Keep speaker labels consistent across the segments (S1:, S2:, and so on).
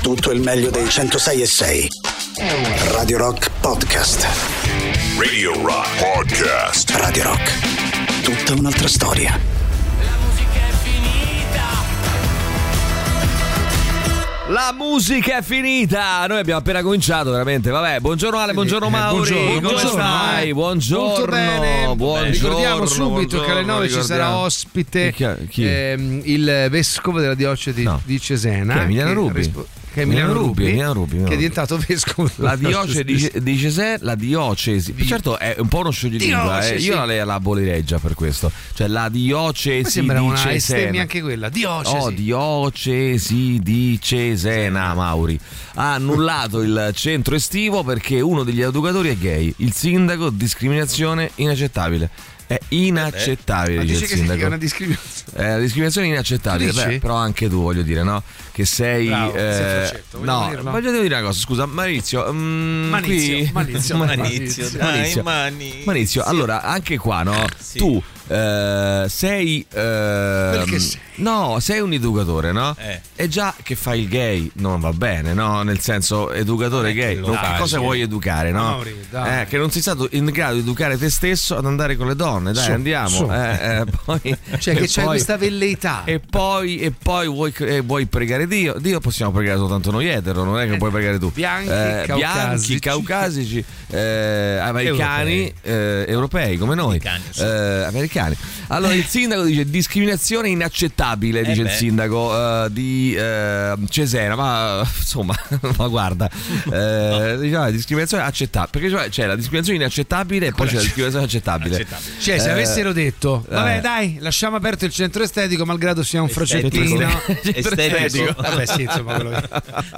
S1: tutto il meglio dei 106 e 6. Radio Rock Podcast.
S2: Radio Rock Podcast.
S1: Radio Rock. Tutta un'altra storia.
S3: La musica è finita, noi abbiamo appena cominciato veramente, vabbè, buongiorno Ale, buongiorno Mauri,
S4: Eh,
S3: come
S4: buongiorno, buongiorno.
S3: stai? Buongiorno,
S4: Molto bene.
S3: buongiorno,
S4: ricordiamo subito
S3: buongiorno,
S4: che alle 9 ci sarà
S3: ricordiamo.
S4: ospite
S3: Chi è- chi?
S4: ehm, il vescovo della diocesi di,
S3: No.
S4: di Cesena.
S3: Chi è? Emiliano
S4: che
S3: Rubi?
S4: rispo- Che è
S3: Emiliano
S4: Emiliano
S3: Rubi,
S4: Rubi,
S3: Emiliano Rubi, Emiliano
S4: che è
S3: Rubi.
S4: diventato vescovo.
S3: La
S4: della
S3: diocesi di, di Cesè, la diocesi, certo è un po' uno scioglilingua, eh.
S4: Diocesi.
S3: io la, la, la abolirei già per questo, cioè la diocesi
S4: Poi sembra
S3: di
S4: una
S3: Cesena.
S4: bestemmia anche quella. Diocesi.
S3: Oh, diocesi di Cesena, Mauri. Ha annullato il centro estivo perché uno degli educatori è gay. Il sindaco, discriminazione inaccettabile. È inaccettabile,
S4: Eh, Ma
S3: dice
S4: dice
S3: il
S4: che significa
S3: sindaco.
S4: una discriminazione.
S3: Eh, la discriminazione è inaccettabile,
S4: Tu dici?
S3: Beh, però anche tu voglio dire, no? Che sei.
S4: Bravo,
S3: eh,
S4: sei faccetto, vogliamo
S3: no,
S4: dirlo?
S3: voglio dire una cosa, scusa, Maurizio. mm,
S4: Malizio,
S3: qui-
S4: malizio,
S3: Maurizio,
S4: malizio.
S3: Maurizio.
S5: mani.
S3: Maurizio, allora anche qua, no? Tu eh, sei. ehm,
S4: che sei.
S3: No, sei un educatore, no?
S5: Eh.
S3: E già che fai il gay non va bene, no? Nel senso, educatore gay,
S5: lo
S3: non- che
S5: fai,
S3: cosa
S5: eh.
S3: vuoi educare, no?
S4: Mauri, dai.
S3: Eh, che non sei stato in grado di educare te stesso ad andare con le donne, dai,
S4: Su,
S3: andiamo.
S4: su.
S3: Eh, eh, poi,
S4: Cioè, che
S3: e
S4: c'è
S3: poi-
S4: questa velleità.
S3: e poi, e poi vuoi, eh, vuoi pregare Dio? Dio possiamo pregare soltanto noi etero, non è che puoi pregare tu. Eh,
S4: Bianchi,
S3: bianchi,
S4: caucasici.
S3: caucasici, eh, americani, eh, europei come noi.
S5: Americani, sì.
S3: Eh, americani. Allora il sindaco dice discriminazione inaccettabile, dice il
S5: beh.
S3: sindaco eh, di eh, Cesena, ma insomma, ma guarda, eh, diciamo, discriminazione accettabile, perché cioè, c'è la discriminazione inaccettabile e poi c'è la discriminazione accettabile.
S5: Accettabile.
S4: Cioè, se
S3: Eh,
S4: avessero detto, vabbè,
S3: eh.
S4: dai, lasciamo aperto il centro estetico, malgrado sia un
S5: Estetico.
S4: frocettino. Eh,
S5: Estetico.
S4: Vabbè, sì, insomma, quello che-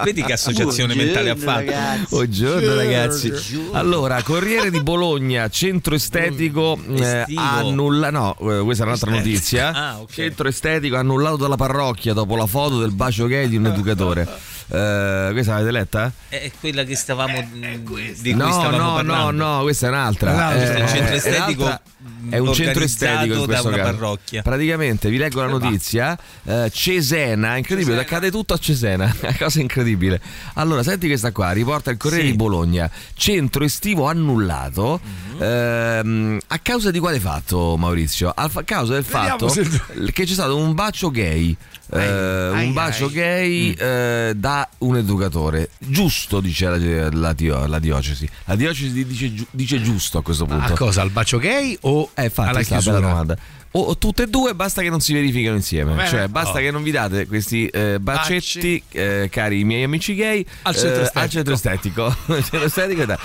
S5: Vedi che associazione mentale ha fatto.
S3: Buongiorno Oh, ragazzi. Allora, Corriere di Bologna, centro estetico eh,
S5: Mm. Estivo.
S3: annulla no, eh, questa è un'altra
S5: Estetico.
S3: notizia.
S5: Ah, ok.
S3: Centro estetico annullato dalla parrocchia dopo la foto del bacio gay di un educatore. Eh, questa l'avete letta?
S5: È quella che stavamo di cui
S3: No,
S5: stavamo
S3: no,
S5: parlando.
S3: no, no, questa è un'altra.
S4: Un'altra.
S3: Eh,
S4: Questo è un
S5: centro
S3: eh,
S5: estetico
S3: un'altra- È un centro
S5: organizzato
S3: estetico in
S5: da
S3: questo
S5: una
S3: caso.
S5: parrocchia.
S3: Praticamente, vi leggo la
S5: va.
S3: notizia. eh, Cesena, incredibile, accade tutto a Cesena, una cosa incredibile. Allora, senti questa qua, riporta il Corriere
S5: Sì.
S3: di Bologna. Centro estivo annullato.
S5: Mhm.
S3: ehm, a causa di quale fatto, Maurizio? A fa- causa del
S4: Vediamo
S3: fatto
S4: se-
S3: che c'è stato un bacio gay. eh,
S4: Ai,
S3: un
S4: ai,
S3: bacio
S4: ai.
S3: gay eh, da un educatore. Giusto, dice la, la dio- la diocesi. La diocesi dice, giu- dice giusto a questo punto.
S4: A cosa? Al bacio gay o
S3: Eh, infatti,
S4: alla
S3: questa è una
S4: chiusura?
S3: bella domanda. O, o tutte e due, basta che non si verificano insieme.
S4: Bene.
S3: Cioè, basta che non vi date questi eh, bacetti, eh, cari miei amici gay,
S4: Al centro
S3: eh, al centro estetico. Al centro estetico, dai.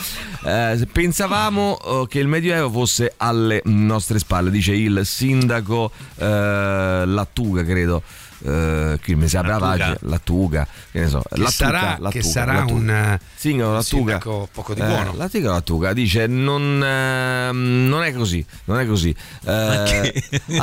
S3: Eh, se pensavamo eh, che il Medioevo fosse alle nostre spalle, dice il sindaco eh, Lattuga, credo. Eh, qui mi sembra
S5: Lattuga.
S3: Lattuga, Lattuga, che ne so,
S4: Che sarà, che sarà un eh,
S3: Singolo Lattuga.
S4: sindaco ecco, poco di
S3: Eh,
S4: buono.
S3: la Tigre Lattuga dice non, ehm, non è così, non è così. Eh, allora
S4: Cioè,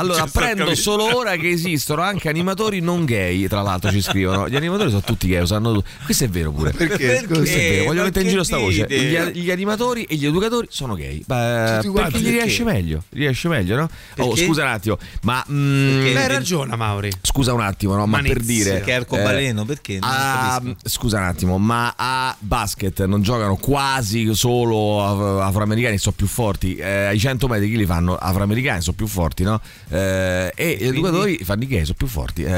S5: Non sto
S3: apprendo
S5: capendo.
S3: solo ora che esistono anche animatori non gay, tra l'altro ci scrivono. Gli animatori sono tutti gay, lo sanno tutti. Questo è vero pure.
S4: perché?
S3: Questo è vero, voglio
S5: Eh, Ma
S3: mettere in
S5: che
S3: giro sta voce.
S5: dite?
S3: Gli, gli animatori e gli educatori sono gay. Beh,
S4: Tutti uguali,
S3: perché gli
S4: perché?
S3: riesce meglio, riesce meglio, no? Oh,
S5: Perché?
S3: scusa un attimo, ma mm,
S5: Perché?
S4: Beh, ragiona Mauri.
S3: scusa un attimo, no? Ma per
S4: Manizia.
S3: dire
S5: Che è arcobaleno, perché? Non
S3: Ah,
S5: capisco.
S3: scusa un attimo, ma a basket non giocano quasi solo af- afroamericani, sono più forti. Eh, ai 100 metri chi li fanno? Afroamericani sono più forti, no? Eh, e gli educatori fanno i gay, sono più forti. Eh,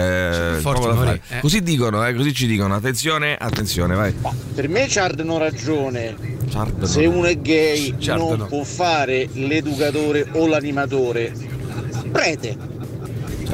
S4: forti,
S3: proprio da
S4: Mauri,
S3: fare.
S4: eh.
S3: Così dicono, eh, così ci dicono. Attenzione, attenzione, vai.
S6: Per me Chard non ha ragione.
S3: Ciardo.
S6: Se uno è gay
S4: Chard
S6: non
S4: no.
S6: può fare l'educatore o l'animatore. Prete.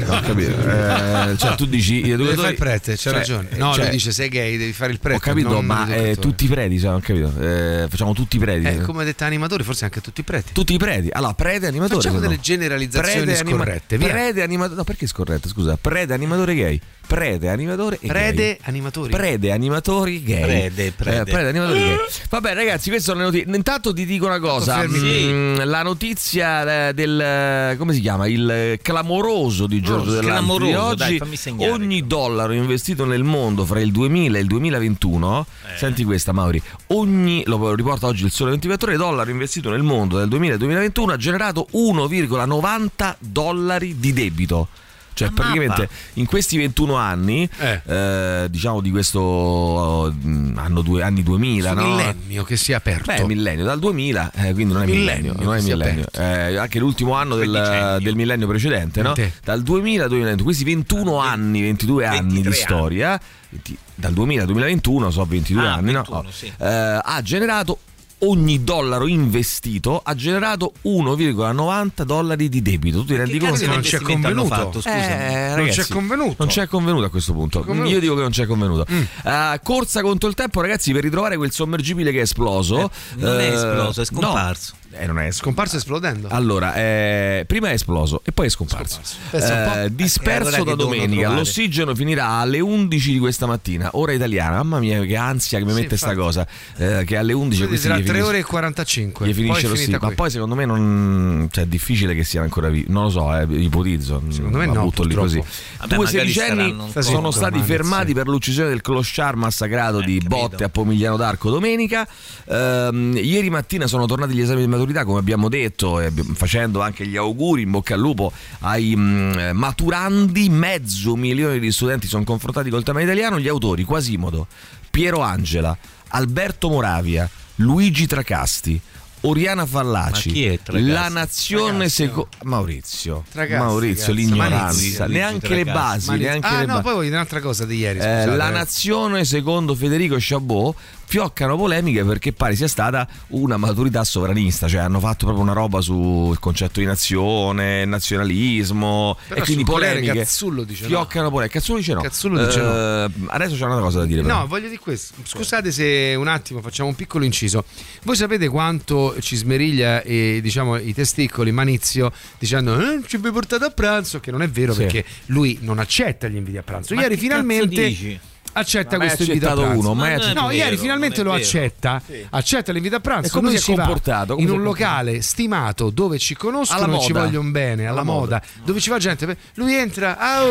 S3: Ho capito. Eh, cioè, tu dici gli
S4: Deve
S3: educatori.
S4: fare il prete, c'ha
S3: cioè,
S4: ragione. No,
S3: cioè,
S4: lui dice sei gay, devi fare il prete.
S3: Ho capito,
S4: non
S3: ma eh,
S4: l'educatore.
S3: tutti i preti, cioè, non ho capito. Eh, facciamo tutti i preti.
S4: Eh, come ha detto animatori, forse anche tutti i preti.
S3: Tutti i preti. Allora, prete e animatore.
S4: Facciamo
S3: secondo
S4: delle
S3: me.
S4: generalizzazioni
S3: Prete e anima-
S4: scorrette, via.
S3: Prete e animatore. No, perché scorrette? Scusa, prete animatore gay. Prete animatore e gay.
S4: Prede animatori.
S3: Prede animatori gay.
S5: Prede, prede.
S3: Eh, animatori gay. Vabbè, ragazzi, queste sono le notizie. Intanto ti dico una cosa:
S4: Fermi.
S3: Mm, la notizia eh, del eh, come si chiama? Il eh, clamoroso di Giorgio
S4: Oh,
S5: Clamoroso,
S3: Dell'Anti di
S5: clamoroso,
S3: oggi.
S5: dai, fammi segnare.
S3: ogni dollaro investito nel mondo fra il 2000 e il 2021, senti questa, Mauri. Ogni lo riporta oggi il sole 24 ore, il dollaro investito nel mondo dal 2000 al 2021 ha generato 1,90 dollari di debito. Cioè,
S5: La
S3: praticamente
S5: mappa.
S3: in questi 21 anni,
S4: Eh.
S3: eh, diciamo di questo oh, mh, anno due, anni 2000,
S4: Questo
S3: Ah, no?
S4: millennio che si è aperto.
S3: Beh, millennio, dal 2000, eh, quindi non è millennio,
S4: Millennio,
S3: non è
S4: Certo. si è
S3: millennio. Eh, anche l'ultimo anno del, del millennio precedente, no?
S4: Sì.
S3: Dal 2000 al 2021, questi 21 anni, 22 anni di
S5: 23
S3: storia, venti- dal 2000 al 2021, so 22
S5: Ah,
S3: anni,
S5: 21,
S3: no?
S5: sì.
S3: Eh, ha generato ogni dollaro investito ha generato 1,90 dollari di debito. Tu ti rendi conto?
S5: cazzo di
S4: non c'è
S5: investimento hanno
S4: convenuto?
S5: fatto, scusa.
S3: Eh,
S4: non
S3: ragazzi,
S4: c'è convenuto.
S3: Non c'è convenuto a questo punto.
S4: convenuto.
S3: Io dico che non c'è convenuto. Eh, corsa contro il tempo, ragazzi, per ritrovare quel sommergibile che è esploso.
S5: non è
S3: Eh,
S5: esploso, è
S3: no.
S5: scomparso.
S3: Eh, non è esploso.
S4: Scomparso esplodendo.
S3: Allora, eh, prima è esploso e poi è scomparso.
S4: Pensa un po'.
S3: Eh, disperso
S5: Eh, allora
S3: da
S5: che devono
S3: domenica,
S5: trovare?
S3: l'ossigeno finirà alle 11 di questa mattina, ora italiana. Mamma mia, che ansia che mi
S4: Sì,
S3: mette sta
S4: infatti.
S3: cosa. eh, che alle 11
S4: Quindi
S3: questi
S4: sarà
S3: gli
S4: 3
S3: finis-
S4: ore e 45.
S3: gli finisce
S4: poi è
S3: lo
S4: finita
S3: stigma. Ma
S4: qui.
S3: poi secondo me non. Cioè, è difficile che siano ancora vivi. Non lo so, eh, ipotizzo. mm,
S4: Secondo me
S3: la
S4: no,
S3: butto lì
S4: purtroppo.
S3: così.
S5: Vabbè,
S3: Due
S5: magari
S3: sedicenni
S5: saranno
S3: sono
S4: ancora-
S3: stati
S4: Domani,
S3: fermati
S4: sì.
S3: per l'uccisione del clochard massacrato di
S5: Eh, capito.
S3: botte a Pomigliano d'Arco domenica. Ehm, ieri mattina sono tornati gli esami di maturità, come abbiamo detto, e abbi- facendo anche gli auguri in bocca al lupo ai mm, eh, maturandi. Mezzo milione di studenti sono confrontati col tema italiano. Gli autori Quasimodo, Piero Angela, Alberto Moravia, Luigi Tracasti. Oriana Fallaci,
S5: Ma chi è Tracasti?
S3: la nazione secondo Maurizio,
S4: Tracasti,
S3: Maurizio,
S4: cazzo.
S3: l'ignoranza,
S5: Maurizio,
S3: neanche le
S5: Luigi Tracasti.
S3: basi,
S4: Ma-
S3: neanche
S4: ah,
S3: le
S4: no,
S3: basi.
S4: poi voglio dire un'altra cosa di ieri.
S3: Eh,
S4: scusate,
S3: la
S4: eh.
S3: nazione, secondo Federico Chabot, fioccano polemiche perché pare sia stata una maturità sovranista, cioè hanno fatto proprio una roba sul concetto di nazione, nazionalismo
S4: Però
S3: e quindi
S4: sul Corriere
S3: polemiche.
S4: Cazzullo dice no.
S3: fioccano polemiche. Cazzullo dice no.
S4: Cazzullo dice
S3: Eh, Adesso c'è una cosa da dire. però.
S4: No, voglio dire questo. Scusate se un attimo facciamo un piccolo inciso. Voi sapete quanto ci smeriglia eh, diciamo, i testicoli Manizio dicendo "Eh, ci abbiamo portato a pranzo, che non è vero
S3: Sì.
S4: perché lui non accetta gli inviti a pranzo.
S5: Ma
S4: Ieri
S5: che
S4: finalmente
S5: cazzo dici?
S4: accetta
S3: Ma mai
S4: questo invito a
S3: accettato
S4: pranzo.
S3: uno, mai
S5: Ma non è
S3: accettato-
S4: No, ieri
S5: vero,
S4: finalmente lo
S5: non è vero.
S4: accetta, accetta l'invito a pranzo.
S3: E come
S4: Noi
S3: si è
S4: va
S3: comportato? Come si
S4: in un
S3: è comportato?
S4: locale stimato dove ci conoscono
S3: Alla
S4: e ci
S3: moda.
S4: vogliono bene, alla,
S3: Alla
S4: moda, dove ci va gente. per- Lui entra, "Au,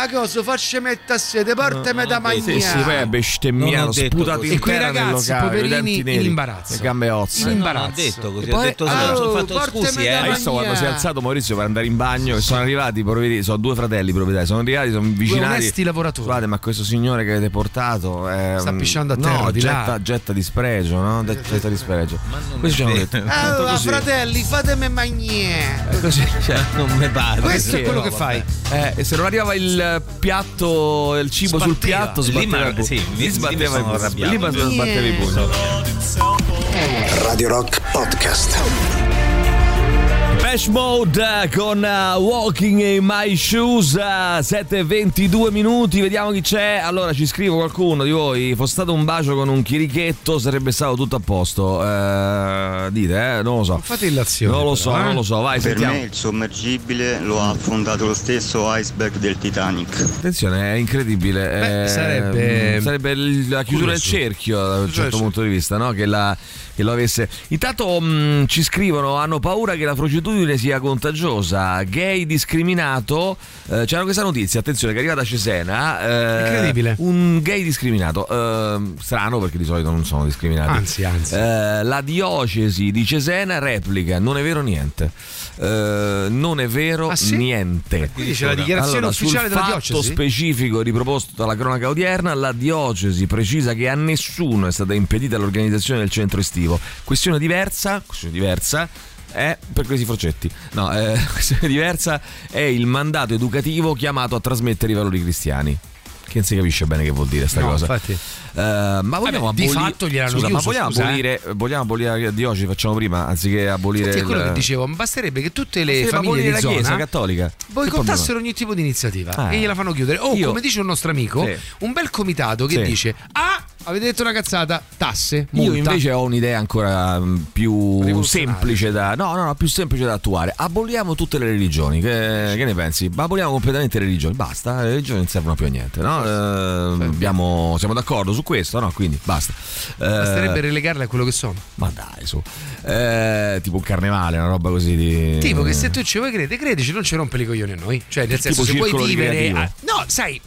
S4: a cosa? Facci mettere a sede, portami da mangiare.
S3: Sì, sì, poi ha
S5: Non
S3: bestemmiato,
S5: ho detto
S3: sputato
S5: così.
S3: in
S4: E quei
S3: terra nel
S4: ragazzi,
S3: locale, coi
S4: poverini,
S3: denti neri,
S4: in imbarazzo.
S3: Le gambe
S4: In
S3: osse.
S5: No,
S4: imbarazzo.
S5: Non ho detto così,
S3: E poi-
S5: ho detto solo.
S3: Ah,
S5: sono
S4: oh,
S5: fatto scusi,
S4: portamela
S5: eh.
S3: Hai visto quando si è
S4: Magna.
S3: alzato Maurizio per andare in bagno e sono arrivati i poverini, sono due fratelli proprietari, sono arrivati, sono vicinati.
S4: onesti lavoratori.
S3: Scusate, ma questo signore che avete portato eh,
S4: Sta pisciando a
S3: no,
S4: terra, di là.
S3: getta, getta di spregio, no? De- getta di spregio.
S5: Ma non
S3: Questo ci hanno
S5: è
S3: detto.
S5: vero.
S3: tanto
S4: Allora,
S3: così.
S4: fratelli, fatemi mangiare.
S3: Eh, così, cioè,
S5: Non mi pare.
S4: Questo
S5: Sì,
S4: è quello
S5: no,
S4: che fai.
S5: vabbè.
S3: eh, e se non arrivava il piatto, il cibo sul
S5: Sbatteva.
S3: piatto,
S5: Lì
S3: sbatteva
S5: ma-
S3: il pugno.
S5: sì, lì-
S3: Lì
S5: lì
S3: sbatteva
S5: mi
S3: il
S5: sono
S3: pugno.
S5: arrabbiato.
S3: Lì bas- sbatteva il pugno.
S1: Radio Rock Podcast.
S3: Bash Mode eh, con eh, Walking in My Shoes, eh, 7:22 minuti, vediamo chi c'è. Allora ci scrivo qualcuno di voi, fosse stato un bacio con un chirichetto sarebbe stato tutto a posto. Eh, dite, eh, non lo so.
S4: Fate illazione.
S3: Non lo so,
S4: però, eh.
S3: non lo so, vai,
S7: Per me
S3: sentiamo.
S7: il sommergibile lo ha affondato lo stesso iceberg del Titanic.
S3: Attenzione, è incredibile.
S4: Beh,
S3: eh,
S4: sarebbe-
S3: sarebbe il- la chiusura del
S4: curioso.
S3: cerchio da un
S4: Chiusura
S3: certo
S4: del
S3: punto di vista, no? Che, la- che lo avesse. Intanto mh, ci scrivono: hanno paura che la procedura sia contagiosa. Gay discriminato. eh, c'era questa notizia, attenzione, che è arrivata a Cesena. eh,
S4: Incredibile.
S3: Un gay discriminato. eh, strano perché di solito non sono discriminati.
S4: Anzi, anzi.
S3: Eh, la diocesi di Cesena replica: non è vero niente. Eh, non è vero
S4: Ah, sì?
S3: niente.
S4: Quindi c'è la dichiarazione
S3: Allora,
S4: ufficiale
S3: sul
S4: della
S3: fatto
S4: diocesi.
S3: specifico riproposto dalla cronaca odierna, la diocesi precisa che a nessuno è stata impedita l'organizzazione del centro estivo. Questione diversa, questione diversa è per questi frocetti. No, eh, questione diversa è il mandato educativo chiamato a trasmettere i valori cristiani. Che non si capisce bene che vuol dire sta
S4: No,
S3: cosa.
S4: infatti.
S3: Eh, ma vogliamo
S4: Vabbè, di
S3: aboli-
S4: fatto gliel'hanno
S3: Scusa, ma
S4: chiuso,
S3: vogliamo
S4: scusa, eh.
S3: abolire, vogliamo abolire la diocesi facciamo prima anziché abolire
S4: Infatti è quello
S3: il-
S4: che dicevo, basterebbe che tutte
S3: Sì,
S4: le
S3: ma
S4: famiglie
S3: abolire
S4: di
S3: la
S4: zona
S3: chiesa cattolica. Che
S4: boicottassero ogni tipo di iniziativa
S3: Ah.
S4: e gliela fanno chiudere. O
S3: Io-
S4: come dice un nostro amico,
S3: Sì.
S4: un bel comitato che
S3: Sì.
S4: dice "Ah, avete detto una cazzata, tasse, multa".
S3: Io invece ho un'idea ancora mm, più
S4: Rivoluzionaria.
S3: semplice da no, no, no, più semplice da attuare. Aboliamo tutte le religioni. Che, che ne pensi? Ma Aboliamo completamente le religioni. Basta, le religioni non servono più a niente, no? Eh, abbiamo- siamo d'accordo su questo, no? Quindi basta. Eh,
S4: basterebbe relegarle a quello che sono.
S3: Ma dai, su. Eh, tipo un carnevale, una roba così di
S4: Tipo che se tu ci vuoi credere, credici, non ci rompe i coglioni a noi. Cioè, nel
S3: Tipo
S4: senso, se vuoi
S3: circolo
S4: vivere.
S3: ricreativo.
S4: ah, no, sai.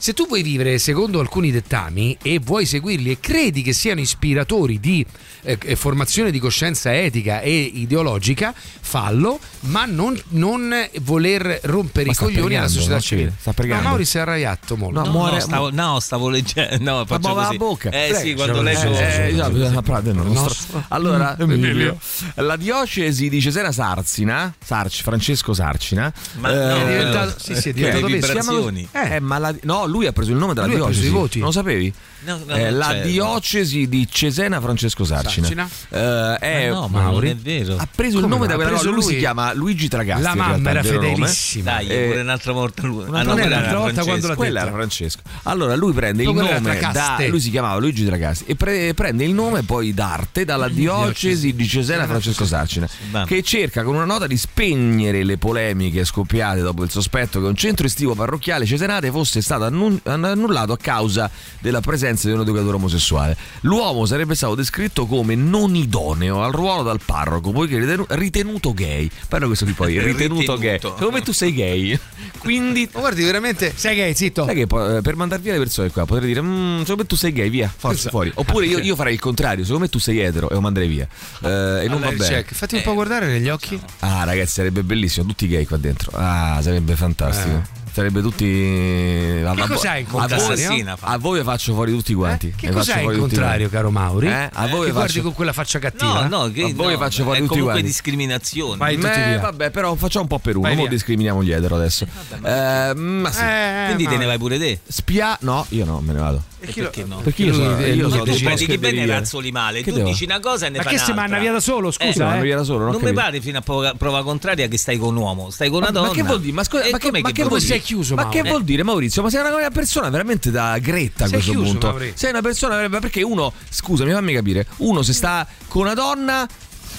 S4: se tu vuoi vivere secondo alcuni dettami e vuoi seguirli e credi che siano ispiratori di eh, eh, formazione di coscienza etica e ideologica, fallo, ma non, non voler rompere
S3: Ma
S4: i
S3: sta
S4: coglioni alla
S3: pregando,
S4: società
S3: non ci
S4: civile.
S3: vede, sta pregando.
S4: No, Mauri si è arraiato molto.
S3: No,
S5: No,
S3: muore-
S5: no, stavo, no, stavo leggendo. No, faccio
S3: muove la
S5: così.
S3: bocca.
S5: Eh
S3: Prego,
S5: sì, quando
S4: ce lo
S5: leggo.
S4: leggo.
S3: Eh,
S4: Eh,
S3: no,
S4: sì,
S3: bisogna parlare del nostro.
S4: nostro.
S3: Allora,
S4: Mm, Emilio.
S3: Emilio, la diocesi di Cesena Sarzina, Sarci, Francesco Sarzina,
S5: Ma
S3: eh,
S5: no,
S4: È diventato-
S5: no,
S4: sì, sì, è
S5: che
S4: diventato vescovo.
S5: le
S3: si chiama
S5: vibrazioni.
S3: così. Eh, ma la- no, lui ha preso il nome della
S4: Lui ha preso
S3: diocesi.
S4: i voti.
S3: Non lo sapevi?
S5: No, no,
S3: Eh,
S5: no,
S3: la
S5: cioè,
S3: diocesi di Cesena Francesco Sarcina.
S4: Sarcina.
S3: Eh,
S5: Ma
S3: è-
S5: no, ma non
S4: Mauri.
S5: è vero.
S3: ha preso il
S4: Come
S3: nome
S4: no?
S3: da
S4: Ha
S3: quella
S4: preso
S3: roba. Lui si
S4: lui-
S3: chiama Luigi Tragasti.
S4: La
S3: in realtà,
S4: mamma era
S3: il vero nome.
S4: fedelissima.
S5: Dai,
S3: Eh,
S5: pure un'altra volta lui.
S4: un'altra-
S5: Ah, no,
S4: non è
S5: quella
S4: l'altra
S5: era
S4: volta quando
S5: Francesco.
S4: l'ha
S3: Quella era Francesco. Allora lui prende il
S4: No, quello era
S3: nome da,
S4: Tracaste.
S3: lui si chiamava Luigi Tracaste e pre- prende il nome poi d'arte dalla diocesi di Cesena Francesco Sarcina
S5: Va.
S3: che cerca con una nota di spegnere le polemiche scoppiate dopo il sospetto che un centro estivo parrocchiale cesenate fosse stato annun- annullato a causa della presenza di un educatore omosessuale. L'uomo sarebbe stato descritto come non idoneo al ruolo dal parroco, poiché ritenu- ritenuto gay. Però questo qui poi è ritenuto,
S5: Ritenuto.
S3: gay. Come tu sei gay, quindi
S4: Ma guardi, veramente. Sei gay, zitto.
S3: Sai che po- eh, per mandar via le persone qua potrei dire, "Mm, secondo me tu sei gay, via,
S4: Esatto.
S3: forza, fuori. Oppure io, io farei il contrario, secondo me tu sei etero e lo manderei via. Eh, e non va bene.
S4: Check. Fatti un po' guardare negli occhi.
S3: Ah ragazzi, sarebbe bellissimo, tutti gay qua dentro. Ah, sarebbe fantastico. Sarebbe tutti... A, a-
S4: Eh. cos'hai in
S3: a
S4: contrario?
S3: voi-
S5: Assassina fa.
S3: A voi vi faccio fuori tutti quanti.
S4: Eh? Che
S3: Vi
S4: cos'è
S3: faccio fuori
S4: il
S3: tutti
S4: contrario, caro Mauri?
S3: Eh? A voi
S4: che
S3: faccio-
S4: guardi con quella faccia cattiva.
S5: No, no, che
S3: A voi
S5: no,
S3: faccio fuori
S5: è
S3: tutti
S5: comunque
S3: quanti.
S5: discriminazione.
S4: Vai
S3: quanti.
S4: tutti
S3: Beh,
S4: via.
S3: vabbè, però facciamo un po' per uno,
S4: Vai
S3: mo
S4: via.
S3: discriminiamo gli etero adesso. Eh, ma sì.
S4: Eh,
S5: Quindi te
S4: Mauri.
S5: ne vai pure te.
S3: Spia... No, io no, me ne vado.
S5: E perché no?
S3: Perché io
S4: Lui
S3: sono...
S4: è-
S3: Io
S4: lui
S3: sono
S5: tu
S4: dice-
S3: delle
S5: predichi bene e
S3: porcherie.
S5: razzoli male.
S3: Che
S5: tu
S3: devo?
S5: dici una cosa e ne
S4: Ma
S5: fai
S4: che se
S5: un'altra.
S4: manna via da solo,
S5: Eh,
S3: Scusa,
S4: scusa.
S3: ma
S4: eh.
S3: via da solo, non ho
S5: Non mi
S3: capito.
S5: pare fino a prova, prova contraria che stai con un uomo, stai con una donna.
S3: ma che vuol dire? Ma, scusa,
S5: E
S3: ma che,
S5: com'è
S3: ma che
S5: vuol
S3: vuol
S5: dire?
S3: sei chiuso, ma
S4: Maurizio.
S3: che vuol dire Maurizio? Ma sei una, una persona veramente da gretta a
S4: Sei
S3: questo
S4: chiuso,
S3: punto.
S4: Maurizio.
S3: Sei una persona ma perché uno, scusami, fammi capire, uno se sta con una donna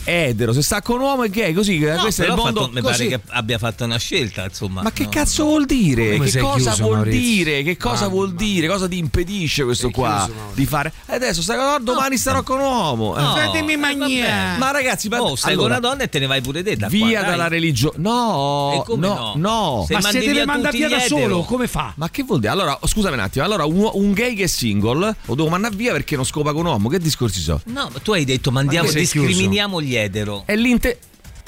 S3: è etero, se sta con un uomo è gay, così
S5: No,
S3: questo è il
S5: però ha
S3: mondo
S5: fatto- mi
S3: così.
S5: pare che abbia fatto una scelta, insomma.
S3: Ma che
S5: no.
S3: cazzo vuol dire?
S4: Come
S3: Che
S4: sei
S3: cosa
S4: chiuso,
S3: vuol
S4: Maurizio?
S3: dire? Che cosa
S4: Mamma
S3: vuol
S4: mia.
S3: dire? Cosa ti impedisce questo
S4: Sei
S3: qua
S4: chiuso, Maurizio.
S3: di fare? Adesso stai con una donna, domani starò con un uomo. Eh.
S5: No,
S4: Fatemi
S5: eh,
S4: mangiare.
S5: vabbè.
S3: Ma ragazzi, ma
S5: Oh, stai
S3: allora,
S5: con una donna e te ne vai pure te da
S3: via
S5: qua, dai.
S3: dalla religione. No,
S5: E come
S3: no,
S5: no?
S3: no.
S5: Se
S4: Ma
S5: mandi
S4: se deve
S5: via
S4: mandare
S5: tutti
S4: via
S5: gli
S4: da
S5: etero.
S4: solo, come fa?
S3: Ma che vuol dire? Allora, oh, scusami un attimo, allora un, un gay che è single lo devo mandare via perché non scopa con un uomo, che discorsi so?
S5: No, ma tu hai detto mandiamo,
S4: Ma che sei chiuso?
S5: discriminiamo gli etero.
S3: È l'inte...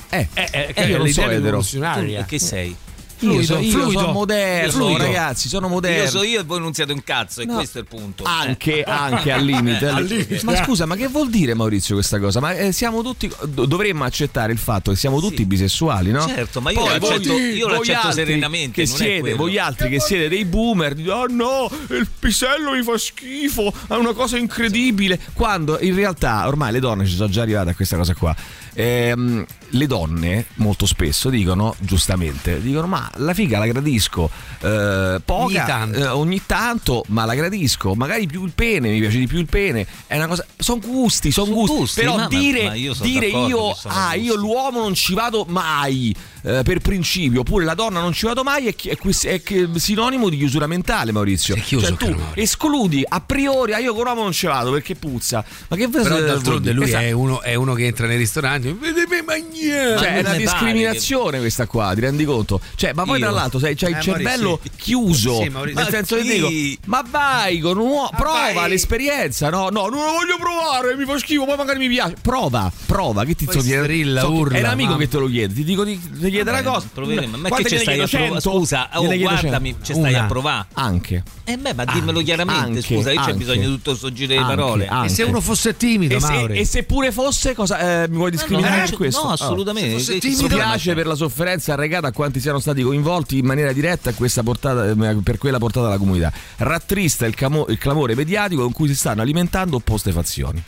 S3: Eh,
S4: Eh, eh,
S3: io non so
S4: l'idea
S3: etero.
S5: Tu
S4: rivoluzionaria.
S5: che sei?
S3: io sono,
S4: Fluido,
S3: io
S4: fluido.
S3: sono moderno,
S5: Fluido.
S3: ragazzi, sono moderno.
S5: Io so io e voi non siete un cazzo, e
S3: No.
S5: questo è il punto.
S3: Anche, anche al limite.
S5: Eh, al limite.
S3: Ma scusa, ma che vuol dire Maurizio questa cosa? Ma eh, siamo tutti. do- dovremmo accettare il fatto che siamo tutti bisessuali, no?
S5: Certo, ma io
S3: Poi
S5: l'accetto-
S3: voi-
S5: io
S3: voi
S5: l'accetto
S3: altri
S5: serenamente,
S3: Che
S5: non è
S3: siete,
S5: quello.
S3: voi altri che siete dei boomer, dite, oh no, il pisello mi fa schifo, è una cosa incredibile. Quando in realtà ormai le donne ci sono già arrivate a questa cosa qua. Ehm, le donne molto spesso dicono, giustamente, dicono: Ma la figa la gradisco eh, poca,
S4: Ogni tanto.
S3: eh, ogni tanto, ma la gradisco. Magari più il pene, mi piace di più il pene. È una cosa. Sono gusti, sono
S5: Son
S3: gusti.
S5: gusti,
S3: Però
S5: ma- ma-
S3: dire,
S5: ma io son
S3: dire
S5: d'accordo
S3: io,
S5: che sono
S3: ah, io
S5: gusti."
S3: l'uomo non ci vado mai eh, per principio, oppure la donna non ci vado mai, è, chi- è qui- è che- sinonimo di chiusura mentale, Maurizio.
S4: Sei chiuso,
S3: cioè, tu
S4: caro Maurizio.
S3: escludi a priori, ah, io con l'uomo non ci vado perché puzza. Ma che
S4: Però
S3: vuol
S4: d'altronde
S3: dire?
S4: lui
S3: Esatto.
S4: è uno, è uno che entra nei ristoranti. Vedete mangiare.
S3: Cioè,
S5: Ma
S3: è
S5: non
S3: una
S5: mi pare
S3: discriminazione questa qua, ti rendi conto? Cioè, ma poi
S5: Io-
S3: tra l'altro sei- c'hai il
S4: Eh,
S3: cervello
S4: Maurizio.
S3: chiuso.
S4: Sì, Maurizio.
S3: nel
S4: Ma
S3: senso che
S5: chi?
S3: dico, ma vai con un uomo, prova
S4: vai.
S3: l'esperienza. No, no, non lo voglio provare, mi fa schifo, poi magari mi piace. Prova, prova, che ti
S4: Poi strilla,
S3: so-
S4: urla,
S3: È un amico
S4: mamma.
S3: che te lo chiede, ti dico di ti chiede una cosa.
S5: Cioè, Proveremo. Ma
S3: Quante
S5: che
S3: gliene
S5: ci stai a
S3: chiedo?
S5: provare?
S3: 100?
S5: Scusa, oh,
S3: Gliene chiedo
S5: guardami,
S3: 100.
S5: ci stai
S4: Una.
S5: a provare.
S3: Anche.
S5: Eh beh, ma dimmelo
S3: Anche,
S5: chiaramente,
S3: anche,
S5: scusa, io c'è
S3: anche.
S5: bisogno di tutto questo giro di
S3: Anche,
S5: parole.
S3: anche.
S4: E se uno fosse timido,
S3: E se,
S4: Mauri?
S3: e se pure fosse, cosa, eh, mi vuoi
S5: Ma
S3: discriminare
S5: no,
S3: per questo?
S5: No,
S3: Ah.
S5: assolutamente.
S4: Se fosse
S5: Questo
S4: timido-
S3: Mi
S5: problema-
S3: piace per la sofferenza arrecata a quanti siano stati coinvolti in maniera diretta a questa portata, eh, per quella portata alla comunità. Rattrista il, camo- il clamore mediatico con cui si stanno alimentando opposte fazioni.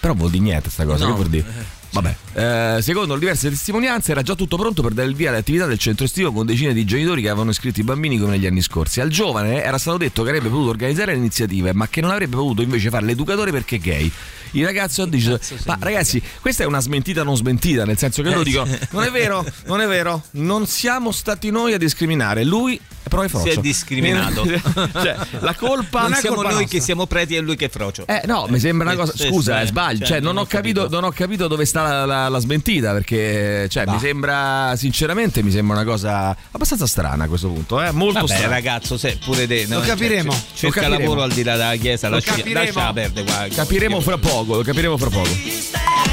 S3: Però vuol dire niente sta cosa,
S5: No. Eh,
S3: che vuol dire? Vabbè, eh, secondo le diverse testimonianze era già tutto pronto per dare il via alle attività del centro estivo con decine di genitori che avevano iscritto i bambini come negli anni scorsi. Al giovane era stato detto che avrebbe potuto organizzare le iniziative, ma che non avrebbe potuto invece fare l'educatore perché è gay. Il ragazzo ha deciso.
S5: cazzo
S3: Ma
S5: significa?"
S3: ragazzi, questa è una smentita non smentita, nel senso che loro
S5: Eh,
S3: dicono:
S5: sì.
S3: Non è vero, non è vero, non siamo stati noi a discriminare. Lui Però è frocio.
S5: Si è discriminato.
S3: cioè, la colpa
S5: non
S4: è
S5: siamo
S4: colpa
S5: noi
S4: nostra.
S5: che siamo preti e lui che è frocio.
S3: Eh, no, mi sembra una
S5: Eh,
S3: cosa.
S5: sì,
S3: Scusa,
S5: sì,
S3: eh, sbaglio.
S5: cioè,
S3: Cioè, non, ho capito, non ho capito dove sta la, la- la smentita. Perché, cioè, mi sembra, sinceramente, mi sembra una cosa abbastanza strana a questo punto. Eh? Molto
S5: Vabbè,
S3: strana.
S5: ragazzo, se pure te. no,
S4: Lo capiremo.
S5: cioè, cerca
S3: Lo capiremo.
S5: lavoro al di là della chiesa,
S4: Lo
S5: lascia,
S4: capiremo.
S5: lascia perdere qua.
S3: Capiremo fra poco, lo capiremo fra poco.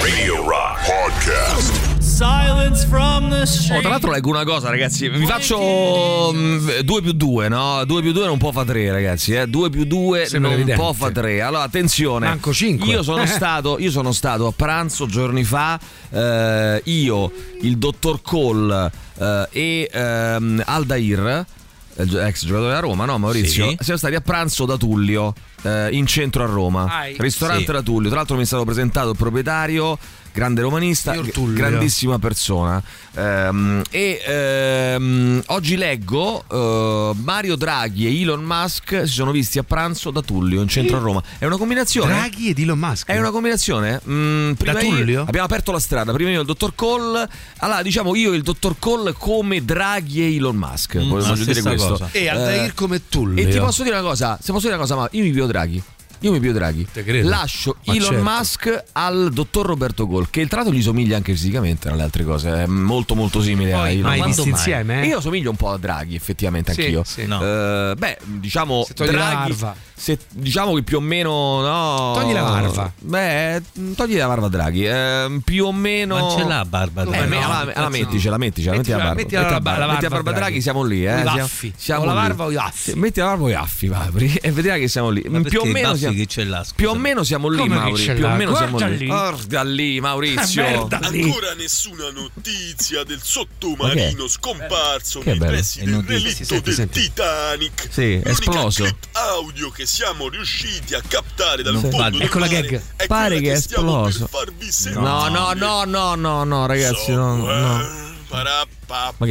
S2: Radio Rock Podcast.
S8: Silence from the
S3: Oh,
S8: street.
S3: tra l'altro leggo una cosa, ragazzi. Vi faccio 2 più 2, no? 2 più 2 non può fa 3, ragazzi. 2 più 2
S4: Sembra
S3: non
S4: evidente.
S3: può fa 3. Allora, attenzione.
S4: Manco cinque. Eh.
S3: Io sono stato, io sono stato a pranzo giorni fa. eh, io, il dottor Cole eh, e ehm, Aldair. eh, gio- Ex giocatore della Roma, no Maurizio?
S5: Sì.
S3: Siamo stati a pranzo da Tullio eh, in centro a Roma,
S4: Ai.
S3: ristorante
S5: Sì.
S3: da Tullio. Tra l'altro, mi è stato presentato il proprietario, grande romanista,
S4: Signor
S3: gr-
S4: Tullio.
S3: grandissimo bravissima persona. Ehm, e ehm, oggi leggo eh, Mario Draghi e Elon Musk si sono visti a pranzo da Tullio in centro a Roma. È una combinazione?
S4: Draghi ed Elon Musk.
S3: È una combinazione? Mm, prima
S4: Da
S3: io-
S4: Tullio?
S3: abbiamo aperto la strada, prima io e il dottor Cole. Allora, diciamo io e il dottor Cole come Draghi e Elon Musk.
S5: Mm,
S3: volevo
S5: la
S3: dire
S5: stessa
S3: questo.
S5: cosa.
S4: E Aldair come Tullio.
S3: E ti posso dire una cosa, se posso dire una cosa, ma io mi pio Draghi. Io mi pio Draghi.
S4: Te credo.
S3: Lascio
S4: Ma
S3: Elon
S4: certo.
S3: Musk al dottor Roberto Gol, che tra l'altro gli somiglia anche fisicamente, tra le altre cose. È molto molto simile a
S4: Poi,
S3: Elon
S4: mai
S3: Musk.
S4: visti insieme, eh?
S3: Io somiglio un po' a Draghi, effettivamente,
S4: Sì,
S3: anch'io.
S4: sì.
S5: No.
S3: Eh, beh, diciamo
S4: Se togli la
S3: Draghi.
S4: larva.
S3: Se diciamo che più o meno. No,
S4: Togli la larva.
S3: Beh, togli la larva a Draghi. Eh, più o meno.
S5: Ma non ce l'ha barba.
S4: No,
S3: Eh,
S5: dai.
S4: no,
S3: la, la,
S4: cazzo
S3: mettici,
S4: no.
S3: la mettici, la metti
S4: Mettila-
S3: la barba.
S4: metti la
S3: Metti la
S4: barba-
S3: barba,
S4: la
S3: metti la
S4: barba,
S3: barba
S4: Draghi.
S3: Draghi, siamo lì, eh.
S4: I
S3: siamo-
S4: baffi.
S3: siamo
S4: O la
S3: lì.
S4: barba o i baffi.
S3: Sì, Metti la barba o i affi, Papri, e vedrai che siamo lì.
S5: Ma perché
S3: più o
S5: i
S3: meno
S5: baffi
S3: siamo
S5: chi ce l'ha, scusa?
S3: Più o meno siamo lì,
S4: Come chi
S3: Mauri,
S4: ce
S3: più o
S4: l'ha?
S3: meno siamo
S4: Guarda
S3: lì.
S4: lì.
S3: Guarda lì, Maurizio.
S4: Eh, merda.
S2: Ancora nessuna notizia del sottomarino scomparso
S3: che
S2: nei
S3: bello.
S2: pressi
S5: E
S2: del
S5: non dice-
S2: relitto
S5: si sente,
S2: del
S5: si sente.
S2: Titanic.
S3: Sì, è
S2: L'unica
S3: esploso.
S2: clip audio che siamo riusciti a captare dal
S5: Non
S2: fondo
S5: fa-
S2: del
S4: ecco la
S2: mare
S4: gag.
S2: è
S3: Pare
S2: quella
S3: che è
S2: stiamo per
S3: esploso.
S2: farvi
S3: No, no,
S2: sentire.
S3: no, no, no, no, ragazzi, no, no. Ma che è?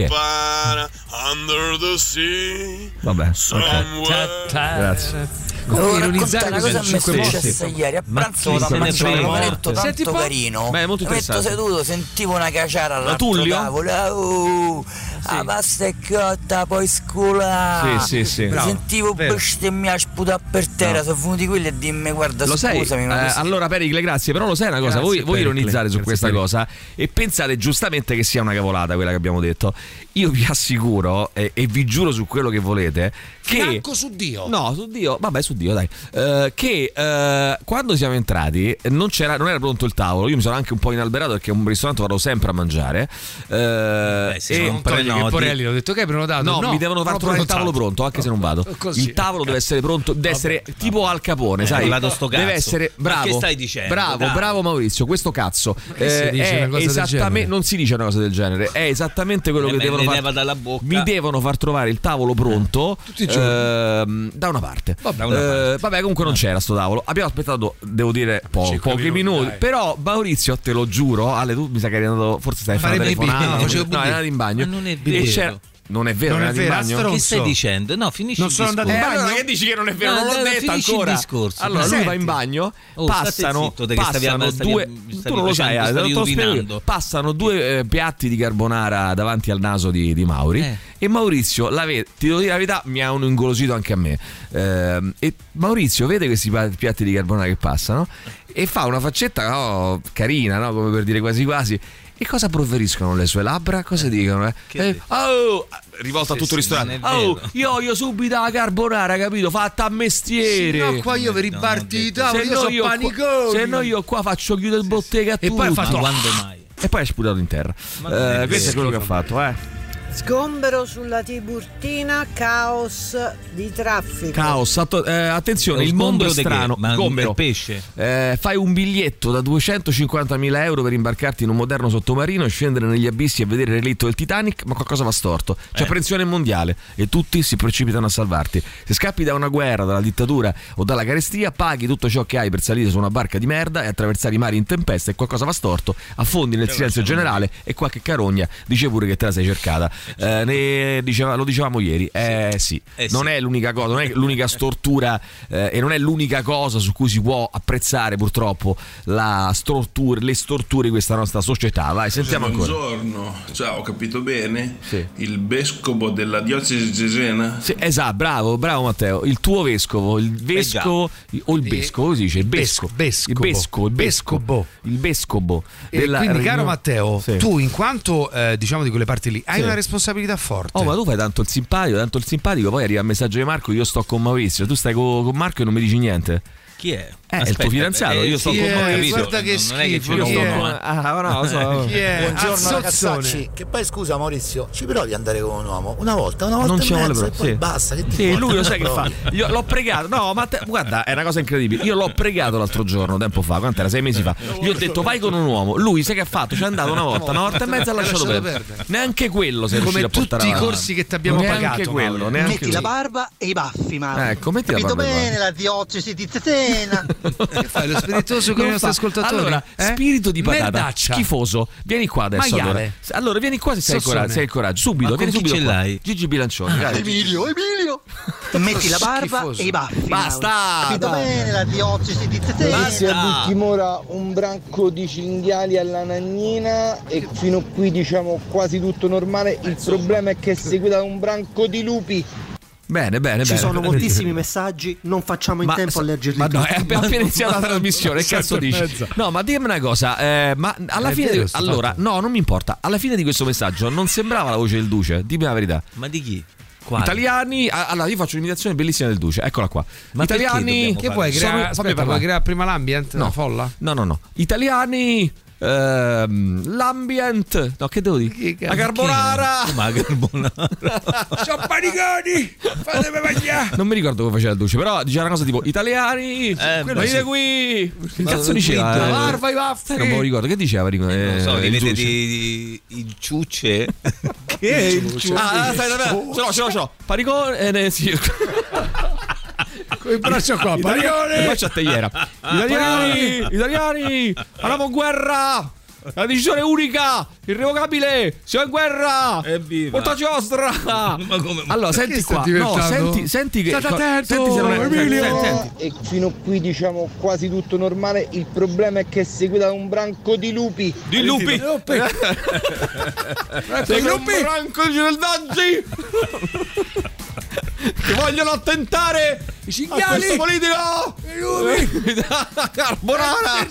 S2: Parapapara, Under the sea.
S3: Vabbè.
S2: Somewhere.
S3: Grazie.
S4: Come
S9: Devo
S4: ironizzare
S9: raccontare
S4: così
S9: cosa
S4: in
S9: mi è
S4: 5
S9: successo
S4: morti.
S9: ieri a
S5: Ma
S9: pranzo
S5: chi
S9: da
S5: se ne
S9: pranzo
S5: frega?
S9: un lavoretto tanto
S4: Senti un po'.
S9: carino
S3: Beh, è molto
S9: mi metto
S3: interessante.
S9: seduto sentivo una caciara all'altro
S3: Tullio?
S9: tavolo
S3: Eh,
S9: "Au, la pasta è cotta poi scola
S3: Sì, sì, sì.
S9: mi
S3: Bravo,
S9: sentivo
S5: vero.
S9: bestemmiare sputare per terra sono venuti quelli e dimmi guarda
S3: Lo sai,
S9: scusami ma
S3: eh,
S9: questo-
S3: allora Pericle, grazie, però lo sai una cosa,
S4: Grazie,
S3: voi, voi
S4: Pericle,
S3: ironizzate su
S4: grazie,
S3: questa
S4: Pericle.
S3: cosa e pensate giustamente che sia una cavolata quella che abbiamo detto. Io vi assicuro eh, e, vi giuro su quello che volete che...
S4: Fianco su Dio.
S3: No, su Dio, vabbè, su Dio, dai. Eh, che eh, quando siamo entrati eh, non, c'era, non era pronto il tavolo. Io mi sono anche un po' inalberato perché è un ristorante vado sempre a mangiare. Eh,
S5: Beh, sì,
S3: e-
S5: no,
S4: Non togli che
S5: prenoti.
S4: Porelli, ho detto che hai prenotato.
S3: No, mi devono far
S4: non ho
S3: trovare il tavolo
S4: prenotato.
S3: pronto, anche se non vado.
S4: Così. Eh,
S3: il tavolo deve essere pronto, deve essere tipo al capone, sai?
S5: arrivato sto
S3: Deve
S5: cazzo.
S3: essere
S5: Ma
S3: bravo.
S5: che stai dicendo?
S3: Bravo,
S5: Dai.
S3: bravo Maurizio, questo cazzo. Eh,
S4: che si dice
S3: è
S4: una cosa del
S3: esattamente-
S4: genere?
S3: non si dice una cosa del genere, è esattamente quello
S5: Eh
S3: che
S5: beh,
S3: devono
S5: le
S3: fare.
S5: leva dalla bocca.
S3: Mi devono far trovare il tavolo pronto
S4: Eh, Tutti i giorni.
S3: ehm, da una parte. Eh,
S4: Vabbè, da una parte.
S3: vabbè, comunque non c'era sto tavolo. Abbiamo aspettato, devo dire, po-
S4: Cinque
S3: pochi
S4: minuti,
S3: minuti.
S4: dai.
S3: Però Maurizio, te lo giuro, Ale, tu mi sa che eri andato, forse stai facendo una
S4: Farebbe i
S3: telefonata.
S4: bimbi, no, facevo
S3: no,
S4: bimbi.
S3: era in bagno.
S5: Ma non è
S3: E
S5: vero.
S3: c'era- Non è vero,
S4: Non
S3: era
S4: è
S3: in
S4: vero,
S3: bagno.
S4: astro-
S5: Che stai
S4: Stronzo.
S5: dicendo? No, finisci
S4: Non
S5: il
S4: sono andato in
S5: discorso.
S3: Eh,
S4: bagno?
S3: allora che dici che non è vero?
S5: No,
S3: non l'ho
S5: allora
S3: detto
S5: finisci il
S3: ancora.
S5: discorso.
S3: Allora lui
S4: Senti.
S3: va in bagno,
S5: Oh, state
S3: passano,
S5: zitto, te che stavi-
S3: passano
S5: stavi-
S3: due,
S5: stavi
S3: tu non lo sai,
S5: facendo,
S3: Ale,
S5: stavi
S3: te lo spiego io.
S5: rovinando.
S3: passano due eh, piatti di carbonara davanti al naso di, di Mauri
S5: Eh.
S3: e Maurizio, la ve- ti devo dire la verità, mi ha un ingolosito anche a me. Ehm, e Maurizio vede questi pa- piatti di carbonara che passano e fa una faccetta no, carina, no, come per dire quasi quasi. E cosa proferiscono le sue labbra? Cosa dicono? eh?
S5: Che
S3: Eh,
S5: dici?
S3: oh! Rivolta a
S5: Sì,
S3: tutto il
S5: sì,
S3: ristorante.
S5: non è
S3: Oh,
S5: vero."
S3: io voglio subito la carbonara, capito? Fatta a mestiere.
S4: No, qua io per
S5: No,
S4: riparti i
S5: non
S4: tavoli, io
S3: no
S4: sono
S3: qua-
S4: panicone.
S3: se no io qua faccio chiudere il bottega a
S4: E poi ha
S3: tutti.
S5: Ma
S4: fatto-
S5: quando mai?
S3: E poi è sputato in terra. Eh,
S5: non è
S3: questo è
S5: vero.
S3: quello che ha fatto, eh.
S10: Sgombero sulla Tiburtina, caos di traffico.
S3: Caos, atto- eh, attenzione,
S5: Lo
S3: il mondo è
S5: sgombero di che?
S3: strano.
S5: Ma
S3: Sgombero.
S5: è pesce?
S3: Eh, fai un biglietto da 250.000 euro per imbarcarti in un moderno sottomarino, scendere negli abissi e vedere il relitto del Titanic, ma qualcosa va storto. C'è apprensione mondiale e tutti si precipitano a salvarti. Se scappi da una guerra, dalla dittatura o dalla carestia, paghi tutto ciò che hai per salire su una barca di merda e attraversare i mari in tempesta e qualcosa va storto, affondi nel silenzio generale e qualche carogna dice pure che te la sei cercata. Eh, ne diceva- lo dicevamo ieri. Eh sì,
S5: Eh,
S3: non
S5: sì.
S3: è l'unica cosa, non è l'unica stortura eh, e non è l'unica cosa su cui si può apprezzare purtroppo la stortura, le storture di questa nostra società. Vai, sentiamo ancora.
S11: Buongiorno, ciao, ho capito bene?
S3: Sì.
S11: Il vescovo della diocesi di Cesena?
S3: Sì, esatto, bravo, bravo Matteo. Il tuo vescovo, il vescovo o il vescovo, come si dice? Il vescovo.
S4: Vescovo.
S3: Il vescovo, il vescovo.
S4: Vescovo.
S3: Il vescovo.
S4: E
S3: della
S4: quindi, caro
S3: riunione-
S4: Matteo,
S3: Sì.
S4: tu in quanto eh, diciamo di quelle parti lì hai
S3: Sì.
S4: una responsabilità forte.
S3: Oh, ma tu fai tanto il simpatico, tanto il simpatico, poi arriva il messaggio di Marco, io sto con Maurizio, tu stai co- con Marco e non mi dici niente.
S5: Chi è?
S3: è Eh, il tuo fidanzato, io sto
S5: sì,
S3: con-
S5: ho
S3: eh,
S5: capito.
S4: guarda che
S5: non, non è che
S4: schifo,
S5: ce lo
S4: chi
S5: sto
S12: Eh,
S4: è?
S5: con-
S3: Ah, no, lo so.
S4: Chi è?
S9: Buongiorno
S4: Azzozzone.
S9: ragazzacci. Che poi scusa Maurizio, ci provi ad andare con un uomo. Una volta, una volta
S3: non
S9: e
S3: ci vuole
S9: mezzo
S3: proprio.
S9: e poi
S3: sì.
S9: basta. Che ti
S3: Sì,
S9: importa,
S3: lui lo sai che
S9: non
S3: fa.
S9: provi.
S3: Io l'ho pregato. No, ma te- guarda, è una cosa incredibile. Io l'ho pregato l'altro giorno, tempo fa, quant'era? Sei mesi fa. Gli ho detto vai con un uomo. Lui sai che ha fatto? Ci è andato una volta, una volta e mezza e l'ha lasciato
S4: Lasciato
S3: perdere.
S4: perdere.
S3: Neanche quello sei riuscito
S4: Come
S3: a portare
S4: tutti i
S3: avanti.
S4: corsi che ti abbiamo
S3: neanche
S4: pagato,
S3: Quello,
S4: Mauro.
S3: neanche
S6: Metti
S3: quello.
S6: la barba e i baffi, ma.
S3: Ecco, metti la
S6: capito
S3: barba e i baffi.
S6: bene la diocesi di Cesena.
S4: Che fai lo spiritoso con i
S3: Non
S4: nostri
S3: fa.
S4: ascoltatori?
S3: Allora,
S4: Eh?
S3: spirito di patata,
S4: Merdaccia.
S3: schifoso. Vieni qua adesso.
S4: Maiale.
S3: Allora. allora, vieni qua se hai il
S4: Sozzone.
S3: coraggio, se hai il coraggio. Subito,
S5: Ma con
S3: vieni
S5: chi
S3: subito.
S5: ce
S3: qua.
S5: l'hai?
S3: Gigi Bilancioni, dai.
S6: Emilio, Emilio. Metti la barba
S4: Schifoso.
S6: e i baffi.
S3: Basta,
S6: Mauro. Capito
S3: dai.
S6: bene la diocesi di Cesena.
S5: Basta.
S6: Timora un branco di cinghiali alla nagnina e fino a qui diciamo quasi tutto normale. Il problema è che è seguito da un branco di lupi.
S3: Bene, bene, bene.
S13: Ci sono moltissimi messaggi, non facciamo in tempo a leggerli
S3: ma no,
S13: tutti.
S3: è appena appena iniziata la trasmissione. Che cazzo
S4: Sette e
S3: dici?
S4: mezza.
S3: No, ma dimmi una cosa. eh, ma alla
S4: È
S3: fine.
S4: vero
S3: di-
S4: sto
S3: allora,
S4: fatto.
S3: no, non mi importa. Alla fine di questo messaggio non sembrava la voce del Duce. Dimmi la verità.
S5: Ma di chi? Quale?
S3: Italiani. a- Allora, io faccio un'imitazione bellissima del Duce. Eccola qua.
S5: Ma perché
S3: Italiani.
S5: dobbiamo
S4: Che
S5: fare?
S4: vuoi
S3: Sono- fammi
S4: creare? Aspetta,
S3: parlare.
S4: vuoi creare prima l'ambient?
S3: No.
S4: No, folla?
S3: No, no, no. Italiani. ehm, l'ambient. No, che devo dire? La carbonara.
S5: Ma carbonara.
S4: Ciao paniconi! Fatemi mangiare!
S3: Non mi ricordo come faceva il Duce, però diceva una cosa tipo italiani.
S5: quello
S3: venite
S5: Eh, sì.
S3: qui. Che
S5: Ma-
S3: cazzo diceva?
S5: Guido,
S3: Eh,
S4: Barba i baffi!
S3: sai, non me lo ricordo. Che diceva? Rico-
S5: Non lo
S3: eh,
S5: so,
S3: il
S5: vi vedete
S3: Duce?
S5: di, di- il ciucce? che è il ciucce?
S3: Ah, aspetta, aspetta, ce l'ho, ce l'ho, ce l'ho. Paricone, eh, ne- sì.
S4: Con il braccio qua,
S3: E
S4: paniconi!
S3: faccio a teiera.
S5: Ah.
S3: Italiani, italiani, andiamo in guerra. La decisione è unica, irrevocabile, siamo in guerra.
S5: Evviva.
S3: Portaci ostra.
S5: Ma come- ma
S3: Allora, senti
S4: perché sta
S3: qua. No,
S4: diventando?
S3: senti, senti che
S4: State attento,
S3: senti se non è
S4: Emilio.
S3: senti, senti.
S6: E fino a qui diciamo quasi tutto normale. Il problema è che è seguito da un branco di lupi.
S3: Di lupi. Dei lupi. Franco Gildaggi. Che vogliono attentare i cinghiali.
S4: Ah,
S3: Questo politico. I lupi. Carbonara.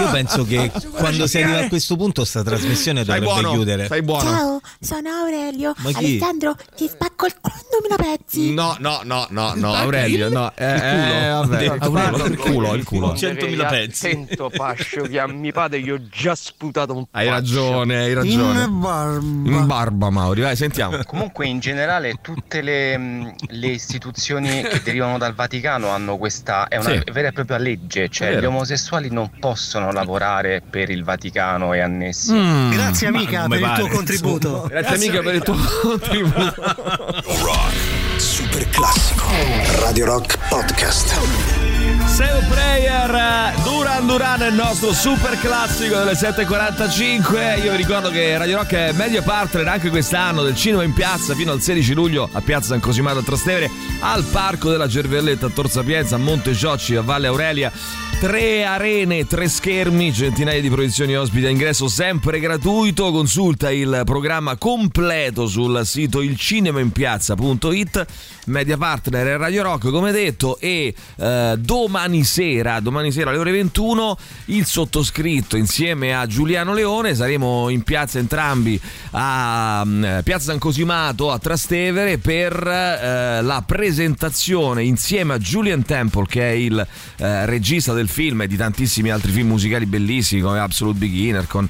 S5: Io penso che quando si arriva a questo punto sta trasmissione
S3: Stai
S5: dovrebbe
S3: buono.
S5: chiudere.
S3: Stai buono.
S12: Ciao, sono Aurelio.
S5: Ma chi?
S12: Alessandro, ti spacco il condomino a pezzi.
S3: No, no, no, no, no, Aurelio, no, eh, eh, vabbè, il culo, il culo, il culo.
S5: 100.000 pezzi.
S9: Sento pascio che a mio padre gli ho già sputato un
S3: Hai ragione, hai ragione. In barba. Mauri, vai, sentiamo.
S6: Comunque in generale tutte le, mh, le istituzioni che derivano dal Vaticano hanno questa, è una
S3: Sì.
S6: vera e propria legge,
S3: È
S6: cioè
S3: vero.
S6: gli omosessuali non possono lavorare per il Vaticano e annessi.
S3: Mm.
S13: Grazie
S5: Ma
S13: amica
S5: non mi
S13: per il tuo
S5: pare,
S13: contributo.
S3: Grazie amica per il tuo contributo.
S1: Super classico. Radio Rock Podcast.
S3: Save Prayer, eh, Duran Duran è il nostro super classico delle 7.45. Io vi ricordo che Radio Rock è media partner anche quest'anno del cinema in piazza fino al 16 luglio a Piazza San Cosimato a Trastevere, al Parco della Cervelletta a Tor Sapienza, a Monte Giocci, a Valle Aurelia. Tre arene, tre schermi, centinaia di proiezioni ospiti a ingresso sempre gratuito. Consulta il programma completo sul sito ilcinemainpiazza.it, media partner e Radio Rock, come detto, e eh, domani sera, domani sera alle ore 21, il sottoscritto insieme a Giuliano Leone saremo in piazza entrambi a mm, Piazza San Cosimato a Trastevere per eh, la presentazione insieme a Julian Temple che è il eh, regista del film e di tantissimi altri film musicali bellissimi come Absolute Beginner con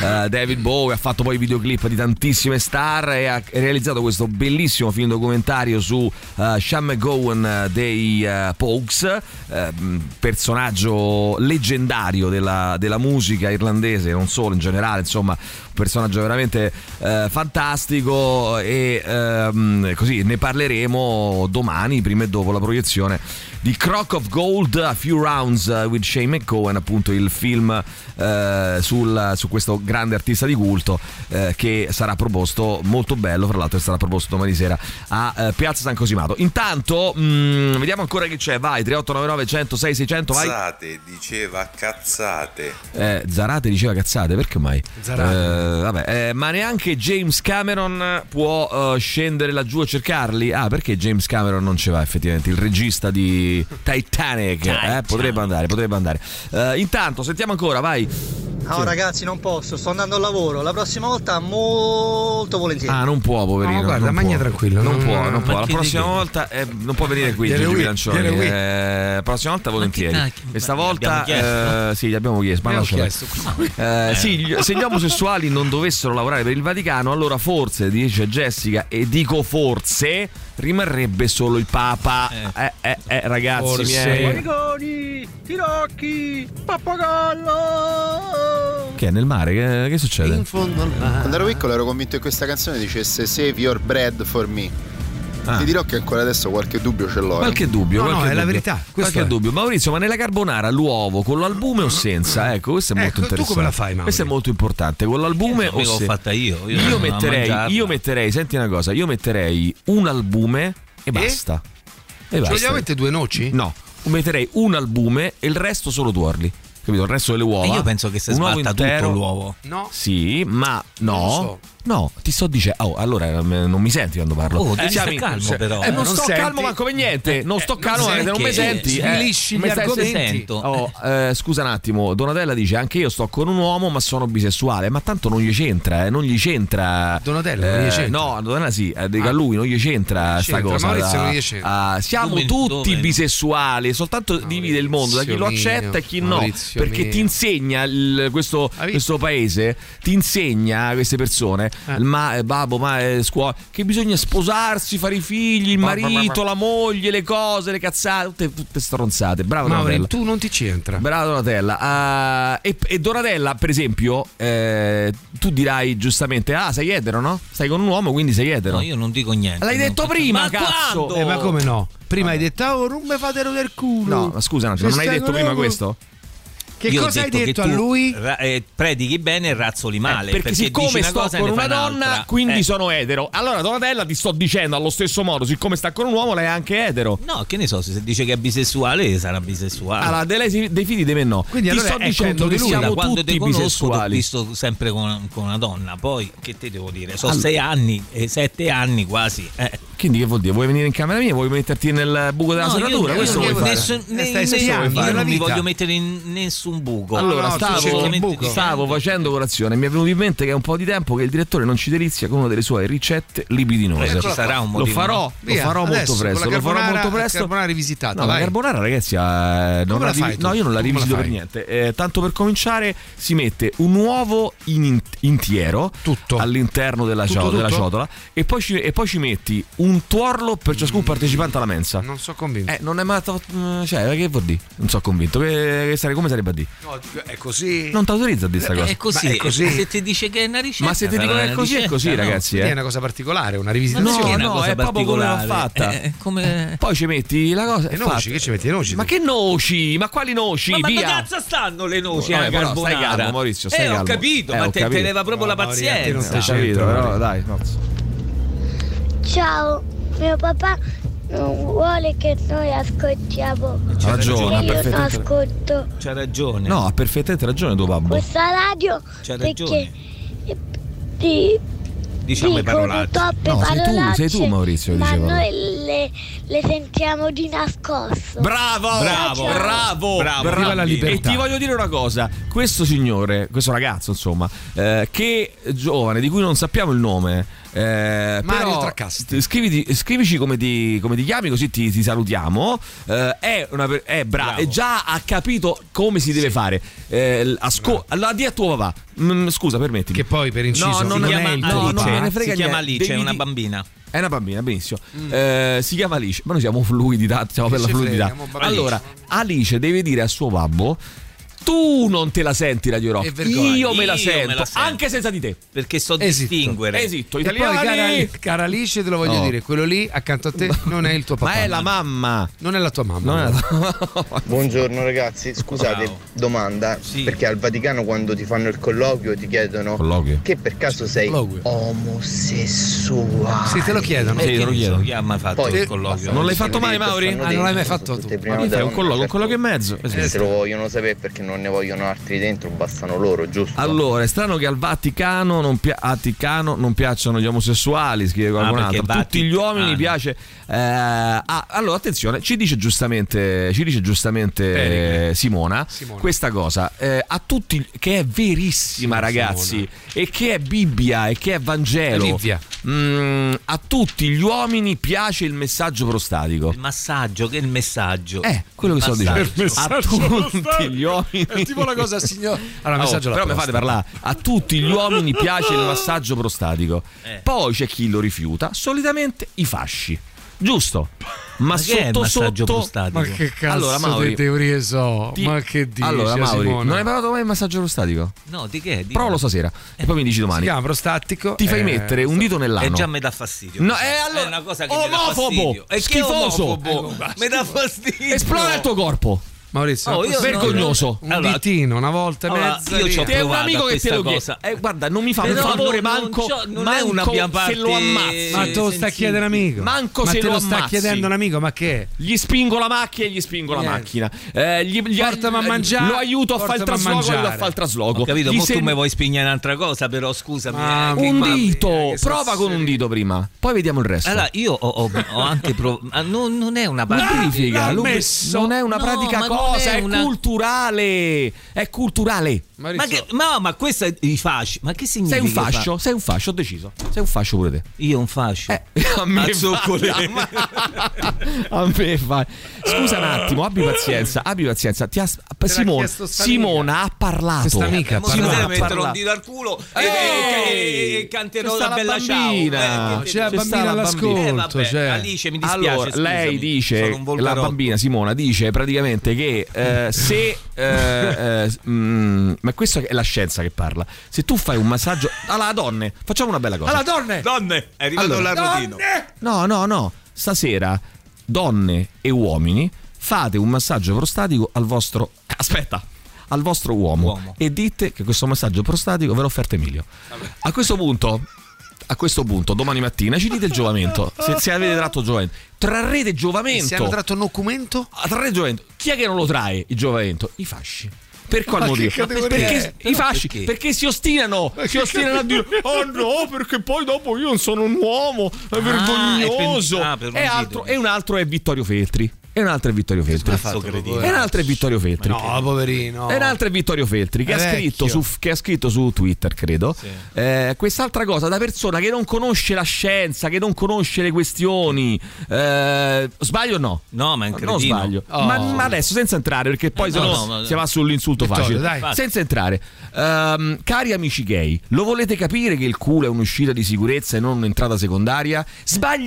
S3: eh, David Bowie ha fatto poi i videoclip di tantissime star e ha realizzato questo bellissimo film documentario su eh, Sean McGowan eh, dei eh, Pogues eh, mh, personaggio leggendario della, della musica irlandese non solo in generale insomma un personaggio veramente eh, fantastico e ehm, così ne parleremo domani prima e dopo la proiezione di Croc of Gold, A Few Rounds eh, with Shane McCohen, appunto il film eh, sul- su questo grande artista di culto eh, che sarà proposto molto bello, fra l'altro sarà proposto domani sera a eh, Piazza San Cosimato. Intanto mm, vediamo ancora che c'è, vai 3899 106 600, vai.
S14: Cazzate, diceva cazzate.
S3: Eh, Zarate diceva cazzate, perché mai?
S14: Zarate.
S3: Eh, vabbè, eh, ma neanche James Cameron può eh, scendere laggiù a cercarli. Ah, perché James Cameron non ci va effettivamente? Il regista di Titanic. Eh, potrebbe andare, potrebbe andare. Eh, intanto, sentiamo ancora, vai.
S15: No
S3: Sì.
S15: Ah, ragazzi non posso, sto andando al lavoro, la prossima volta molto volentieri.
S3: Ah, non può, poverino.
S4: No, guarda,
S3: non
S4: magna
S3: può.
S4: tranquillo,
S3: Non
S4: non-
S3: può,
S4: ma
S3: non può. La
S4: che
S3: prossima
S4: dico?
S3: volta eh, non può venire qui.
S4: Viene
S3: Giulio
S4: qui,
S3: Bilancioni.
S4: viene qui.
S3: Eh, prossima volta volentieri. Questa volta.
S16: chiesto.
S3: eh, sì, gli abbiamo chiesto. Ma
S16: Abbiamo
S3: lasciala.
S16: chiesto.
S3: Eh,
S16: Eh.
S3: sì, gli- se gli omosessuali non dovessero lavorare per il Vaticano, allora forse, dice Jessica, e dico forse, rimarrebbe solo il Papa. Eh, eh, eh, ragazzi
S17: Forse.
S3: miei.
S17: Guarigoni, tirocchi, pappagallo.
S3: Che è nel mare? Che, che succede?
S18: Quando ero piccolo ero convinto che questa canzone dicesse Save your bread for me.
S3: Ah.
S18: Ti dirò che ancora adesso qualche dubbio ce l'ho. eh.
S3: Qualche dubbio,
S18: No, no,
S3: qualche
S18: è la
S3: dubbio.
S18: verità, questo
S3: Qualche
S18: è.
S3: dubbio. Maurizio, ma nella carbonara l'uovo con l'albume o senza? Ecco, questo è molto
S4: Ecco, tu
S3: interessante.
S4: come la fai, Mauri?
S3: Questo è molto importante. Con l'albume o
S16: mica l'ho
S3: senza?
S16: fatta io, io
S3: Cioè, Io
S16: sono a
S3: metterei,
S16: mangiarla.
S3: io metterei, senti una cosa, io metterei un albume e basta. E
S4: Ci
S3: basta.
S4: vogliamo mettere due noci?
S3: No, metterei un albume e il resto solo tu orli. Capito? Il resto delle uova.
S16: E io penso che si
S3: un uovo
S16: sbatta tutto
S3: intero.
S16: l'uovo.
S4: No.
S3: Sì, ma
S16: Non
S3: no.
S16: lo so.
S3: No, ti sto dicendo. Oh, allora m- non mi senti quando parlo.
S16: Oh, devi
S3: Eh,
S16: stare
S3: siamo-
S16: calmo, però.
S3: Eh, non,
S16: Non
S3: sto
S16: senti?
S3: calmo, ma come niente. non sto
S16: eh,
S3: calmo,
S16: non
S3: eh, non, mi
S16: perché
S3: senti.
S16: svilisci
S3: mi
S16: gli
S3: stai
S16: argomenti.
S3: sentendo? Oh, eh, scusa un attimo, Donatella dice: Anche io sto con un uomo, ma sono bisessuale. Ma tanto non gli c'entra, eh, non gli c'entra.
S4: Donatella, non gli
S3: Eh,
S4: c'entra.
S3: No, Donatella sì, eh, dico a lui, non gli c'entra sta
S4: c'entra,
S3: cosa.
S4: Maurizio,
S3: da-
S4: non gli c'entra.
S3: ah, siamo
S4: Come-
S3: tutti
S4: dove?
S3: bisessuali, soltanto divide il mondo da chi lo
S4: Maurizio
S3: accetta e chi no.
S4: Maurizio
S3: perché
S4: mio.
S3: ti insegna il- questo, questo paese, ti insegna a queste persone, ma eh, babbo, ma eh, scuola, che bisogna sposarsi, fare i figli, il
S4: Ma- ma- ma-
S3: marito, la moglie, le cose, le cazzate, tutte, tutte stronzate. Bravo,
S4: Mauri,
S3: Donatella.
S4: tu non ti c'entra.
S3: Brava Donatella. Ah, e, e Donatella, per esempio, eh, tu dirai giustamente: Ah, sei etero, no? Stai con un uomo, quindi sei etero.
S16: No, io non dico niente.
S3: L'hai detto prima,
S16: Ma
S3: cazzo!
S16: quando?
S4: Eh, ma come no? Prima hai detto, oh, non mi fate del culo.
S3: No, ma scusa un attimo,
S4: Se
S3: non hai
S4: stai
S3: detto
S4: con
S3: prima
S4: loro-
S3: questo?
S4: Che
S16: Io ho
S4: cosa hai
S16: che
S4: detto a
S16: tu
S4: lui?
S16: ra- eh, predichi bene e razzoli male.
S3: Eh, perché,
S16: dici
S3: siccome
S16: una
S3: sto
S16: cosa e
S3: con
S16: ne
S3: una
S16: fai
S3: donna,
S16: un'altra.
S3: quindi
S16: Eh.
S3: sono etero. Allora, Donatella, ti sto dicendo allo stesso modo, siccome sta con un uomo, lei è anche etero.
S16: No, che ne so, se dice che è bisessuale, eh, sarà bisessuale.
S3: Allora, de lei si- dei figli di me no.
S16: Quindi
S3: ti
S16: allora
S3: sto
S16: è
S3: dicendo
S16: contro
S3: che
S16: di lui.
S3: siamo
S16: Da quando
S3: tutti
S16: te conosco,
S3: bisessuali.
S16: T'ho visto sempre con, con una donna. Poi, che te devo dire? So
S3: Allora-
S16: sei anni, eh, sette anni quasi. Eh.
S3: Quindi che vuol dire? Vuoi venire in camera mia? Vuoi metterti nel buco della
S16: No, io-
S3: serratura?
S16: io
S3: Questo
S16: non
S3: vuoi
S16: voglio-
S3: fare?
S16: nessun- ne-
S3: Stai
S16: ne-
S3: solo
S16: io
S3: fare.
S16: non mi voglio mettere in nessun buco.
S3: Allora, stavo,
S16: semplicemente
S3: stavo facendo colazione e mi è venuto in mente che è un po' di tempo che il direttore non ci delizia con una delle sue ricette libidinose.
S16: Eh, ci sarà un
S3: lo
S16: motivo,
S3: farò,
S4: Oh,
S16: no?
S3: lo
S16: Via,
S3: farò molto
S16: adesso, con la
S3: presto. Lo farò
S16: carbonara-
S3: molto presto.
S4: carbonara rivisitata,
S3: No, la
S4: vai.
S3: carbonara, ragazzi, eh, non
S4: la
S3: la
S4: fai
S3: rivi-
S4: tu?
S3: no, io non la
S4: Tu come la
S3: rivisito per
S4: fai?
S3: niente. Eh, tanto per cominciare, si mette un uovo in- intero all'interno della,
S4: Tutto,
S3: cio- della
S4: tutto?
S3: ciotola e poi, ci, e poi ci metti un tuorlo per ciascun partecipante alla mensa.
S4: Mm. Non sono convinto.
S3: Eh, non è matto. Cioè, che vuol dire? Non sono convinto. Che, che sare- come sarebbe a dire?
S4: No, dico, è così.
S3: Non ti autorizza a dire questa
S4: Eh,
S3: cosa.
S4: è così,
S3: Ma
S16: Se ti dice che è una ricetta,
S12: certo,
S3: Ma se ti
S16: sarà
S3: dicono che è
S16: una
S3: così, è
S16: ricetta,
S3: così,
S16: no?
S3: ragazzi.
S4: Quindi
S3: eh.
S4: è una cosa particolare, una
S3: No,
S4: rivisitazione.
S3: no, è proprio come l'ho fatta.
S16: Eh, come-
S3: Poi ci metti la cosa.
S4: E noci, che ci metti? Le noci?
S3: Ma che noci? Ma quali noci?
S16: Ma, ma dove
S3: Via!
S16: cazzo stanno le noci
S3: Vabbè,
S16: alla
S3: però stai
S16: carbonara?
S3: calmo, Maurizio, stai
S16: eh, ho
S3: calmo.
S16: capito,
S3: Eh,
S16: ma
S3: ho
S16: te,
S3: capito.
S16: te leva proprio la
S3: Eh,
S16: pazienza.
S3: ho capito, però dai. no.
S19: Ciao, mio papà non vuole che noi ascoltiamo.
S3: Ha ragione, ha
S19: Perché io non
S3: perfettamente-
S19: ascolto
S16: C'ha ragione.
S3: No, ha perfettamente ragione tuo babbo.
S19: questa radio
S16: C'ha
S19: perché
S16: ragione.
S19: ti
S3: Diciamo le
S19: dicono
S3: parolacce.
S19: troppe
S3: No, sei tu- sei tu,
S19: parolacce.
S3: Maurizio, che
S19: Ma
S3: diceva.
S19: noi le, le sentiamo di nascosto.
S3: Bravo, bravo, bravo,
S16: Bravo, viva la
S3: E
S16: libertà.
S3: ti voglio dire una cosa: questo signore, questo ragazzo, insomma, eh, che giovane, di cui non sappiamo il nome, eh,
S4: Mario
S3: però
S4: Traccasti.
S3: scriviti- scrivici come ti, come ti chiami, così ti, ti salutiamo. Eh, è una per- è bra- e già ha capito come si deve fare. Eh, l- asco- allora, di a tuo papà. Mm, scusa, permettimi. Che
S4: poi, per inciso,
S3: no, non
S4: si
S3: è- Eh,
S4: chiama
S3: no,
S4: Alice.
S3: no, non me ne frega
S16: Si chiama
S3: niente.
S16: Alice, è
S3: Devi
S16: una
S3: di-
S16: bambina.
S3: è una bambina, benissimo. Eh, si chiama Alice, ma noi siamo fluidi, da- siamo per la
S16: Che ci
S3: fluidità.
S16: frega, mo' bambini.
S3: Allora, Alice deve dire a suo babbo Tu non te la senti Radio Rock.
S16: E vergogna.
S3: Io me la,
S16: Io me
S3: sento,
S16: la sento.
S3: anche senza di te.
S16: Perché so
S3: Esitto.
S16: distinguere.
S3: Esitto,
S4: eh, E poi,
S3: italiani.
S4: cara, cara Alice, te lo voglio
S3: No.
S4: dire, quello lì accanto a te non è il tuo papà.
S3: è la
S4: mamma. Non è la tua mamma.
S6: Buongiorno ragazzi, scusate, domanda, perché al Vaticano quando ti fanno il colloquio ti chiedono
S3: Colloquio.
S6: che per caso sei omosessuale.
S4: Sì, te lo
S16: Eh,
S4: chiedono. Sì, te lo chiedono.
S16: Chi ha mai fatto
S6: Poi-
S16: il colloquio?
S3: Non l'hai fatto mai,
S6: Questo
S3: Mauri?
S6: stanno
S3: Ah, non l'hai mai
S6: dentro,
S3: fatto
S6: sono
S3: tu.
S6: tutte prime
S3: Quindi fai un
S6: donne,
S3: colloquio, un
S6: certo.
S3: colloquio e mezzo.
S6: Eh, Se lo vogliono sapere perché non ne vogliono altri dentro, bastano loro, giusto?
S3: Allora, è strano che al Vaticano non, pia- a Ticano non piacciono gli omosessuali, scrive qualcun
S16: perché
S3: altro. Tutti gli
S16: Vaticano.
S3: uomini piace. eh, ah, allora, attenzione, ci dice giustamente, ci dice giustamente,
S16: Pericle.
S3: eh, Simona,
S16: Simona.
S3: questa cosa. eh, a tutti, che è verissima, ragazzi, e che è Bibbia, e che è Vangelo.
S4: Livia.
S3: Mm, a tutti gli uomini piace il messaggio prostatico.
S16: Il massaggio, che è il messaggio? Ah,
S3: Eh, quello che sto dicendo. A tutti gli uomini.
S4: È tipo una cosa, signor. Allora,
S3: Oh,
S4: messaggio alla
S3: però mi fate
S4: prossima.
S3: parlare. A tutti gli uomini piace il massaggio prostatico.
S16: Eh.
S3: Poi c'è chi lo rifiuta, solitamente i fasci. Giusto? Ma,
S16: Ma che è il
S3: sotto
S16: massaggio
S3: sotto
S16: prostatico?
S4: Ma che cazzo
S3: Allora, Mauri,
S4: di teorie so?
S3: ti-
S4: Ma che dici,
S3: Allora, Mauri,
S4: Simona?
S3: non hai parlato mai del massaggio prostatico?
S16: No, di che? Di...
S3: Prova stasera e poi mi dici domani.
S4: Si chiama prostatico.
S3: Ti fai
S4: eh,
S3: mettere un dito
S16: E
S3: nell'ano.
S16: già mi dà fastidio.
S3: Ah, No,
S16: Questa-
S3: eh, allora,
S16: è una cosa che
S3: omofobo,
S16: E che è
S3: schifoso. Eh,
S16: omofobo? Mi dà fastidio.
S3: Esplora il tuo corpo.
S4: Maurizio,
S16: Oh, io
S3: vergognoso.
S4: un
S16: Allora-
S4: ditino una volta e
S16: Allora,
S4: mezza.
S16: io
S4: lì.
S16: ci ho
S3: Te è un
S16: provato
S3: amico
S16: a
S3: che te lo
S16: questa
S3: chiede.
S16: cosa.
S3: Eh, guarda, non mi fa un
S16: Però
S3: favore,
S16: non- non
S3: manco,
S16: c'ho- non è
S3: manco
S16: una mia
S3: se
S16: parte-
S3: lo ammazzi.
S4: Ma te lo sta
S16: sensibile.
S4: chiedendo un amico.
S3: Manco
S4: ma
S3: se
S4: te
S3: lo
S4: lo sta
S3: ammazzi.
S4: chiedendo un amico, ma che? è?
S3: Gli spingo la macchina e gli spingo la
S4: Niente.
S3: macchina. Eh, gli, gli-
S4: Portami a
S3: eh,
S4: mangiare,
S3: Lo aiuto a fare il
S4: portami a
S3: trasloco. Lo aiuto a
S4: mangiare.
S3: fare il trasloco.
S16: Ho capito,
S3: Gli
S16: mo
S3: se-
S16: tu mi vuoi spignare un'altra cosa, però scusami. eh, che-
S3: Un
S16: ma-
S3: dito.
S16: che
S3: Prova con un dito prima. Poi vediamo il resto.
S16: Allora, io ho, ho- ho anche provato. Non, non è una parte.
S3: Lubrifica,
S16: L'ha
S3: lubri-
S16: messo.
S3: non è una
S16: No,
S3: pratica
S16: ma non
S3: cosa,
S16: è
S3: è,
S16: una-
S3: culturale. È culturale.
S16: Ma, che, ma, ma questo è i fasci. Ma che significa?
S3: Sei un fascio, Eh, sei un fascio, ho deciso. Sei un fascio pure te.
S16: Io un fascio.
S3: A me
S16: Eh, A zoccole.
S3: fa- A me fa. Scusa un attimo, abbi pazienza, abbi pazienza. Ti as- Simona-
S16: chiesto sta
S3: Simona ha parlato.
S4: Questa amica ha
S16: Mo stasera
S3: Simona ha
S16: metterò un
S3: parlato.
S16: dito al culo e,
S3: Ehi!
S16: e- e canterò
S3: Eh, C'è
S16: la
S3: sta la
S16: bella ciao.
S3: bambina.
S16: Eh, che
S3: C'è la
S16: te-
S3: bambina
S16: sta
S3: all'ascolto,
S16: Eh, vabbè,
S3: cioè.
S16: Alice, mi dispiace.
S3: Allora,
S16: scusami,
S3: lei dice,
S16: sono un
S3: la
S16: volgarotto.
S3: bambina Simona dice praticamente che eh, se... eh, eh, s- mm, ma questa è la scienza che parla. Se tu fai un massaggio... Alla donne, facciamo una bella cosa.
S4: Alla donne!
S16: Donne, è arrivato
S3: Allora,
S16: l'arrotino.
S3: No, no, no. Stasera, donne e uomini, fate un massaggio prostatico al vostro. Aspetta! Al vostro uomo, e dite che questo massaggio prostatico ve l'ha offerto Emilio. A questo punto. A questo punto, domani mattina ci dite il giovamento. Se, se avete tratto giovamento, trarrete giovamento.
S4: Se hanno tratto un documento?
S3: Ah, Trarrete giovamento. Chi è che non lo trae il giovamento? I fasci. Per qual
S4: Ma che
S3: motivo?
S4: categoria
S3: Perché
S4: è?
S3: i fasci?
S4: Perché?
S3: Perché? si ostinano. si ostinano a dire: Oh no, perché poi dopo io non sono un uomo,
S4: Ah,
S3: è vergognoso.
S16: è pen- ah, per un
S3: e, altro- e un altro è Vittorio Feltri. E un altro è Vittorio Feltri. E un altro è Vittorio Feltri.
S4: No, poverino.
S3: E un altro è Vittorio Feltri che,
S4: È
S3: ha scritto
S4: vecchio.
S3: su, che ha scritto su Twitter, credo, eh, quest'altra cosa da persona che non conosce la scienza, che non conosce le questioni. eh, sbaglio o no?
S16: No, ma è un
S3: Non
S16: cretino.
S3: sbaglio.
S16: Oh.
S3: Ma, ma adesso senza entrare, perché poi
S16: Eh,
S3: se
S16: no,
S3: no,
S16: no, ma-
S3: si va sull'insulto
S4: Vittorio,
S3: facile.
S4: dai.
S3: Vai. Senza entrare. Ehm, cari amici gay, lo volete capire che il culo è un'uscita di sicurezza e non un'entrata secondaria?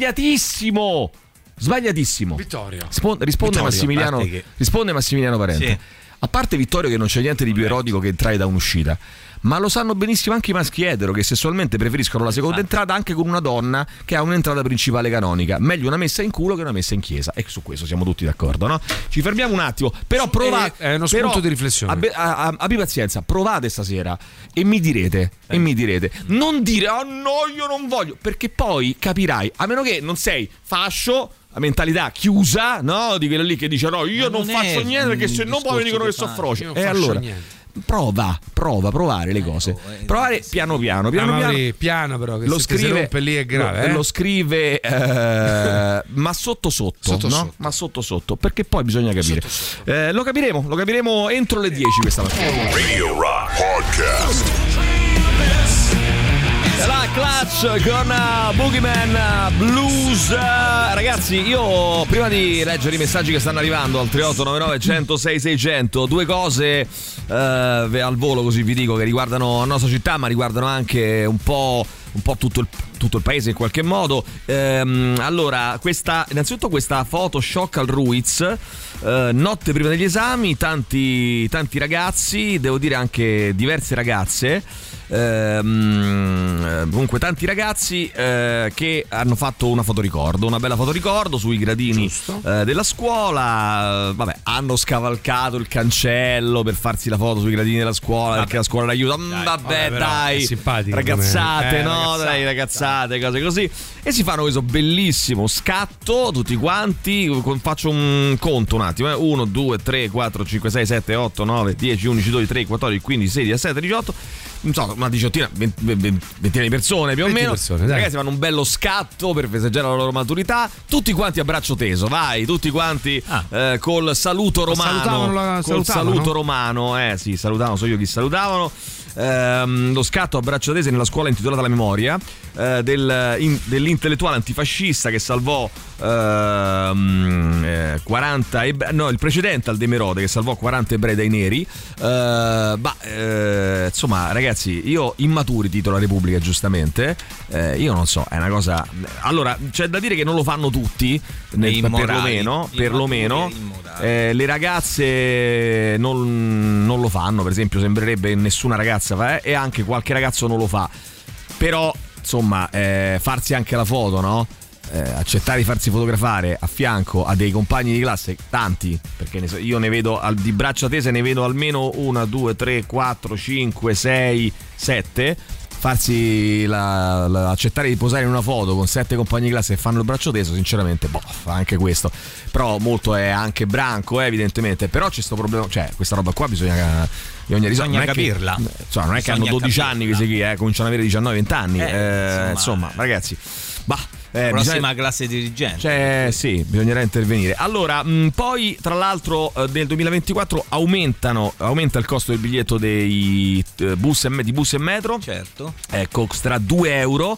S3: Sbagliatissimo! Sbagliatissimo.
S4: Vittorio.
S3: Spon- risponde,
S16: Vittorio,
S3: Massimiliano,
S16: a parte che-
S3: risponde Massimiliano Parente.
S16: Sì.
S3: A parte Vittorio che non c'è niente di più erotico che entrare da un'uscita. Ma lo sanno benissimo anche i maschi etero che sessualmente preferiscono la seconda
S16: Esatto.
S3: entrata anche con una donna che ha un'entrata principale canonica. Meglio una messa in culo che una messa in chiesa. E su questo siamo tutti d'accordo, no? Ci fermiamo un attimo. Però provate.
S4: Eh, è uno
S3: però
S4: spunto di riflessione.
S3: abbi- a- a- abbi pazienza, provate stasera e mi direte. E mi direte. Non dire oh no, io non voglio. Perché poi capirai, a meno che non sei fascio. La mentalità chiusa, no? Di quello lì che dice: No, io
S16: Ma
S3: non,
S16: non è
S3: faccio niente perché
S16: un
S3: se no poi mi
S16: discorso
S3: dicono
S16: di
S3: che sono
S16: fascio,
S3: froce.
S4: io non
S3: E
S4: faccio
S3: allora,
S4: niente.
S3: prova, prova, provare
S16: Eh,
S3: le cose.
S16: oh,
S3: Provare piano piano, piano
S4: Ah,
S3: piano.
S4: Mauri, piano però, che
S3: Lo
S4: se ti si
S3: scrive,
S4: rompe lì è grave,
S3: lo,
S4: eh?
S3: lo scrive, eh, ma sotto sotto,
S4: Sotto
S3: no?
S4: sotto.
S3: ma sotto sotto, perché poi bisogna capire. Eh, lo capiremo, lo capiremo entro le 10 questa mattina.
S2: Radio Rock Podcast.
S3: La Clutch con eh, Boogeyman eh, Blues. Eh, Ragazzi, io prima di leggere i messaggi che stanno arrivando al 3899 106 600, due cose eh, ve- al volo così vi dico che riguardano la nostra città, ma riguardano anche un po' un po' tutto il, tutto il paese in qualche modo. Ehm, allora, questa, innanzitutto questa foto shock al Ruiz, eh, notte prima degli esami, tanti, tanti ragazzi, devo dire anche diverse ragazze. Ehm, comunque tanti ragazzi eh, che hanno fatto una fotoricordo una bella fotoricordo sui gradini eh, della scuola vabbè hanno scavalcato il cancello per farsi la foto sui gradini della scuola perché la scuola l'aiuta Mm, vabbè
S4: vabbè, però è
S3: dai
S4: simpatico
S3: ragazzate
S4: come- eh,
S3: no
S4: ragazzate,
S3: dai ragazzate cose così e si fanno questo bellissimo scatto tutti quanti con- faccio un conto un attimo eh. 1 2 3 4 5 6 7 8 9 10 11 12 13 14 15 16 17 18 insomma una diciottina vent- vent- ventina di persone più o
S4: 20
S3: meno
S4: persone,
S3: I
S4: dai.
S3: ragazzi fanno un bello scatto per festeggiare la loro maturità tutti quanti a braccio teso vai tutti quanti
S4: Ah.
S3: eh, col saluto romano
S4: Salutavano la-
S3: col
S4: salutavano,
S3: saluto
S4: no?
S3: romano, eh sì, salutavano, so io chi salutavano. Ehm, lo scatto a braccio tese nella scuola intitolata La memoria eh, del- in- dell'intellettuale antifascista che salvò ehm, eh, 40 ebrei, no, il precedente al Demerode che salvò 40 ebrei dai neri. Eh, ma eh, insomma, ragazzi, io immaturi titolo la Repubblica, giustamente. Eh, io non so, è una cosa. Allora, c'è da dire che non lo fanno tutti, nel,
S16: immorali,
S3: perlomeno,
S16: immaturi
S3: perlomeno.
S16: e immorali.
S3: Eh, le ragazze non, non lo fanno, per esempio, sembrerebbe che nessuna ragazza fa, eh, e anche qualche ragazzo non lo fa. Però, insomma, eh, farsi anche la foto, no? Eh, accettare di farsi fotografare a fianco a dei compagni di classe, tanti, perché ne so- io ne vedo al- di braccia tese, ne vedo almeno una, due, tre, quattro, cinque, sei, sette. Farsi la- la- accettare di posare in una foto con sette compagni di classe che fanno il braccio teso, sinceramente, boh, fa anche questo. Però molto è anche branco, eh, evidentemente. Però c'è sto problema, cioè, questa roba qua bisogna, bisogna, risolvere.
S16: Bisogna
S3: Non è che-
S16: capirla.
S3: cioè, non è che hanno
S16: Bisogna
S3: 12
S16: capirla.
S3: anni questi qui, eh, cominciano ad avere 19-20 anni.
S16: Eh,
S3: Eh,
S16: insomma.
S3: insomma, ragazzi, bah, eh,
S16: Prossima
S3: bisogna-
S16: classe dirigente.
S3: cioè, sì, bisognerà intervenire. Allora, mh, poi tra l'altro eh, nel 2024 aumentano, aumenta il costo del biglietto dei eh, bus e, me- di bus e metro.
S16: Certo.
S3: Ecco, costerà 2 euro.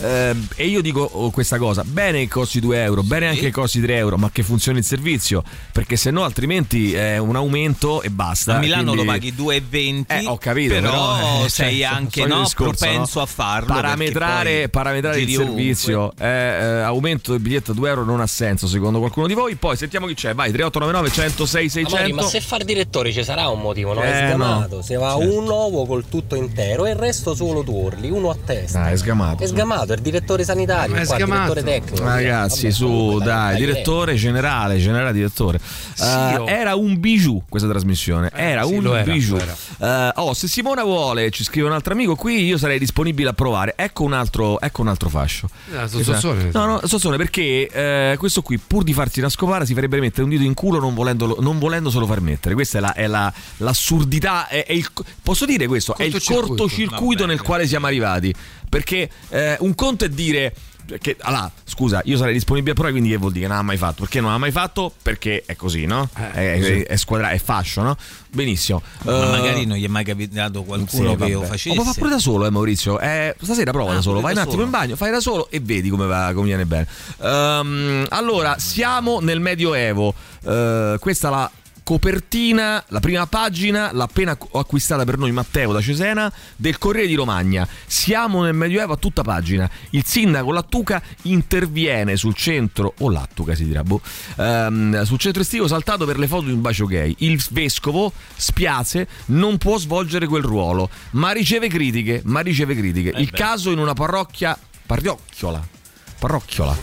S3: Eh, e io dico oh, questa cosa, bene che costi 2 euro, bene anche che costi 3 euro, ma che funzioni il servizio, perché se no altrimenti è un aumento e basta.
S16: A Milano
S3: eh, Quindi-
S16: lo paghi 2,20.
S3: Eh, ho capito,
S16: però,
S3: però, eh,
S16: sei
S3: cioè,
S16: anche
S3: so- so il
S16: no,
S3: discorso,
S16: propenso
S3: no?
S16: a farlo. perché
S3: Parametrare,
S16: poi
S3: parametrare il
S16: giri ovunque.
S3: servizio, eh, eh, aumento del biglietto a 2 euro non ha senso secondo qualcuno di voi. Poi sentiamo chi c'è, vai 3899 106
S20: Amori,
S3: 600.
S20: ma se fa il direttore ci sarà un motivo, no?
S3: Eh,
S20: è sgamato.
S3: no.
S20: Se va
S3: Certo.
S20: un uovo col tutto intero e il resto solo tu orli, uno a testa.
S3: Ah, è sgamato.
S20: È sgamato, è il direttore sanitario,
S3: Ma è
S20: qua, il
S3: sgamato.
S20: direttore tecnico.
S3: Ragazzi, su, dai, direttore generale, generale direttore. Eh,
S20: oh.
S3: era un bijou questa trasmissione, era
S4: Eh, sì,
S3: un
S4: lo era,
S3: bijou.
S4: lo era.
S3: Eh, oh, se Simona vuole, ci scrive un altro amico qui, io sarei disponibile a provare. Ecco un altro, ecco un altro fascio. Esatto.
S4: Ah, so- Sozzone.
S3: No, no, Sozzone, perché eh, questo qui, pur di farsi una scopara, si farebbe mettere un dito in culo non, volendolo- non volendoselo far mettere. Questa è, la- è la- l'assurdità, è, è il, posso dire questo, è il
S4: Cortocircuito.
S3: cortocircuito nel quale siamo arrivati. Perché eh, un conto è dire... Che, allora, scusa, io sarei disponibile a provare, quindi che vuol dire che non ha mai fatto? Perché non ha mai fatto? Perché è così, no? È,
S16: così.
S3: è, è squadra- è fascio, no? Benissimo.
S16: Eh, Ma
S3: Eh,
S16: magari non gli è mai capitato qualcuno
S3: sì,
S16: che lo
S3: vabbè.
S16: facesse.
S3: Oh, ma fa pure da solo, eh, Maurizio. Eh, stasera prova
S16: Ah,
S3: da solo.
S16: pure
S3: Vai
S16: da
S3: un attimo
S16: solo.
S3: in bagno, fai da solo e vedi come va, come viene bene. Ehm, allora, siamo nel Medioevo. Eh, questa è la copertina, la prima pagina, l'ha appena acqu- acquistata per noi Matteo da Cesena, del Corriere di Romagna. Siamo nel Medioevo a tutta pagina. Il sindaco Lattuca interviene sul centro, o Lattuca si dirà, boh, ehm, sul centro estivo saltato per le foto di un bacio gay. Il vescovo spiace, non può svolgere quel ruolo, ma riceve critiche, ma riceve critiche. Il caso in una parrocchia, parrocchiola. Parrocchiola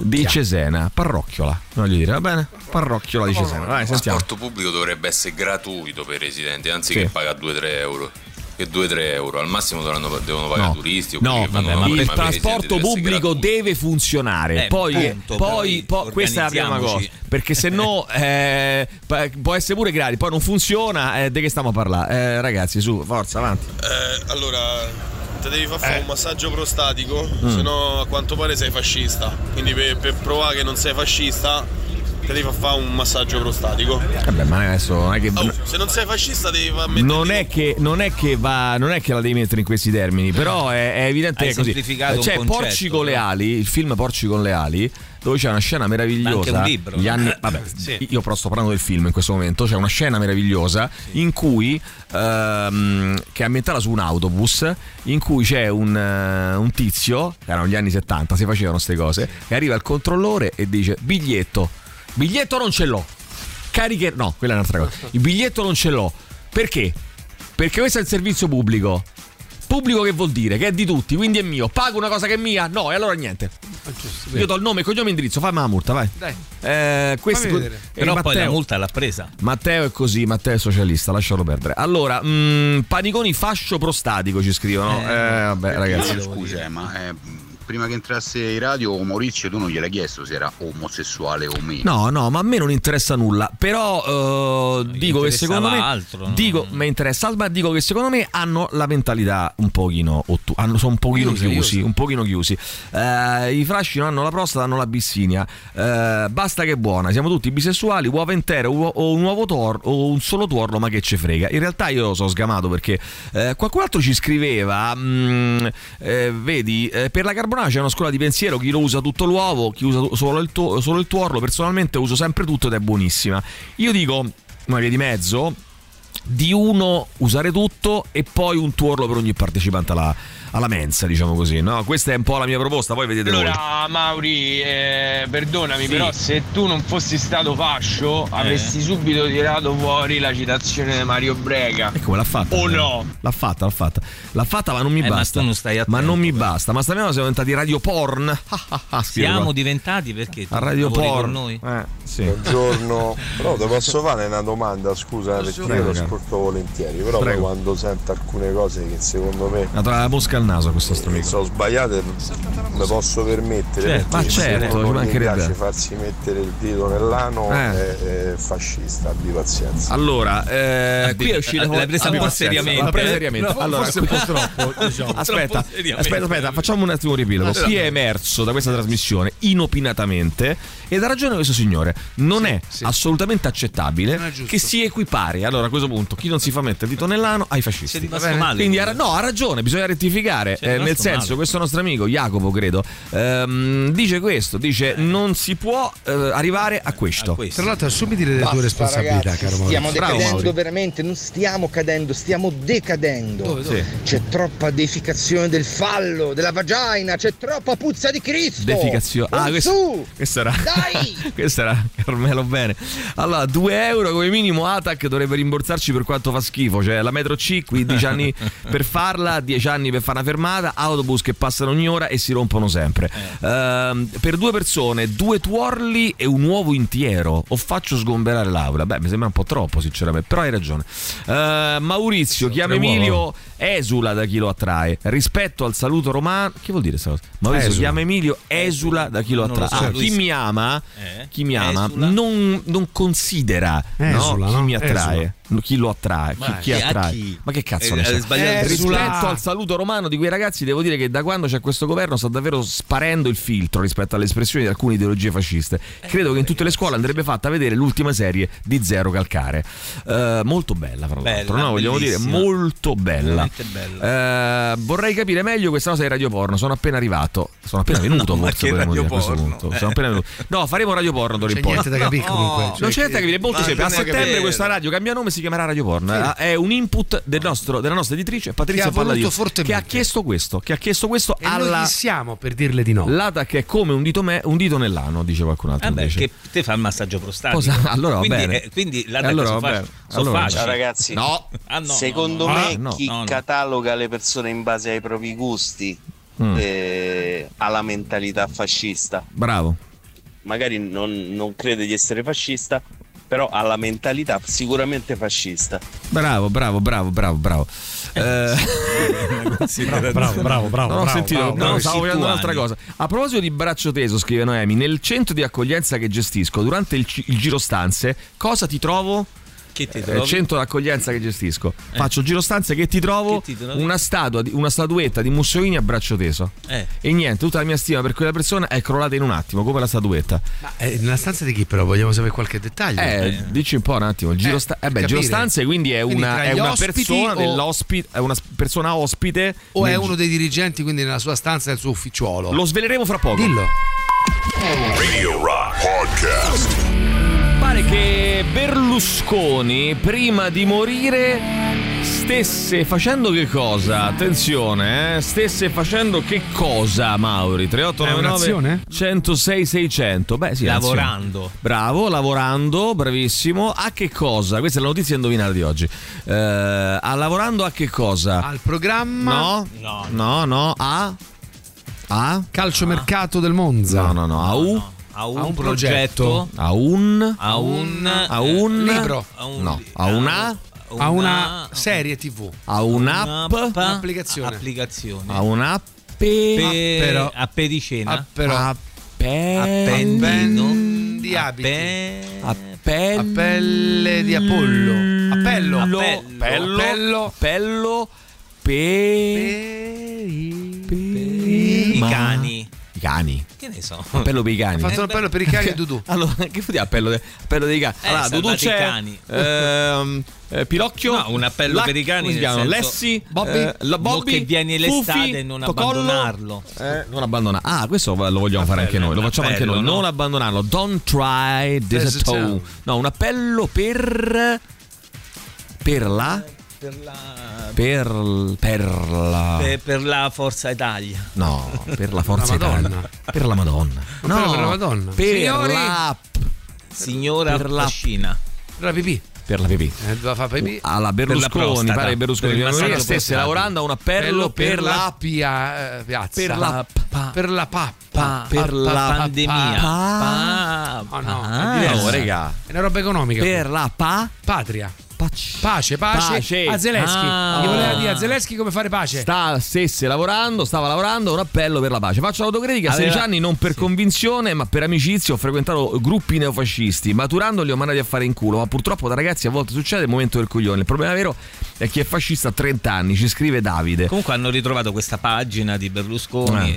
S3: di Cesena, parrocchiola, voglio dire, va bene? Parrocchiola di Cesena, vai, sentiamo.
S21: trasporto pubblico dovrebbe essere gratuito per i residenti, anzi
S3: Sì.
S21: che paga 2-3 euro. Che 2-3 euro, al massimo dovranno- devono pagare
S3: No.
S21: turisti o quelli
S3: No,
S21: che
S3: vabbè,
S21: vanno
S3: ma
S21: a
S3: il
S21: Roma, ma per i
S3: trasporto
S21: residenti deve essere
S3: pubblico deve funzionare.
S21: Eh,
S3: poi,
S21: punto,
S3: poi-
S21: poi
S3: poi- questa è la prima cosa.
S21: organizziamoci.
S3: Perché se no eh, pa- può essere pure gratis, poi non funziona. eh, di che stiamo a parlare? Eh, ragazzi, su, forza, avanti.
S22: Eh, allora, te devi far fare un massaggio prostatico,
S3: Eh. Mm.
S22: se no a quanto pare sei fascista. Quindi per, per provare che non sei fascista, te devi far fare un massaggio prostatico.
S3: Vabbè, ma adesso non è che.
S22: Oh, se non sei fascista devi far mettere
S3: Non è, che, non è che va, non è che la devi mettere in questi termini, però è, è evidente
S16: Hai
S3: che è così.
S16: semplificato un
S3: C'è
S16: concetto,
S3: Porci con le ali, il film Porci con le ali, dove c'è una scena meravigliosa.
S16: Ma anche un libro.
S3: Gli anni, vabbè, io però sto parlando del film in questo momento. C'è una scena meravigliosa in cui ehm, che è ambientata su un autobus, in cui c'è un, eh, un tizio, che erano gli anni 70, si facevano queste cose, e arriva il controllore e dice: Biglietto, biglietto non ce l'ho. Cariche. No, quella è un'altra cosa. Il biglietto non ce l'ho. Perché? Perché questo è il servizio pubblico. Pubblico che vuol dire? Che è di tutti, quindi è mio. Pago una cosa che è mia? No, e allora niente.
S16: Ah,
S3: Io do il nome, cognome e indirizzo, fammi la multa, vai.
S4: Dai.
S3: Eh, questi-
S16: Fammi vedere.
S3: eh,
S16: Però poi la
S3: Matteo-
S16: multa l'ha presa.
S3: Matteo è così, Matteo è socialista, lascialo perdere. Allora, mh, paniconi fascio prostatico ci scrivono. Eh, vabbè, ragazzi.
S7: Scusa, eh, ma eh, prima che entrasse in radio, Maurizio, tu non gliel'hai chiesto se era omosessuale o meno.
S3: No, no, ma a me non interessa nulla. Però eh, dico che
S7: interessava
S3: secondo me.
S7: altro, no?
S3: dico, mi interessa, ma dico che secondo me hanno la mentalità un pochino ottu- hanno- sono un pochino
S16: Chiusa,
S3: chiusi.
S16: chiusa.
S3: Un pochino chiusi. Eh, I frasci non hanno la prostata, hanno la bissinia. Eh, basta che è buona. Siamo tutti bisessuali, uova intere uo- o un uovo tor- o un solo tuorlo, ma che ce frega. In realtà io sono sgamato perché eh, qualcun altro ci scriveva. mm, eh, vedi, eh, per la carbonara c'è una scuola di pensiero, chi lo usa tutto l'uovo, chi usa tu- solo il, tu- solo il tuorlo, personalmente uso sempre tutto ed è buonissima. Io dico una via di mezzo di uno usare tutto e poi un tuorlo per ogni partecipante alla, alla mensa, diciamo così. No? Questa è un po' la mia proposta, poi vedete voi.
S8: Allora Mauri, eh, perdonami, però se tu non fossi stato fascio avresti subito tirato fuori la citazione di Mario Brega.
S3: Eh, Come l'ha fatta?
S8: O no?
S3: L'ha fatta, l'ha fatta. L'ha fatta, ma non mi
S16: Eh, ma
S3: basta.
S16: tu
S3: Ma,
S16: non stai
S3: non mi basta. Ma stamattina siamo diventati radio porn. Ah, ah, ah, scrive
S16: Siamo
S3: qua.
S16: diventati perché tu
S3: A Radio
S16: lavori
S3: Porn. Eh,
S16: con noi.
S3: sì.
S23: Buongiorno, però ti posso fare una domanda, scusa, eh, perché io lo
S3: Prego.
S23: ascolto volentieri, però poi
S3: Prego.
S23: quando sento alcune cose che secondo me
S3: Ha tra la mosca al naso questo amico.
S23: sono sbagliate me posso permettere,
S3: Certo,
S23: perché
S3: ma
S23: se
S3: certo,
S23: uno
S3: ci
S23: non gli
S3: mancherebbe.
S23: piace farsi mettere il dito nell'ano
S3: Eh.
S23: è, è fascista, abbi pazienza.
S3: Allora, eh,
S23: Abbi-
S3: qui è uscita
S23: Ah, l'hai presa un po'
S3: abbi-
S23: seriamente.
S3: L'ha presa
S23: Eh,
S3: seriamente.
S23: no,
S3: allora,
S23: forse un po'
S3: qui-
S23: troppo, diciamo.
S3: Aspetta,
S23: Troppo seriamente.
S3: aspetta, aspetta, facciamo un attimo un riepilogo.
S23: Allora.
S3: Chi è emerso da questa trasmissione inopinatamente ed ha ragione questo signore, non è assolutamente
S16: Non è
S3: accettabile
S16: giusto.
S3: che si equipari. Allora, a questo punto, chi non si fa mettere il dito nell'ano ai fascisti.
S16: Ci è rimasto
S3: Va bene?
S16: male.
S3: Quindi
S23: eh.
S3: ha, ra- no, ha ragione, bisogna rettificare,
S16: Ci è
S3: eh, nel
S16: rimasto
S3: senso
S16: male.
S3: questo nostro amico Jacopo, credo, ehm, dice questo, dice non si può eh, arrivare a questo.
S4: Tra l'altro assumiti le tue responsabilità, caro Maurizio.
S10: Stiamo
S4: Bravo,
S10: decadendo
S4: Mauri.
S10: veramente, non stiamo cadendo, stiamo decadendo.
S3: dove? Sì.
S10: C'è troppa deificazione del fallo, della vagina, c'è troppa puzza di Cristo.
S3: Deficazione. Ah, questo, questo era. questo era Carmelo Bene. Allora, 2 euro come minimo Atac dovrebbe rimborsarci per quanto fa schifo. Cioè, la metro C, 15 anni per farla, 10 anni per fare una fermata, autobus che passano ogni ora e si rompono sempre. Ehm, per due persone, due tuorli e un uovo intiero. O faccio sgomberare l'aula. Beh, mi sembra un po' troppo, sinceramente, però hai ragione. Ehm, Maurizio, chiama
S16: tre uova.
S3: Emilio, esula da chi lo attrae. Rispetto al saluto romano, che vuol dire questa cosa? Maurizio,
S16: Esula. Eh,
S3: chiama Emilio, esula da chi lo
S16: Non lo
S3: attrae.
S16: so,
S3: Ah,
S16: lui
S3: chi
S16: si-
S3: mi ama,
S16: Eh?
S3: chi mi ama
S16: Esula.
S3: non, non considera no,
S16: Esula,
S3: chi
S16: no?
S3: mi attrae,
S16: Esula.
S3: no, chi lo attrae, chi,
S16: Ma
S3: chi
S16: chi- a
S3: attrae.
S16: chi?
S3: Ma che cazzo
S16: Eh,
S3: ne so?
S16: eh, sbagliato.
S3: Rispetto
S16: Esula.
S3: al saluto romano di quei ragazzi, devo dire che da quando c'è questo governo sta davvero sparendo il filtro rispetto alle espressioni di alcune ideologie fasciste.
S16: Eh,
S3: Credo che in tutte le scuole andrebbe fatta vedere l'ultima serie di Zero Calcare. Eh, molto bella, fra l'altro.
S16: Bella,
S3: no, vogliamo dire,
S16: bellissima.
S3: molto bella.
S16: Veramente bella.
S3: Eh, vorrei capire meglio questa cosa di Radio Porno. Sono appena arrivato. Sono appena venuto,
S16: No, ma
S3: forse
S16: che
S3: potremmo dire a questo
S16: radioporno?
S3: punto. Sono appena venuto. No, faremo Radio Porno d'ora in
S4: C'è
S3: poi.
S4: niente da capire
S3: No,
S4: comunque.
S3: Non
S4: Cioè,
S3: c'è niente da capire, è molto
S4: ma
S3: semplice. A
S4: non è
S3: settembre
S4: vero.
S3: questa radio cambia nome, si chiamerà Radio Porno. Eh, È un input del nostro- della nostra direttrice
S4: Che
S3: Patrizia
S4: ha voluto
S3: Palladio
S4: fortemente.
S3: che ha chiesto questo, che ha chiesto questo
S4: E noi
S3: alla
S4: chi siamo per dirle di no?
S3: L'ATAC è come un dito, me- un dito nell'ano, dice qualcun altro.
S16: Eh beh,
S3: invece.
S16: che te fa il massaggio prostatico.
S3: Cosa? Allora va
S16: quindi,
S3: bene.
S16: eh, quindi la
S3: Allora
S16: allora,
S3: va
S16: faccio,
S3: bene. Allora va
S24: Ciao ragazzi,
S16: No. Ah, no,
S24: secondo
S16: no, no.
S24: me
S16: Ah, no.
S24: chi
S16: No, no.
S24: cataloga le persone in base ai propri gusti
S3: Mm.
S24: eh, ha la mentalità fascista.
S3: Bravo.
S24: Magari non, non crede di essere fascista, però ha la mentalità sicuramente fascista.
S3: Bravo, bravo, bravo, bravo, bravo. Eh,
S24: Bravo, bravo, bravo, bravo,
S3: Non ho
S24: bravo,
S3: sentito,
S24: bravo,
S3: no,
S24: bravo.
S3: stavo vedendo un'altra cosa. A proposito di braccio teso, scrive Noemi, nel centro di accoglienza che gestisco, durante il, gi- il giro stanze, cosa ti trovo?
S16: Che ti
S3: eh,
S16: trovi?
S3: centro d'accoglienza che gestisco.
S4: Eh.
S3: Faccio il giro stanze che ti trovo
S16: Che ti trovi?
S3: una, statua di- una statuetta di Mussolini a braccio teso.
S16: Eh.
S3: E niente, tutta la mia stima per quella persona è crollata in un attimo, come la statuetta.
S4: Eh, nella stanza di chi però? Vogliamo sapere qualche dettaglio?
S3: Eh, dici un po' un attimo, il giro,
S4: Eh,
S3: sta- eh
S4: per
S3: beh, il giro
S4: capire.
S3: stanze quindi è
S4: Quindi
S3: una,
S4: tra
S3: è
S4: gli
S3: una
S4: ospiti
S3: persona
S4: o-
S3: dell'ospite, è una s- persona ospite
S4: O è
S3: nel-
S4: uno dei dirigenti, quindi nella sua stanza, nel suo ufficiuolo?
S3: Lo sveleremo fra poco.
S4: Dillo.
S2: Radio Rock Podcast.
S3: Pare che Berlusconi prima di morire stesse facendo che cosa? Attenzione, eh? stesse facendo che cosa, Mauri?
S16: È un'azione?
S3: 3899 106 600. Beh, sì, azione.
S16: Lavorando.
S3: Bravo, lavorando, bravissimo. A che cosa? Questa è la notizia indovinata di oggi. Eh, a lavorando a che cosa?
S4: Al programma?
S3: No.
S16: No.
S3: No, no, a a
S4: Calciomercato del Monza.
S3: No, no, no, a U
S16: A un,
S4: A un
S16: progetto.
S3: a un
S16: A un- eh,
S3: a un
S4: libro.
S3: a un, no, a una
S4: A una serie TV.
S3: a un'app
S4: Un'applicazione.
S16: Applicazione.
S3: a un'app
S16: Pe-
S4: Però-
S16: a pe di cena.
S4: Ah, però-
S3: Appendi-
S4: di abiti.
S3: Appello.
S4: Appelle di Apollo. Appello.
S3: Appello.
S4: Appello.
S3: Appello. Pe. I
S16: I cani.
S3: I cani.
S16: Che ne so.
S3: Appello per i
S4: Ha
S3: cani.
S4: fatto un appello per i cani di Dudu.
S3: Allora, che vuol dire appello, de- appello dei cani?
S16: Eh,
S3: allora,
S16: salvate
S3: Dudu
S16: i
S3: c'è.
S16: cani.
S3: ehm, eh, Pilocchio.
S16: No, un appello per i cani,
S3: come si
S16: nel
S3: chiamano?
S16: senso-
S3: Lessi.
S16: Bobby?
S3: eh, la
S16: Mo
S3: Bobby.
S16: che viene l'estate
S3: Fufi,
S16: e non
S3: Tocollo,
S16: abbandonarlo.
S3: eh, non abbandonarlo. Ah, questo lo vogliamo fare anche noi. Lo facciamo anche
S16: appello,
S3: noi.
S16: no?
S3: Non abbandonarlo. Don't try this
S4: This
S3: at home.
S4: at
S3: No, un appello per. Per la.
S16: Per la,
S3: Per. Per la.
S16: per- per la Forza Italia.
S3: No, per la forza
S16: La Madonna.
S3: Italia. Per la Madonna.
S4: Un appello per la Madonna.
S3: Per
S4: Signori.
S3: la.
S16: Signora
S3: Per la-
S16: Fascina.
S4: Per la pipì.
S3: Per la pipì.
S4: Eh, doveva fare pipì.
S3: alla
S16: Per la
S3: Berlusconi,
S16: prostata.
S3: pare che Berlusconi
S16: Per il
S3: prima di morire
S16: massaggio
S3: stesse
S16: prostatico.
S3: lavorando a un appello per, la
S4: pia- eh, piazza.
S3: per la pa-
S4: per la pappa.
S3: per la
S16: pandemia.
S4: Pa-
S16: Pa-
S4: Oh, no,
S16: pa-
S4: è diverso.
S3: no, regà.
S4: È una roba economica.
S3: per la pa
S4: Patria. Pace, pace,
S3: Pace.
S4: a Zelensky.
S3: Ah.
S4: Gli voleva dire a Zelensky come fare pace.
S3: sta stesse lavorando, stava lavorando a un appello per la pace. Faccio l'autocritica a
S16: Aveva-
S3: 16 anni non per convinzione, ma per amicizia, ho frequentato gruppi neofascisti, maturandoli ho mandati a fare in culo, ma purtroppo da ragazzi a volte succede il momento del coglione. Il problema vero è che è fascista a 30 anni, ci scrive Davide.
S16: Comunque hanno ritrovato questa pagina di Berlusconi.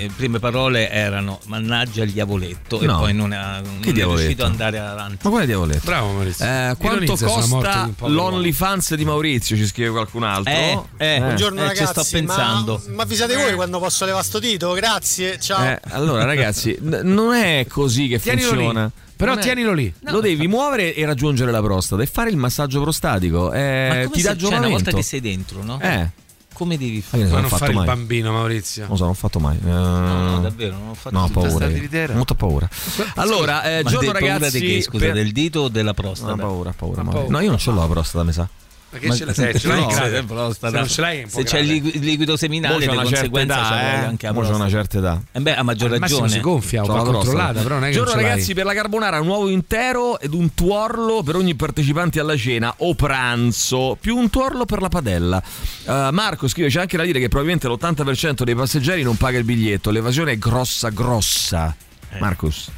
S3: Eh.
S16: e Le prime parole erano mannaggia il diavoletto.
S3: No.
S16: E poi non, è- non è
S3: diavoletto?
S16: riuscito ad andare avanti.
S3: Ma quale diavoletto?
S4: Bravo Maurizio.
S3: Eh, quanto
S4: Ironizza sulla morte di
S3: costa
S4: un povero uomo.
S3: l'OnlyFans di Maurizio? Ci scrive qualcun altro?
S16: Eh, eh,
S20: Buongiorno
S16: eh,
S20: ragazzi,
S16: ci sto pensando.
S20: Ma, ma vi siete voi quando posso levare sto dito? Grazie, ciao.
S3: Eh, allora, ragazzi, n- non è così che
S4: Tienilo
S3: funziona.
S4: lì. Però
S3: Non è-
S4: tienilo lì.
S3: Lo devi muovere e raggiungere la prostata e fare il massaggio prostatico. Eh,
S16: Ma come
S3: ti
S16: se-
S3: dà
S16: cioè, una volta
S3: giovamento.
S16: che sei dentro, no?
S3: Eh,
S16: Come devi
S3: ma
S16: fare?
S3: io non
S4: Ma
S3: l'ho
S4: non fare
S3: fatto
S4: il
S3: mai. Non
S4: bambino, Maurizio.
S3: lo so, non l'ho fatto mai. Eh,
S16: No, no, davvero, non ho fatto
S3: no, ho
S16: tutta
S3: paura.
S4: sta
S3: io.
S4: tiritera.
S3: Molto paura. Allora, eh,
S16: Ma
S3: giorno
S16: de- paura
S3: ragazzi.
S16: di che, scusa,
S3: per-
S16: del dito o della prostata?
S3: No, paura, paura,
S4: Ma
S3: Mauri.
S4: paura.
S3: No, io non ce l'ho la prostata, mi sa.
S4: Ma che
S16: Ma-
S4: ce l'hai? Se ce l'hai
S16: No,
S4: è grave.
S16: se
S3: eh,
S16: è prostata.
S4: Se non ce l'hai è un po'
S16: Se c'è il
S4: grave.
S16: liqui- liquido
S3: Mo
S16: seminale,
S3: c'è
S16: di
S3: una certa
S16: conseguenza
S3: età,
S16: c'è
S3: eh.
S16: anche la
S3: Mo c'è una
S16: prostata.
S3: certa età.
S16: Eh beh, a maggior
S4: Al massimo
S16: ragione.
S4: si gonfia o
S3: Sono
S4: Cioè, va
S3: la grossa.
S4: controllata, però non è che
S3: Giorno
S4: non ce l'hai.
S3: ragazzi per la carbonara un uovo intero ed un tuorlo per ogni partecipante alla cena o pranzo, più un tuorlo per la padella. Eh, Marco scrive c'è anche da dire che probabilmente l'80% dei passeggeri non paga il biglietto, l'evasione è grossa grossa. Marcus,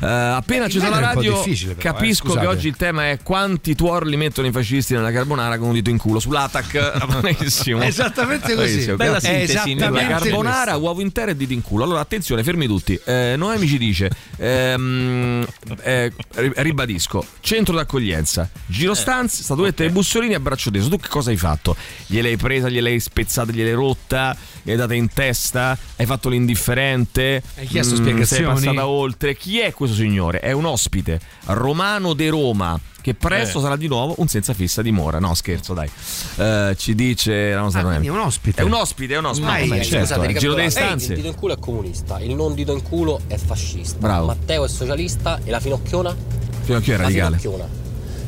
S3: Eh, appena
S4: Beh,
S3: accesa la
S4: il meno è un po'
S3: radio,
S4: difficile però, eh,
S3: capisco che
S4: scusate.
S3: oggi il tema è quanti tuorli mettono i fascisti nella carbonara con un dito in culo sull'attack. Benissimo.
S4: Esattamente così.
S3: Benissimo,
S16: Bella
S3: grazie.
S16: sintesi,
S3: Per la
S4: esattamente
S3: carbonara,
S4: questo.
S3: uovo intero e dito in culo. Allora, attenzione, fermi tutti. Eh, Noemi ci dice: ehm, eh, ri- ribadisco, centro d'accoglienza, giro stanze, statuette dei bussolini a braccio teso. Tu che cosa hai fatto? Gliel'hai presa, gliel'hai spezzata, gliel'hai rotta, gliel'hai data in testa, hai fatto l'indifferente. Mm,
S4: Hai chiesto
S3: Sei
S4: spiegazioni?
S3: passata oltre. Chi è questo signore? È un ospite romano de Roma. Che presto
S16: Eh.
S3: sarà di nuovo un senza fissa dimora. No, scherzo, dai. Eh, ci dice la nostra
S4: Ah,
S3: Noemi.
S4: quindi è un ospite.
S3: È un ospite, è un ospite.
S4: Ma
S3: Vabbè,
S4: io,
S3: certo,
S20: Scusate,
S3: è il giro delle
S20: ricapitolando.
S3: stanze.
S20: Il dito in culo è comunista, il non dito in culo è fascista.
S3: Bravo.
S20: Matteo è socialista e la finocchiona?
S3: Fino a chi è
S20: La
S3: radicale?
S20: finocchiona.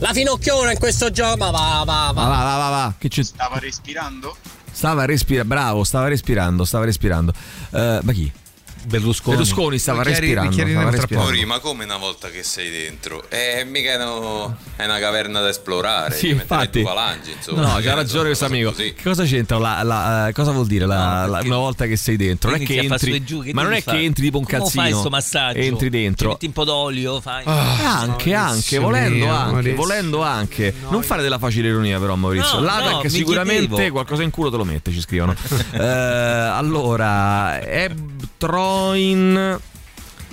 S20: La finocchiona in questo gioco, ma va, va,
S3: Va,
S20: va.
S3: va, va, va, va. Che c'è?
S7: Stava respirando?
S3: Stava respirando, bravo, stava respirando, stava respirando. Eh, ma chi?
S16: Berlusconi.
S3: Berlusconi stava respirando. Stava respirando.
S21: Mori, ma come una volta che sei dentro? Eh, mica è, uno- è una caverna da esplorare.
S3: Sì,
S21: ci metterei
S3: infatti.
S21: due falangi, insomma.
S3: No,
S21: Che
S3: c'ha
S21: ne so,
S3: ragione questo
S21: una cosa
S3: amico.
S21: così.
S3: Che cosa c'entra? la- la- eh, cosa vuol dire la- la- una volta che sei dentro? Non è che
S16: Inizia a fare su
S3: entri,
S16: e giù, che
S3: ma non
S16: devi
S3: è
S16: fare?
S3: che entri tipo un
S16: Come
S3: cazzino.
S16: fai sto massaggio?
S3: Entri
S16: Ci
S3: dentro.
S16: metti un po' d'olio, fai.
S3: Eh,
S16: Ah,
S3: anche, anche, volendo anche, volendo anche. Non fare della facile ironia, però, Maurizio.
S16: No,
S3: L'ATAC
S16: no, mi
S3: sicuramente
S16: chiedevo.
S3: qualcosa in culo te lo mette, ci scrivono. Eh, allora, Ebtroin.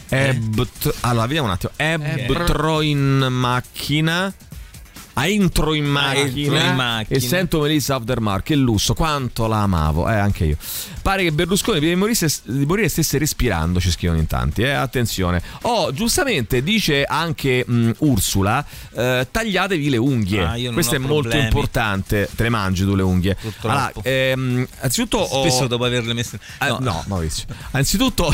S3: Ebt- allora, vediamo un attimo. Ebtroin macchina. A intro in macchina,
S16: in macchina.
S3: e sento Melissa Aftermark. Che lusso, quanto la amavo, eh, anche io. Pare che Berlusconi prima di morire, di morire stesse respirando, ci scrivono in tanti. Eh, attenzione. Oh, giustamente dice anche mh, Ursula: eh, tagliatevi le unghie.
S16: Ah, io non
S3: Questo
S16: ho
S3: è molto
S16: problemi.
S3: importante. Te le mangi tu le unghie.
S16: Purtroppo.
S3: Allora, ehm, anzitutto, ho-
S16: Spesso dopo averle messe.
S3: eh, no. Maurizio. Anzitutto,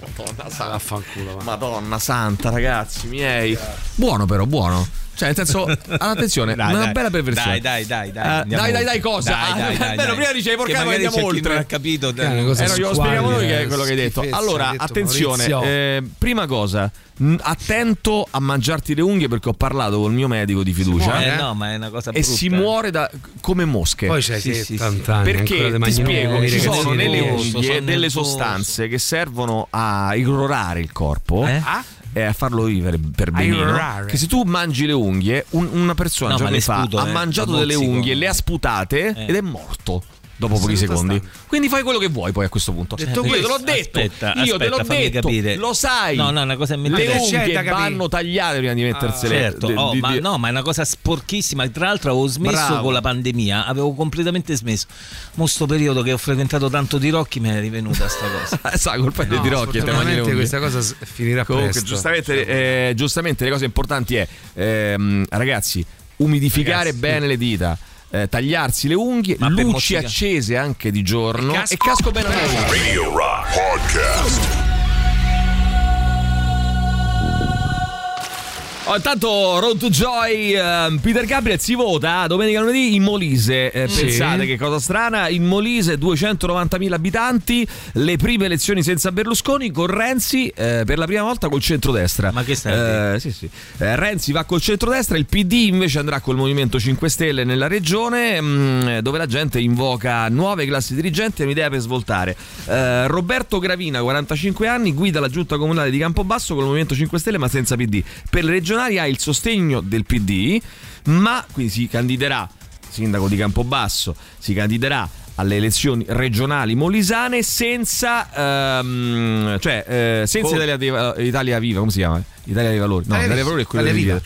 S3: Madonna santa, Madonna santa, ragazzi miei. Buono, però, buono. Cioè, nel senso, attenzione,
S16: Dai,
S3: una
S16: dai.
S3: bella perversione.
S16: Dai, dai, dai, dai,
S3: Eh,
S16: andiamo
S3: dai, dai, dai,
S16: oltre.
S3: cosa?
S16: Dai,
S3: Ah,
S16: dai, dai,
S3: almeno
S16: dai.
S3: prima dicevi,
S16: Che
S3: porca,
S16: magari
S3: andiamo
S16: c'è chi
S3: oltre.
S16: non ha capito, dai.
S3: Eh,
S16: Una cosa
S3: no, glielo spieghiamo noi che è
S16: squallida,
S3: quello che hai detto.
S16: schifezza,
S3: Allora,
S16: ha detto
S3: attenzione,
S16: Maurizio.
S3: eh, prima cosa, mh, attento a mangiarti le unghie perché ho parlato col mio medico di fiducia.
S16: Eh, no, ma è una cosa
S3: e
S16: brutta. eh.
S3: si muore da- come mosche.
S4: Poi c'hai 70
S16: Ah,
S4: anni, ancora
S3: Perché
S4: te
S3: ti
S4: mangi
S3: spiego,
S4: le
S3: ci
S4: unghie,
S3: sono
S4: che
S3: nelle
S4: nervoso,
S3: unghie
S4: sono
S3: delle
S4: nervoso.
S3: sostanze che servono a irrorare il corpo.
S16: Eh?
S3: A e a farlo vivere per benino
S16: irrorare.
S3: che se tu mangi le unghie un- una persona
S16: No, ma
S3: giorni
S16: le
S3: fa
S16: sputo,
S3: ha
S16: eh,
S3: mangiato
S16: da
S3: delle
S16: mozzico.
S3: unghie le ha sputate
S16: Eh.
S3: ed è morto dopo pochi
S16: Saluta
S3: secondi quindi fai quello che vuoi poi a questo punto
S16: Detto
S3: io te l'ho
S16: questo-
S3: detto
S16: aspetta,
S3: io te l'ho
S16: aspetta, fammi
S3: detto
S16: capire.
S3: lo sai
S16: No, no, una cosa è
S3: le
S16: mentale. C'è da
S3: unghie
S16: capire.
S3: vanno tagliate prima di mettersele
S16: Certo,
S3: cioè, di-
S16: oh,
S3: di-
S16: ma
S3: di-
S16: no, ma è una cosa sporchissima. Tra l'altro avevo smesso
S3: Bravo.
S16: con la pandemia, avevo completamente smesso. Mo sto periodo che ho frequentato tanto di Rocchi mi è rivenuta sta cosa.
S3: Eh, Sa, colpa di Tirocchi e te mangi le unghie.
S4: questa cosa s- finirà
S3: Comunque,
S4: presto.
S3: giustamente, eh, giustamente le cose importanti è, ehm, ragazzi, umidificare
S16: Ragazzi,
S3: bene le dita. eh, tagliarsi le unghie,
S2: Ma per
S3: luci
S2: mozzica-
S3: accese anche di giorno e casco, bene alla lunga.
S2: Radio Rock Podcast.
S3: Oh, intanto Road to Joy, ehm, Peter Gabriel si vota domenica e lunedì in Molise. Eh,
S4: Sì.
S3: Pensate che cosa strana, in Molise 290.000 abitanti, le prime elezioni senza Berlusconi con Renzi eh, per la prima volta col centrodestra. Ma che stai? sì, sì. Eh, Renzi va col centrodestra, il PD invece andrà col Movimento 5 Stelle nella regione mh, dove la gente invoca nuove classi dirigenti e un'idea per svoltare. Eh, Roberto Gravina, 45 anni, guida la giunta comunale di Campobasso con il Movimento 5 Stelle ma senza PD. Per le regionali ha il sostegno del PD, ma quindi si candiderà sindaco di Campobasso, si candiderà alle elezioni regionali molisane senza ehm, cioè eh, senza
S16: Voti.
S3: Italia, Dei- Italia Viva, come si chiama? Italia dei Valori. No, Italia
S16: Italia
S3: dei Valori
S16: Viva.
S3: è quello
S16: Italia
S3: di
S16: Viva.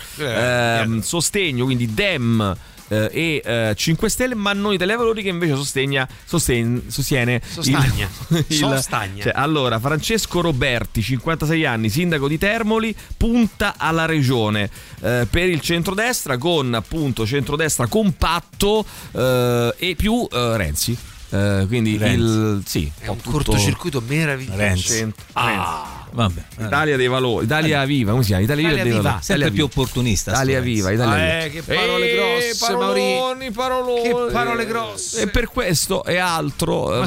S3: Viva. Ehm, sostegno quindi Dem eh, e eh, 5 Stelle, ma non Italia dei Valori che invece sostegna, sosten- sostiene
S4: Sostagna.
S3: il-
S4: Sostagna.
S3: cioè, allora, Francesco Roberti, 56 anni, sindaco di Termoli, punta alla regione eh, per il centrodestra con appunto centrodestra compatto eh, e più eh, Renzi. Eh, quindi il sì,
S4: È un cortocircuito meraviglioso.
S3: Ah,
S16: vabbè.
S3: Italia dei valori, Italia Viva, come si chiama? Italia,
S16: Italia
S3: dei
S16: Viva,
S3: valori.
S16: sempre
S3: Ah, Italia
S16: più
S3: Viva.
S16: opportunista. sto
S3: Italia
S16: Renzi.
S3: Viva, Italia
S16: Eh,
S3: Viva.
S4: Ah, che parole
S3: Ah, Eh,
S4: grosse,
S3: paroloni, paroloni.
S4: Che parole grosse.
S3: E per questo e altro, eh,
S4: Ma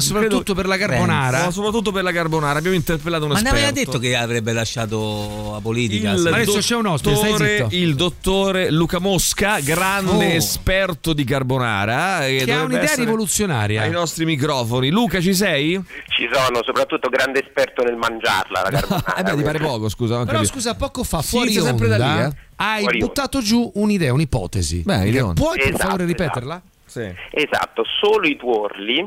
S3: credo-
S4: soprattutto per la carbonara.
S3: Ma soprattutto per la carbonara, abbiamo interpellato un
S16: Ma ne
S3: esperto.
S16: aveva detto che avrebbe lasciato la politica.
S3: Il
S16: se-
S3: dottore, il dottore Luca Mosca, grande
S16: Oh.
S3: esperto di carbonara. eh,
S4: Che ha un'idea rivoluzionaria. Eh,
S3: Ai nostri microfoni. Luca, ci sei? Eh
S5: Ci sono, soprattutto grande esperto nel mangiarla la carbonara.
S3: Eh beh, ti pare poco, scusa. non
S4: Però
S3: capisco.
S4: scusa, poco fa
S3: Si
S4: fuori
S3: inizia sempre da
S4: onda,
S3: lì, eh?
S4: hai
S5: Fuori onda.
S4: buttato giù un'idea, un'ipotesi.
S3: Beh,
S4: Che
S3: idea.
S4: puoi per
S5: Esatto,
S4: favore
S5: esatto.
S4: ripeterla?
S5: Esatto, solo i tuorli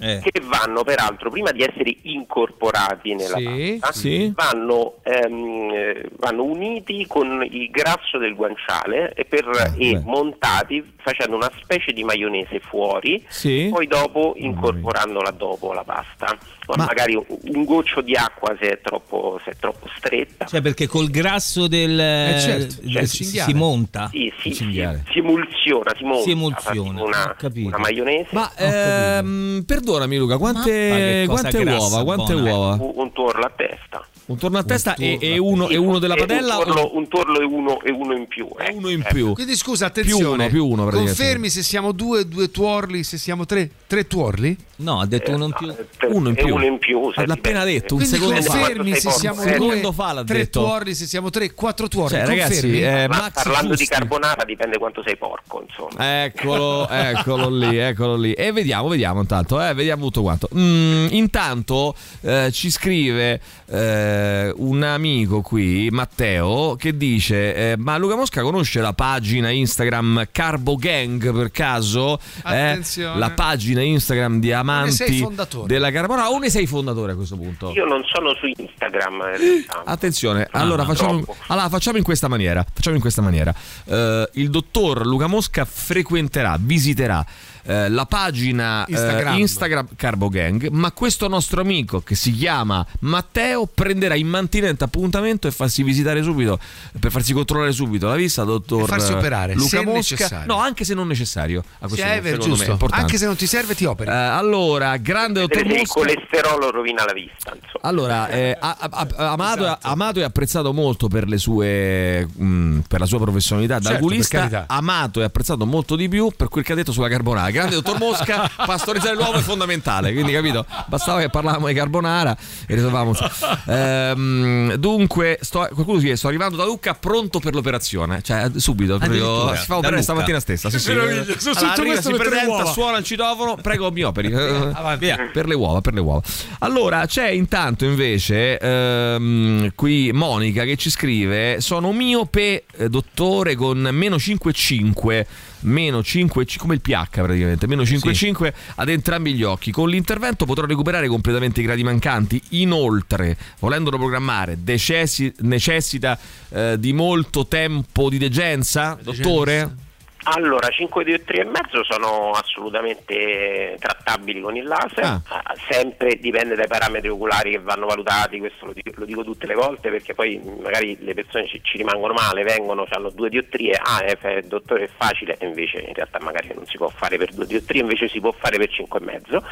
S3: eh.
S5: che vanno peraltro prima di essere incorporati nella
S3: Sì,
S5: pasta,
S3: sì.
S5: vanno, ehm, eh, vanno uniti con il grasso del guanciale e, per-
S3: Eh,
S5: e montati facendo una specie di maionese fuori,
S3: Sì.
S5: poi dopo incorporandola dopo la pasta, o magari un- un goccio di acqua se è troppo, se è troppo stretta.
S16: Cioè, perché col grasso del.
S3: Eh,
S5: certo,
S16: del-
S5: cioè,
S16: si,
S5: cinghiale.
S16: si monta.
S5: Sì, sì,
S16: Il cinghiale.
S5: si emulsiona, si monta,
S16: Si emulsiona,
S5: fa tipo
S16: ho capito.
S5: una, una maionese.
S3: Ma ehm, perdonami Luca,
S5: Ma che
S3: quante,
S5: cosa
S3: quante
S5: grassa,
S3: uova? Quante
S5: buona.
S3: uova?
S5: Un, un tuorlo a testa.
S3: Un torno a testa e, e uno, e uno della
S5: E
S3: padella?
S5: Un
S3: o-
S5: torlo, un torlo e, uno, e uno in più. eh.
S3: uno in
S5: Eh.
S3: più.
S4: Quindi scusa,
S3: Più
S4: attenzione.
S3: uno, più uno praticamente.
S4: Confermi se siamo due, due tuorli, se siamo tre, tre tuorli?
S16: No, ha detto uno in più.
S5: Eh,
S3: Uno in
S5: e
S3: più.
S5: uno in più, se
S3: L'ha appena
S5: dipende.
S3: detto, un
S4: Quindi
S3: secondo fa.
S4: confermi se siamo
S3: Un
S4: due,
S3: secondo fa l'ha
S4: tre
S3: detto.
S4: tuorli, se siamo tre, quattro tuorli.
S3: Cioè,
S4: confermi?
S3: ragazzi, eh,
S5: Ma
S3: Max
S5: parlando
S3: Giusti.
S5: di carbonara dipende quanto sei porco, insomma.
S3: Eccolo, eccolo lì, eccolo lì. E vediamo, vediamo intanto, eh, vediamo tutto quanto. Mm, intanto eh, ci scrive eh, un amico qui, Matteo, che dice: eh, Ma Luca Mosca conosce la pagina Instagram Carbo Gang per caso? Eh,
S4: Attenzione.
S3: la pagina Instagram di
S4: sei
S3: amanti
S4: fondatore.
S3: della Carbonara. O ne sei fondatore a questo punto?
S5: Io non sono su Instagram, eh. in realtà.
S3: Attenzione, allora, facciamo, allora, facciamo in questa maniera. Facciamo in questa maniera. Eh, il dottor Luca Mosca frequenterà, visiterà eh, la pagina eh,
S4: Instagram.
S3: Instagram Carbo Gang, ma questo nostro amico che si chiama Matteo prenderà immantinente appuntamento e farsi visitare subito, per farsi controllare subito la vista, dottor
S4: E farsi operare,
S3: Luca
S4: se
S3: Mosca.
S4: necessario.
S3: No, anche se non necessario. A questo
S4: Sì,
S3: punto,
S4: Cioè, è vero,
S3: secondo me, è
S4: giusto.
S3: importante.
S4: Anche se non ti serve, ti operi.
S3: Eh, allora, grande dottor
S5: Vedete, il
S3: Mosca.
S5: colesterolo rovina la vista. insomma.
S4: Certo.
S3: Allora, eh, a- a- a- amato,
S4: Esatto.
S3: amato e apprezzato molto per, le sue, mh, per la sua professionalità da
S4: Certo, per
S3: oculista,
S4: carità.
S3: amato e apprezzato molto di più per quel che ha detto sulla carbonara. Grande dottor Mosca, pastorizzare l'uovo è fondamentale, quindi capito? Bastava che parlavamo di carbonara e risolvavamo. Ehm, dunque, sto, qualcuno si chiede, sto arrivando da Lucca pronto per l'operazione, cioè subito, proprio,
S16: Addirittura,
S3: si fa
S16: da
S3: operare
S16: Lucca.
S3: stamattina stessa. Sì, sì.
S4: Meraviglia, sono
S3: Allora,
S4: tutto
S3: arriva,
S4: questo
S3: si
S4: per tre
S3: presenta,
S4: uova.
S3: suona il citofono, prego mi operi. Eh,
S16: Ah,
S3: Per le uova, per le uova. Allora, c'è intanto invece ehm, qui Monica che ci scrive: Sono miope, eh, dottore, con meno 5,5. Meno 5, come il pH praticamente, meno 5,5 ad entrambi gli occhi. Con l'intervento potrò recuperare completamente i gradi mancanti. Inoltre, volendolo programmare, decessi- necessita eh, di molto tempo di degenza, dottore?
S5: Allora, 5 di 3 e mezzo sono assolutamente trattabili con il laser, Ah, sempre dipende dai parametri oculari che vanno valutati, questo lo dico, lo dico tutte le volte perché poi magari le persone ci, ci rimangono male, vengono, hanno due diottrie, ah eh, f- dottore è facile, e invece in realtà magari non si può fare per due diottrie, invece si può fare per 5 e mezzo.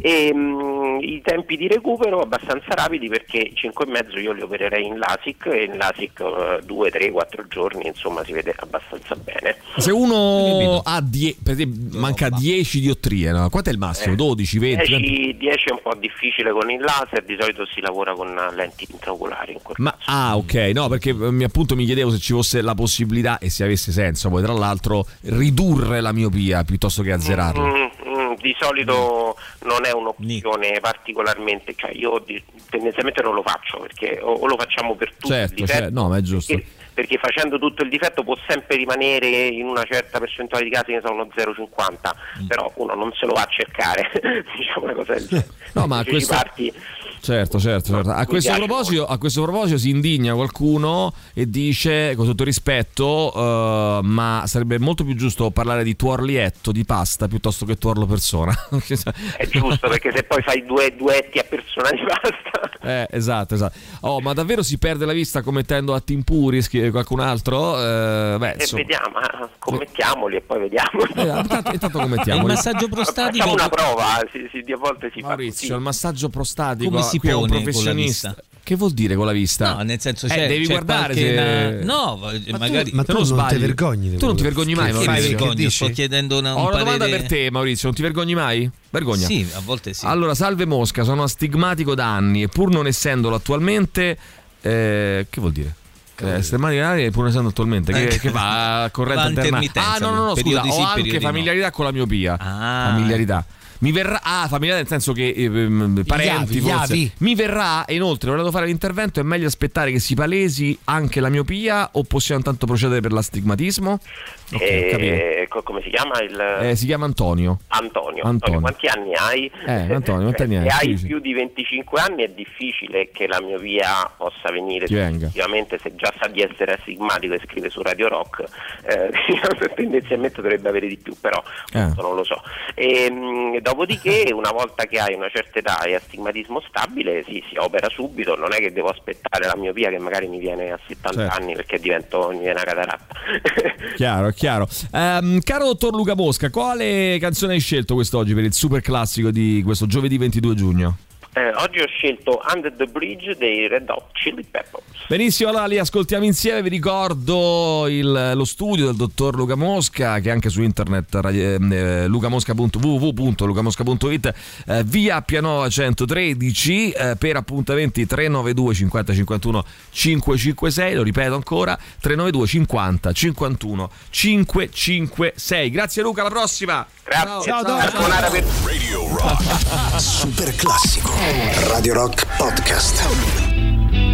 S5: E, mh, Mm, I tempi di recupero abbastanza rapidi perché 5 e mezzo io li opererei in LASIK e in LASIK 2, 3, 4 giorni insomma si vede abbastanza bene.
S3: Se uno ha die- per esempio, manca 10 diottrie, no? quanto è il massimo?
S5: Eh.
S3: 12, 20? 20?
S5: 10, 10 è un po' difficile con il laser, di solito si lavora con lenti intraoculari in quel
S3: Ma ah, ok, no, perché eh, mi, appunto mi chiedevo se ci fosse la possibilità e se avesse senso poi, tra l'altro, ridurre la miopia piuttosto che azzerarla.
S5: Mm, mm, di solito non è un'opzione particolarmente, cioè io di- tendenzialmente non lo faccio perché o, o lo facciamo per tutti i
S3: Certo,
S5: difetti,
S3: cioè, no, ma è giusto.
S5: perché, perché facendo tutto il difetto può sempre rimanere in una certa percentuale di casi che sono
S3: Mm.
S5: 0,50, però uno non se lo va a cercare, diciamo una cosa del genere.
S3: Eh,
S5: Cioè,
S3: No, ma
S5: Ci
S3: questo-
S5: parti-
S3: Certo, certo, certo. A
S5: mi
S3: questo,
S5: piace
S3: proposito, a questo proposito si indigna qualcuno e dice, con tutto il rispetto, eh, ma sarebbe molto più giusto parlare di tuorlietto di pasta piuttosto che tuorlo persona.
S5: è giusto perché se poi fai due duetti a persona di pasta
S3: Eh, esatto, esatto. Oh, ma davvero si perde la vista commettendo atti impuri, scrive qualcun altro? Eh, beh,
S5: e
S3: insomma.
S5: vediamo, ah, commettiamoli e poi vediamo.
S3: Eh, intanto, intanto
S16: E il
S3: commettiamo.
S16: massaggio prostatico.
S5: Facciamo una prova, si, si, a volte si
S3: Maurizio, il
S5: fa
S3: massaggio prostatico
S16: Come si
S3: qui è un
S16: pone con la
S3: professionista.
S16: vista?
S3: Che vuol dire con la vista?
S16: No, nel senso
S3: Eh,
S16: c'è,
S3: devi
S16: c'è
S3: guardare
S16: qualche
S3: se-
S16: na- no, voglio- magari
S4: ma
S3: se
S4: tu non
S3: sbagli-
S4: ti vergogni di
S3: Tu non ti
S4: quello
S3: vergogni
S4: che
S3: mai,
S4: fai,
S16: Che mi
S3: Maurizio.
S16: vergogno, sto
S4: dici?
S16: chiedendo una,
S3: Ho
S16: un
S3: una domanda
S16: parere-
S3: per te, Maurizio. Non ti vergogni mai? Vergogna.
S16: Sì, a volte sì.
S3: Allora, salve Mosca, sono astigmatico da anni e pur non essendolo attualmente. eh, che vuol dire? Eh, Stematico da anni e pur non essendo attualmente. Che,
S16: Eh,
S3: che va a corrente
S16: va a
S3: alternata.
S16: intermittenza,
S3: Ah, no, no, no, scusa,
S16: periodi sì,
S3: ho anche
S16: periodi no. Ah.
S3: familiarità con la miopia. Familiarità. Mi verrà, ah, familiare nel senso che eh, ehm, parenti
S4: gli
S3: forse.
S4: avi.
S3: Mi verrà, e inoltre, volendo fare l'intervento, è meglio aspettare che si palesi anche la miopia o possiamo tanto procedere per l'astigmatismo? Ok,
S5: Eh,
S3: capito.
S5: co- come si chiama il
S3: Eh, si chiama Antonio.
S5: Antonio.
S3: Antonio.
S5: Quanti anni hai?
S3: Eh, Antonio, quanti anni hai?
S5: Se hai
S3: Dici.
S5: più di 25 anni è difficile che la miopia possa venire
S3: Ti venga.
S5: effettivamente se già sa di essere astigmatico e scrive su Radio Rock, eh, diciamo, tendenzialmente dovrebbe avere di più, però
S3: Eh.
S5: questo non lo so. E, mh, dopodiché, una volta che hai una certa età e astigmatismo stabile, sì, si opera subito, non è che devo aspettare la miopia che magari mi viene a 70
S3: Certo.
S5: anni perché divento mi viene una cataratta.
S3: Chiaro, chiaro. Ehm, caro dottor Luca Mosca, quale canzone hai scelto quest'oggi per il super classico di questo giovedì 22 giugno?
S5: Eh, oggi ho scelto Under the Bridge dei Red Hot Chili Peppers.
S3: Benissimo, allora li ascoltiamo insieme. Vi ricordo il- lo studio del dottor Luca Mosca, che è anche su internet radio- eh, lucamosca punto- www.lucamosca.it, eh, via Pianova 113, eh, per appuntamenti 392 50 51 556. Lo ripeto ancora: 392 50 51 556. Grazie, Luca. Alla prossima.
S5: Grazie.
S3: Ciao, Don.
S2: Radio Rock.
S1: Super classico. Radio Rock Podcast.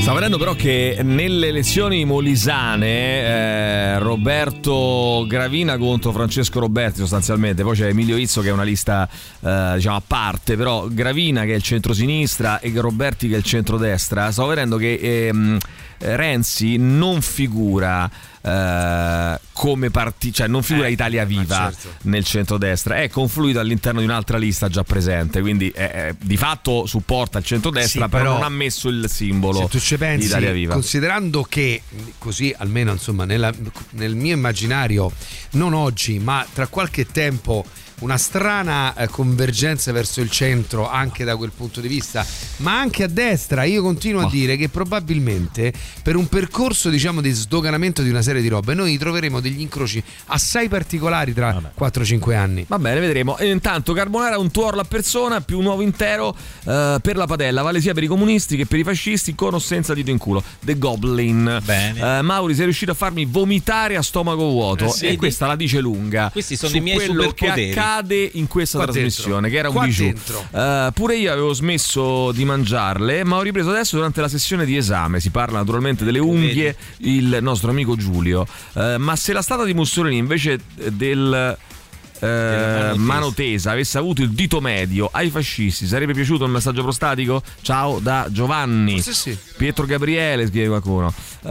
S3: Stavo vedendo però che nelle elezioni molisane eh, Roberto Gravina contro Francesco Roberti sostanzialmente, poi c'è Emilio Izzo che è una lista eh, diciamo a parte, però Gravina che è il centrosinistra e Roberti che è il centrodestra, stavo vedendo che ehm, Renzi non figura eh, come partito, cioè non figura Italia Viva nel centrodestra, è confluito all'interno di un'altra lista già presente, quindi eh, di fatto supporta il centrodestra,
S4: Sì,
S3: però,
S4: però
S3: non ha messo il simbolo
S4: Se tu ci
S3: di
S4: pensi,
S3: Italia Viva.
S4: considerando che così almeno insomma nella- nel mio immaginario, non oggi, ma tra qualche tempo una strana eh, convergenza verso il centro anche da quel punto di vista, ma anche a destra, io continuo a dire che probabilmente per un percorso diciamo di sdoganamento di una serie di robe noi troveremo degli incroci assai particolari tra 4-5 anni.
S3: Va bene, vedremo. E intanto Carbonara un tuorlo a persona più un uovo intero eh, per la padella, vale sia per i comunisti che per i fascisti, con o senza dito in culo. The Goblin. Eh, Mauri, sei riuscito a farmi vomitare a stomaco vuoto.
S16: Eh, sì.
S3: e questa la dice lunga.
S16: Questi sono
S3: su
S16: i miei
S3: quello che
S16: superpoteri.
S3: accade in questa
S16: Qua
S3: trasmissione,
S16: dentro.
S3: che era un
S16: Qua
S3: bijou.
S16: dentro.
S3: Eh, pure io avevo smesso di mangiarle, ma ho ripreso adesso durante la sessione di esame. Si parla naturalmente delle unghie, il nostro amico Giulio. Eh, ma se la stata di Mussolini invece del. eh, mano, tesa. avesse avuto il dito medio ai fascisti sarebbe piaciuto il messaggio prostatico? Ciao da Giovanni
S4: Forse sì.
S3: Pietro Gabriele scrive qualcuno Eh,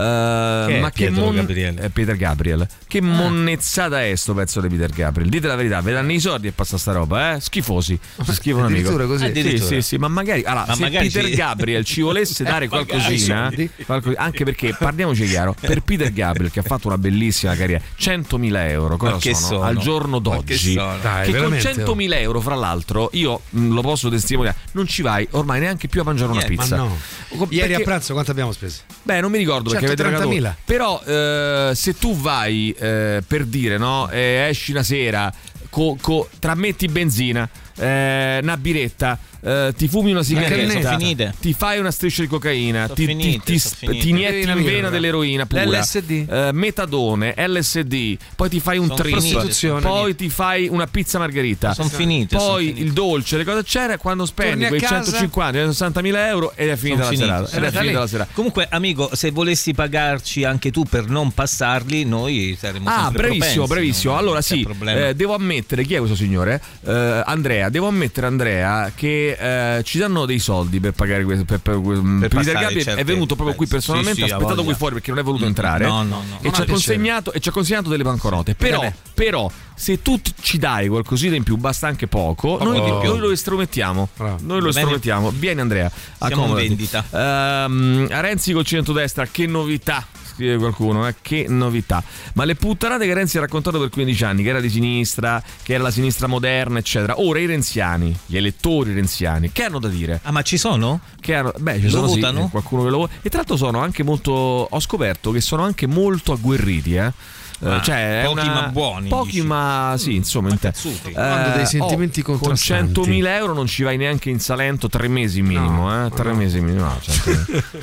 S16: Chi è
S3: ma che
S16: Pietro
S3: mon-
S16: Gabriele? Ah.
S3: eh, Peter Gabriel che monnezzata è sto pezzo di Peter Gabriel dite la verità ve danno i soldi e passa sta roba eh? schifosi si schifa un amico
S4: Addirittura così?
S3: Sì,
S4: Addirittura.
S3: sì, sì, ma magari, allora,
S4: Ma
S3: se
S4: magari
S3: Peter
S4: ci-
S3: Gabriel ci volesse dare
S4: Magari.
S3: qualcosina,
S4: Sì.
S3: qualco- anche perché parliamoci chiaro, per Peter Gabriel che ha fatto una bellissima carriera, 100.000 euro, cosa
S16: Ma che
S3: sono,
S16: sono?
S3: al giorno
S16: Ma che
S3: d'oggi?
S16: sono? Dai,
S3: che con
S16: veramente, oh.
S3: 100.000 euro, fra l'altro, io mh, lo posso testimoniare, non ci vai ormai neanche più a mangiare
S16: Eh,
S3: una
S4: Niente.
S3: pizza.
S4: Ma no.
S3: Co-
S4: Ieri
S3: perché-
S4: a pranzo quanto abbiamo speso?
S3: Beh, non mi ricordo perché avete pagato.
S16: Certo,
S4: 130.000.
S3: Però eh, se tu vai eh, per dire, no? eh, esci una sera, co- co- trametti benzina, eh, una biretta, eh, ti fumi una sigaretta,
S16: sono finite.
S3: ti fai una striscia di cocaina,
S16: Sono
S3: ti, ti-
S16: finite,
S3: ti,
S16: sono
S3: sp-
S16: finite.
S3: ti inietti in
S16: Eroina
S3: vena
S16: pura.
S3: dell'eroina pura,
S16: LSD.
S3: eh, metadone, LSD, poi ti fai un
S16: Sono
S3: trip,
S16: finite, sono
S3: poi ti fai una pizza margherita,
S16: Sono finite, sono
S3: poi
S16: finite.
S3: il dolce, le cose c'era, quando
S16: Esatto.
S3: spendi
S16: Torni a
S3: quei
S16: casa-
S3: 150, 60.000 euro ed è finita
S16: Sono
S3: la
S16: finiti.
S3: serata. Ed è
S16: Serata
S3: finita
S16: lì.
S3: la serata.
S16: Comunque, amico, se volessi pagarci anche tu per non passarli, noi saremmo
S3: Ah,
S16: sempre
S3: bravissimo,
S16: propensi,
S3: bravissimo.
S16: non-
S3: Allora
S16: non c'è
S3: sì,
S16: problema.
S3: eh, devo ammettere, chi è questo signore? Eh, Andrea, devo ammettere Andrea che eh, ci danno dei soldi per pagare questo. Per, mm, per, Peter
S16: passare
S3: Gabriel
S16: certe- Eh,
S3: è venuto proprio qui
S16: Sì,
S3: personalmente,
S16: sì,
S3: ha
S16: ha
S3: aspettato
S16: voglia. Mm,
S3: qui fuori perché non è voluto entrare
S16: No, no, no.
S3: E, ci ha
S16: No, no,
S3: consegnato, e ci ha consegnato delle banconote. Però,
S16: Vabbè.
S3: però, se tu t- ci dai qualcosina in più, basta anche poco, noi,
S16: di più.
S3: noi lo estromettiamo. Noi lo
S16: Bene.
S3: estromettiamo. Vieni Andrea,
S16: in
S3: accomodati.
S16: vendita.
S3: Ehm, Renzi col centrodestra, che novità! Scrive qualcuno, eh, che novità. Ma le puttanate che Renzi ha raccontato per 15 anni, che era di sinistra, che era la sinistra moderna, eccetera. Ora i renziani, gli elettori renziani, che hanno da dire?
S16: Ah, ma ci sono?
S3: Che hanno, beh, ci
S16: Lo
S3: sono sì, eh,
S16: votano?
S3: qualcuno che lo vota. E tra l'altro sono anche molto. Ho scoperto che sono anche molto agguerriti, eh. Eh,
S16: Ah,
S3: cioè, è
S16: pochi
S3: una-
S16: ma buoni, Mm,
S3: Pochi ma sì, insomma, in te. Eh, oh,
S4: Quando dei sentimenti
S3: con
S4: contrastanti.
S3: 100.000 euro non ci vai neanche in Salento tre mesi minimo, eh? Tre mesi minimo. no,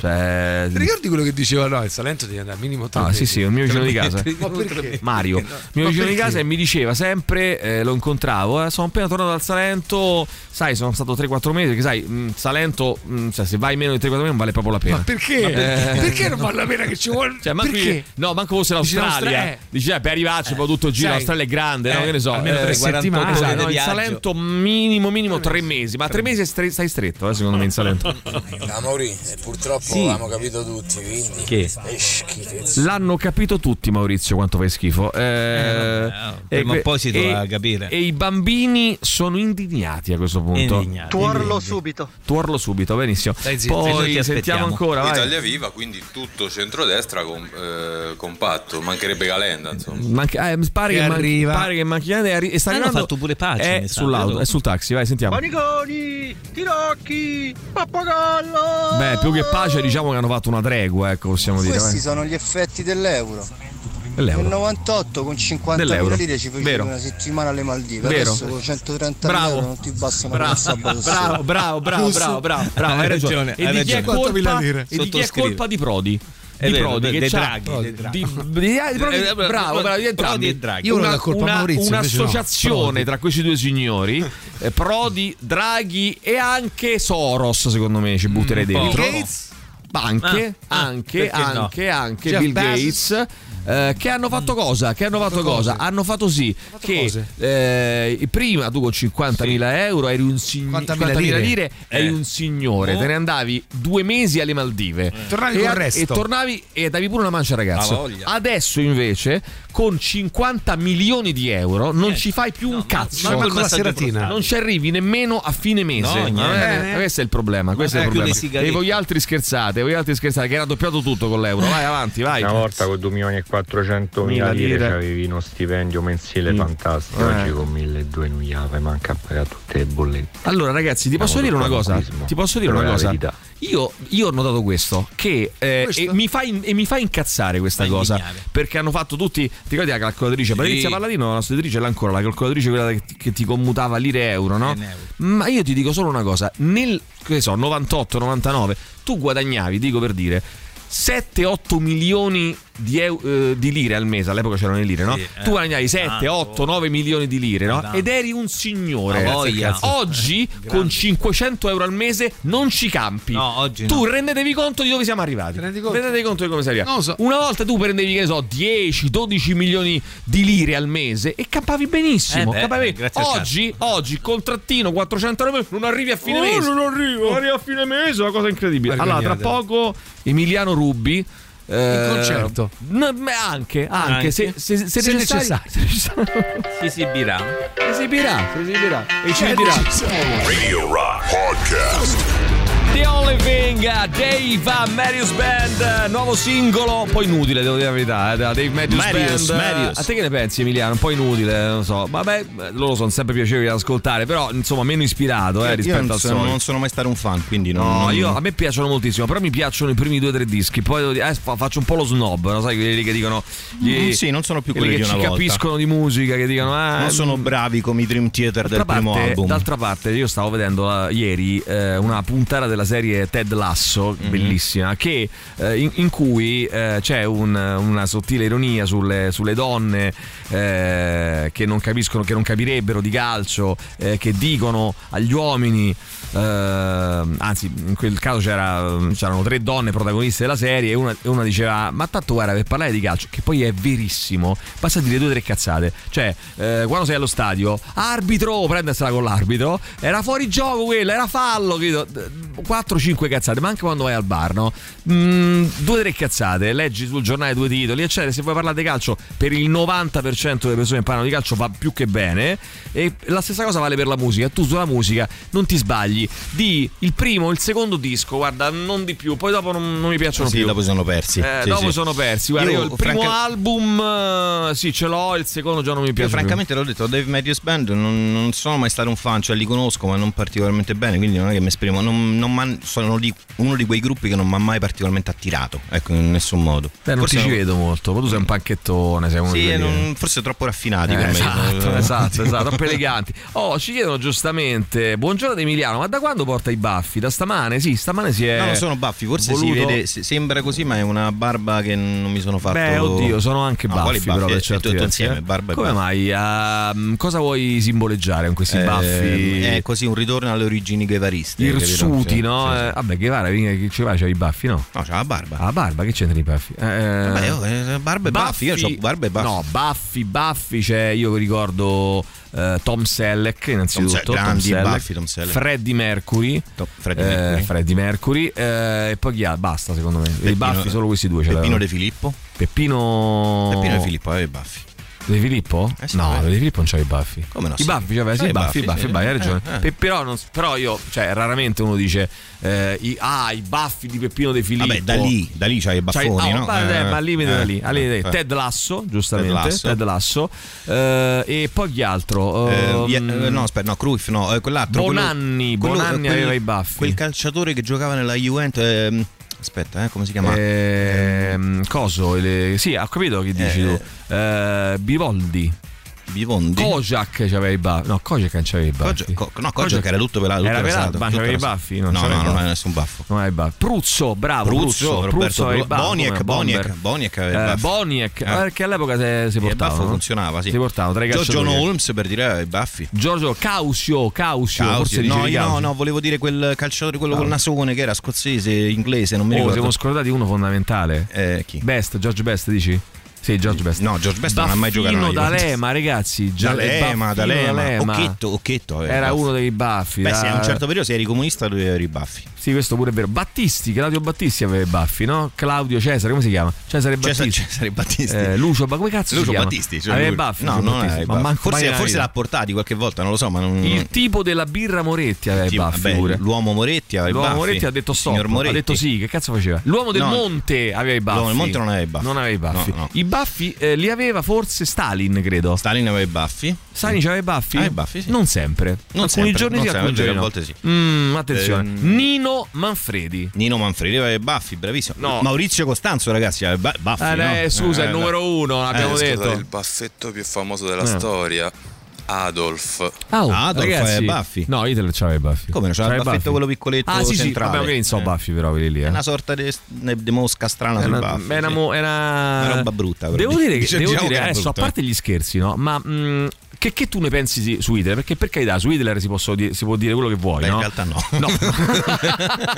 S3: cioè, cioè,
S4: Ti ricordi quello che diceva? No, il Salento devi andare minimo tre
S3: Ah,
S4: mesi.
S3: sì, sì, il mio vicino di casa.
S4: Ma perché?
S3: Mario, il mio
S4: Ma
S3: vicino di
S4: perché?
S3: casa e mi diceva sempre, eh, lo incontravo, eh, sono appena tornato dal Salento, sai, sono stato 3-4 mesi, che sai, mh, Salento, mh, cioè, se vai meno di 3-4 mesi non vale proprio la pena.
S4: Ma perché?
S3: Eh,
S4: perché non vale la pena che ci vuole?
S3: Cioè, manco
S4: perché?
S3: no, manco fosse
S4: Dici
S3: l'Australia.
S4: l'Austra- eh.
S3: Dice, eh, per arrivarci, poi tutto il giro.
S4: Sai,
S3: L'Australia è grande, no?
S4: eh,
S3: Che ne so.
S4: almeno
S3: eh,
S4: tre
S3: 48
S4: settimane
S3: esatto,
S4: di
S3: no, in
S4: viaggio.
S3: Salento, minimo, minimo tre mesi. Ma tre mesi stai stai stretto, eh, secondo me, in Salento.
S9: Amori, purtroppo abbiamo capito tutti, quindi
S3: Che?
S9: è schifezza.
S3: L'hanno capito tutti, Maurizio, quanto fai schifo. Eh,
S16: prima o
S3: que-
S16: poi si doveva capire.
S3: E i bambini sono indignati a questo punto.
S16: Indignati.
S9: Tuorlo subito.
S3: Tuorlo subito, benissimo. Poi sentiamo ancora. vai.
S21: Italia Viva, quindi tutto centrodestra com- eh, compatto, mancherebbe Calenda. vicenda, insomma.
S3: Manca- eh, pare,
S21: Che
S3: che man-
S21: arriva.
S3: pare che Manchiane arri- e sta
S21: Hanno
S3: arrivando.
S21: fatto pure pace,
S3: È
S21: mi sa,
S3: sull'auto,
S21: credo.
S3: è sul taxi, vai, sentiamo.
S17: Paniconi, Tirocchi, Pappagallo.
S3: Beh, più che pace, diciamo che hanno fatto una tregua, ecco, possiamo dire.
S11: Questi
S3: vai.
S11: sono gli effetti dell'euro.
S3: Dell'euro.
S11: Nel 98 con 50
S3: Dell'euro.
S11: lire ci feci
S3: Vero.
S11: una settimana alle Maldive,
S3: Vero.
S11: adesso con 130
S3: Bravo.
S11: euro non ti bastano per
S3: Bravo,
S11: un sabato
S3: bravo, bravo, bravo, bravo, bravo, bravo, hai ragione. E di chi è colpa, e di, chi è colpa di Prodi?
S16: È
S3: di
S16: vero,
S3: Prodi
S16: dei-
S3: che
S16: dei
S3: c'ha-
S16: Draghi, dei Draghi.
S3: di- di- di- di- Prodi-
S16: Eh,
S3: bravo, bravo, di entrambi.
S16: Prodi e Draghi.
S4: Io non
S3: Una-
S4: la colpa
S3: una-
S4: Maurizio, invece no.
S3: Un'associazione
S4: Prodi.
S3: tra questi due signori, eh, Prodi, Draghi e anche Soros, secondo me, ci
S4: Mm.
S3: butterei
S16: Bill
S3: dentro.
S16: Gates?
S3: Ma Anche,
S16: Ah, ah,
S3: anche,
S16: perché no?
S3: anche, anche
S16: Jeff
S3: Bill
S16: Bezos?
S3: Gates. eh, che hanno fatto cosa? Che hanno fatto, cosa? Hanno fatto sì che eh, prima tu con 50.000 euro eri un signore lire,
S4: 50.000 lire.
S3: eri
S4: Eh.
S3: un signore,
S4: Oh.
S3: te ne andavi due mesi alle Maldive
S4: Tornavi
S3: e,
S4: col
S3: a-
S4: resto.
S3: e tornavi e davi pure una mancia al
S4: Ha
S3: ragazzo.
S4: voglia.
S3: Adesso invece con 50 milioni di euro non ci fai più un cazzo.
S4: manco la seratina.
S3: Non ci arrivi nemmeno a fine mese.
S16: No,
S3: Eh,
S16: niente.
S3: questo è il problema, questo è il
S16: più le
S3: problema.
S16: sigarette.
S3: E voi altri scherzate, voi altri scherzate che era doppiato tutto con l'euro. Vai avanti, vai.
S13: Una volta cioè, con 2 milioni e 400 mila
S3: Mila
S13: lire
S3: lire.
S13: avevi uno stipendio mensile fantastico.
S3: Eh.
S13: Oggi con 1200 non gli avevi manca a pagare tutte le bollette.
S3: Allora, ragazzi, ti posso
S13: Siamo
S3: dire una
S13: sul
S3: cosa?
S13: parossismo.
S3: Ti posso dire
S13: Però
S3: una
S13: è la
S3: cosa?
S13: verità.
S3: Io, io ho notato questo, che eh, E, mi fa in- e mi fa incazzare questa cosa. Perché hanno fatto tutti. Ti ricordi la calcolatrice?
S16: Sì.
S3: Patrizia Palladino, la studiatrice l'ha ancora, la calcolatrice quella che ti, che ti commutava lire-euro, no? Ma io ti dico solo una cosa: nel che so, 98-99, tu guadagnavi, dico per dire. 7-8 milioni di, eu- eh, di lire al mese, all'epoca c'erano le lire, no?
S16: Sì, eh.
S3: tu guadagnavi 7,
S16: Tanto.
S3: 8, 9 milioni di lire, no?
S16: Tanto.
S3: Ed eri un signore.
S16: Ma voglia.
S3: Oggi con 500 euro al mese non ci campi.
S16: No, oggi
S3: tu
S16: no.
S3: rendetevi conto di dove siamo arrivati.
S4: conto?
S3: Rendetevi conto di come sei arrivati.
S4: Non lo so.
S3: Una volta tu prendevi, che ne so, 10, 12 milioni di lire al mese e campavi benissimo.
S16: Eh beh,
S3: campavi-
S16: eh, grazie al
S3: oggi, oggi, contrattino 400 euro, non arrivi a fine
S16: Oh,
S3: mese.
S16: non arrivo.
S3: Non arrivi a fine mese, è una cosa incredibile. Allora, tra
S16: Vergognate.
S3: poco Emiliano Rubbi. eh,
S16: concerto.
S3: no, ma anche, anche,
S16: Anche.
S3: se, se, se
S16: Se
S3: necessario,
S16: necessario.
S3: se necessario.
S16: Si esibirà.
S3: Esibirà, si esibirà e ci dirà.
S2: Radio Rock Podcast.
S3: The Only Thing, Dave Marius Band, nuovo singolo, un po' inutile devo dire la verità, eh, da Dave Marius,
S16: Marius,
S3: Band.
S16: Marius.
S3: A te che ne pensi Emiliano? Un po' inutile, eh, non lo so, vabbè, loro sono sempre piacevoli da ascoltare, però insomma meno ispirato eh, rispetto
S12: io non
S3: al
S12: sono,
S3: solito.
S12: non sono mai stato un fan, quindi non-
S3: No,
S12: non-
S3: io, a me piacciono moltissimo, però mi piacciono i primi due o tre dischi. Poi devo dire, eh, fa- faccio un po' lo snob, no? sai, quelli lì che dicono. gli-
S12: Mm, sì, non sono più quelli
S3: che
S12: di
S3: ci
S12: una volta.
S3: capiscono di musica, che dicono. Ah,
S12: non sono
S3: mm,
S12: bravi come i Dream Theater del
S3: D'altra
S12: primo
S3: parte-
S12: album.
S3: D'altra parte, io stavo vedendo la- ieri eh, una puntata della serie Ted Lasso,
S12: Mhm.
S3: bellissima, che, eh, in, in cui eh, c'è un- una sottile ironia sulle, sulle donne eh, che non capiscono, che non capirebbero di calcio, eh, che dicono agli uomini. eh, anzi, in quel caso c'era- c'erano tre donne protagoniste della serie e una, e una diceva: Ma tanto guarda, per parlare di calcio, che poi è verissimo, basta dire due o tre cazzate. Cioè, eh, quando sei allo stadio, arbitro, prendersela con l'arbitro, era fuori gioco quella, era fallo, capito? 4-5 cazzate, ma anche quando vai al bar, no? Mm, due o tre cazzate, leggi sul giornale due titoli, eccetera. Se vuoi parlare di calcio, per il 90% delle persone che parlano di calcio va più che bene. E la stessa cosa vale per la musica. Tu sulla musica non ti sbagli. Di il primo, il secondo disco, guarda, non di più. Poi dopo non, non mi piacciono
S12: Sì,
S3: più.
S12: dopo sono persi.
S3: Eh,
S12: Sì,
S3: dopo
S12: sì.
S3: sono persi. Guarda, io,
S12: Io,
S3: il primo
S12: franca-
S3: album, eh, sì, ce l'ho, il secondo già non mi
S12: Io
S3: piace. più.
S12: francamente l'ho detto, Dave Matthews Band non, non sono mai stato un fan, cioè li conosco ma non particolarmente bene, quindi non è che mi esprimo, non- non m'han- sono di- uno di quei gruppi che non mi ha mai particolarmente attirato, ecco, in nessun modo.
S3: Beh, Eh, non
S12: Forse
S3: ti ci
S12: non-
S3: vedo molto, ma tu sei un panchettone, sei uno di
S12: Sì,
S3: quelli che-
S12: non- forse troppo raffinati
S3: Eh,
S12: per me.
S3: esatto,
S12: Eh,
S3: esatto,
S12: sì.
S3: esatto, troppo eleganti. Oh, ci chiedono giustamente, buongiorno ad Emiliano, ma da quando porta i baffi? Da stamane? Sì, stamane si è...
S12: No, non sono baffi, forse si
S3: Eh. voluto-
S12: vede, se- sembra così, ma è una barba che non mi sono fatto.
S3: Beh, oddio, sono anche
S12: No,
S3: baffi,
S12: quali
S3: però
S12: È
S3: per
S12: tutto
S3: certi versi,
S12: insieme,
S3: eh.
S12: barba e
S3: Come
S12: baffi.
S3: mai? Ehm, cosa vuoi simboleggiare con questi
S12: Eh,
S3: baffi?
S12: È così un ritorno alle origini guevariste.
S3: Irsuti,
S12: capito? Sì,
S3: no?
S12: sì, sì.
S3: Eh, Vabbè, Guevara, vieni, che ci vai? C'hai i baffi, no? Ah,
S12: No, c'ha la barba.
S3: La barba, che c'entrano i baffi? Eh,
S12: Vabbè, oh, eh, barba e baffi, io ho barba e baffi.
S3: No, baffi, baffi, c'è, io ricordo eh, Tom Selleck innanzitutto,
S12: Tom Selleck, grandi
S3: Selleck,
S12: baffi, Tom Selleck.
S3: Freddie Mercury,
S12: Freddie
S3: eh,
S12: Mercury.
S3: Freddie Mercury, eh, e poi chi ha? Basta secondo me, i baffi solo questi due. ce
S12: Peppino
S3: l'avevano.
S12: De Filippo.
S3: Peppino...
S12: Peppino De Filippo aveva i baffi.
S3: De Filippo? no, De Filippo non c'ha i baffi.
S12: Come no?
S3: I
S12: Sì.
S3: baffi, cioè, beh, sì,
S12: Ah,
S3: i baffi, i baffi,
S12: sì.
S3: vai, hai ragione.
S12: Eh, eh.
S3: Pe- Però, non- però io, cioè, raramente uno dice, eh, i- ah, i baffi di Peppino De Filippo.
S12: Vabbè, da lì, da lì c'hai
S3: Cioè,
S12: i baffoni,
S3: ah,
S12: no?
S3: ma, eh,
S12: Eh,
S3: ma al limite
S12: eh,
S3: da lì, al limite da lì.
S12: eh.
S3: Ted Lasso, giustamente,
S12: Ted
S3: Ted
S12: Lasso.
S3: Lasso, Eh, e poi chi altro?
S12: Eh,
S3: Ehm,
S12: via- eh, no, aspetta, no, Cruyff, no, eh, quell'altro. quello- eh,
S3: Bonanni, Bonanni aveva i baffi.
S12: Quel calciatore che giocava nella Juventus. ehm, aspetta, eh, come si chiama?
S3: Ehm, coso? le- sì, ho capito che dici tu. Eh, Bivoldi.
S12: Bivondi.
S3: Kojak c'aveva i baffi. No, Kojak non c'aveva i baffi.
S12: Kojak- no, Kojak era tutto pelato, tutto
S3: Era
S12: rasato,
S3: pelato, ma
S12: tutto
S3: c'aveva i
S12: rasato.
S3: baffi.
S12: No,
S3: c'aveva
S12: no,
S3: i
S12: non
S3: baffi.
S12: ha nessun baffo.
S3: Non aveva i baffi. Pruzzo, bravo.
S12: Pruzzo,
S3: Pruzzo,
S12: Roberto
S3: Pruzzo aveva i
S12: Bru-
S3: baffi,
S12: Boniek,
S3: come
S12: Boniek,
S3: Bomber.
S12: Boniek aveva i
S3: Eh,
S12: baffi.
S3: Boniek,
S12: Eh.
S3: perché all'epoca se- si
S12: Il
S3: portava.
S12: baffo
S3: no?
S12: funzionava, sì.
S3: Si portavano tra i
S12: Giorgio
S3: calciatori.
S12: Holmes per dire eh, i baffi.
S3: Giorgio Causio, Causio,
S12: Causio,
S3: forse
S12: no,
S3: dicevi
S12: io no,
S3: Causio.
S12: no, volevo dire quel calciatore, quello
S3: Ah.
S12: col nasone che era scozzese, inglese, non mi
S3: Oh,
S12: ricordo. Eh,
S3: siamo scordati uno fondamentale.
S12: chi?
S3: Best, George Best, dici? Sì, George Best.
S12: No, George Best non ha mai giocato
S3: Baffino
S12: nella Juventus.
S3: D'Alema, ragazzi. Gio-
S12: D'Alema,
S3: Baffino
S12: D'Alema, Oh,
S3: D'Alema.
S12: Occhetto, Occhetto eh, aveva i
S3: Era
S12: baffi.
S3: uno dei baffi.
S12: Beh,
S3: da-
S12: sì, a un certo periodo se eri comunista dovevi avere i baffi.
S3: Sì, questo pure è vero. Battisti, Claudio Battisti aveva i baffi, no? Claudio Cesare, come si chiama? Cesare
S12: Cesare-
S3: Battisti.
S12: Cioè, Cesare Battisti.
S3: Eh, Lucio, ma come cazzo
S12: Lucio
S3: si chiama?
S12: Battisti, cioè
S3: aveva i
S12: lui-
S3: baffi.
S12: No,
S3: Lucio
S12: non
S3: Battisti,
S12: aveva i
S3: ma
S12: baffi.
S3: manco mai
S12: forse,
S3: nella
S12: forse
S3: vita.
S12: l'ha portati qualche volta, non lo so, ma non
S3: Il tipo della birra Moretti aveva i
S12: Sì,
S3: baffi
S12: vabbè,
S3: pure.
S12: L'uomo Moretti aveva i
S3: L'uomo
S12: baffi.
S3: Moretti ha detto
S12: Il
S3: stop,
S12: signor
S3: ha
S12: Moretti.
S3: detto sì, che cazzo faceva? L'uomo del
S12: No.
S3: Monte aveva i baffi.
S12: L'uomo del Monte non aveva i baffi.
S3: Non aveva i baffi.
S12: No, no.
S3: I baffi eh, li aveva forse Stalin, credo.
S12: Stalin aveva i baffi.
S3: Stalin aveva i baffi?
S12: Aveva Ah, i baffi, sì.
S3: Non sempre.
S12: Non
S3: alcuni
S12: sempre,
S3: giorni
S12: non
S3: sì,
S12: sempre,
S3: alcuni
S12: è vero,
S3: giorni no.
S12: a volte sì.
S3: Mm, attenzione.
S12: Ehm,
S3: Nino Manfredi.
S12: Nino Manfredi aveva i baffi, bravissimo.
S3: No.
S12: Maurizio Costanzo, ragazzi, aveva i ba- baffi.
S3: Eh,
S12: no?
S3: eh, scusa,
S12: Eh,
S3: il
S12: eh,
S3: numero uno, l'abbiamo
S12: scusa,
S3: detto.
S12: il-
S21: Il baffetto più famoso della
S3: Eh.
S21: storia, Adolf.
S3: Ah, oh,
S12: Adolf
S3: ragazzi.
S12: aveva i baffi.
S3: No, Hitler c'aveva i baffi.
S12: Come no? C'aveva il
S3: i
S12: baffetto
S3: baffi.
S12: quello piccoletto
S3: Ah, sì, sì,
S12: centrale.
S3: vabbè, che non so
S12: Eh.
S3: baffi però quelli lì.
S12: È
S3: eh.
S12: una sorta di, di mosca strana
S3: È
S12: sul
S3: una-
S12: baffo.
S3: è una
S12: sì.
S3: Eh, mo- è una-
S12: Una roba brutta. però.
S3: Devo dire, che,
S12: Diciamo
S3: devo
S12: che
S3: dire
S12: era
S3: adesso, a
S12: brutta,
S3: parte gli scherzi, no? Ma mh, che, che tu ne pensi di- su Hitler? Perché per carità, su Hitler si, possono dire- si può dire quello che vuoi,
S12: Beh,
S3: no?
S12: in realtà no.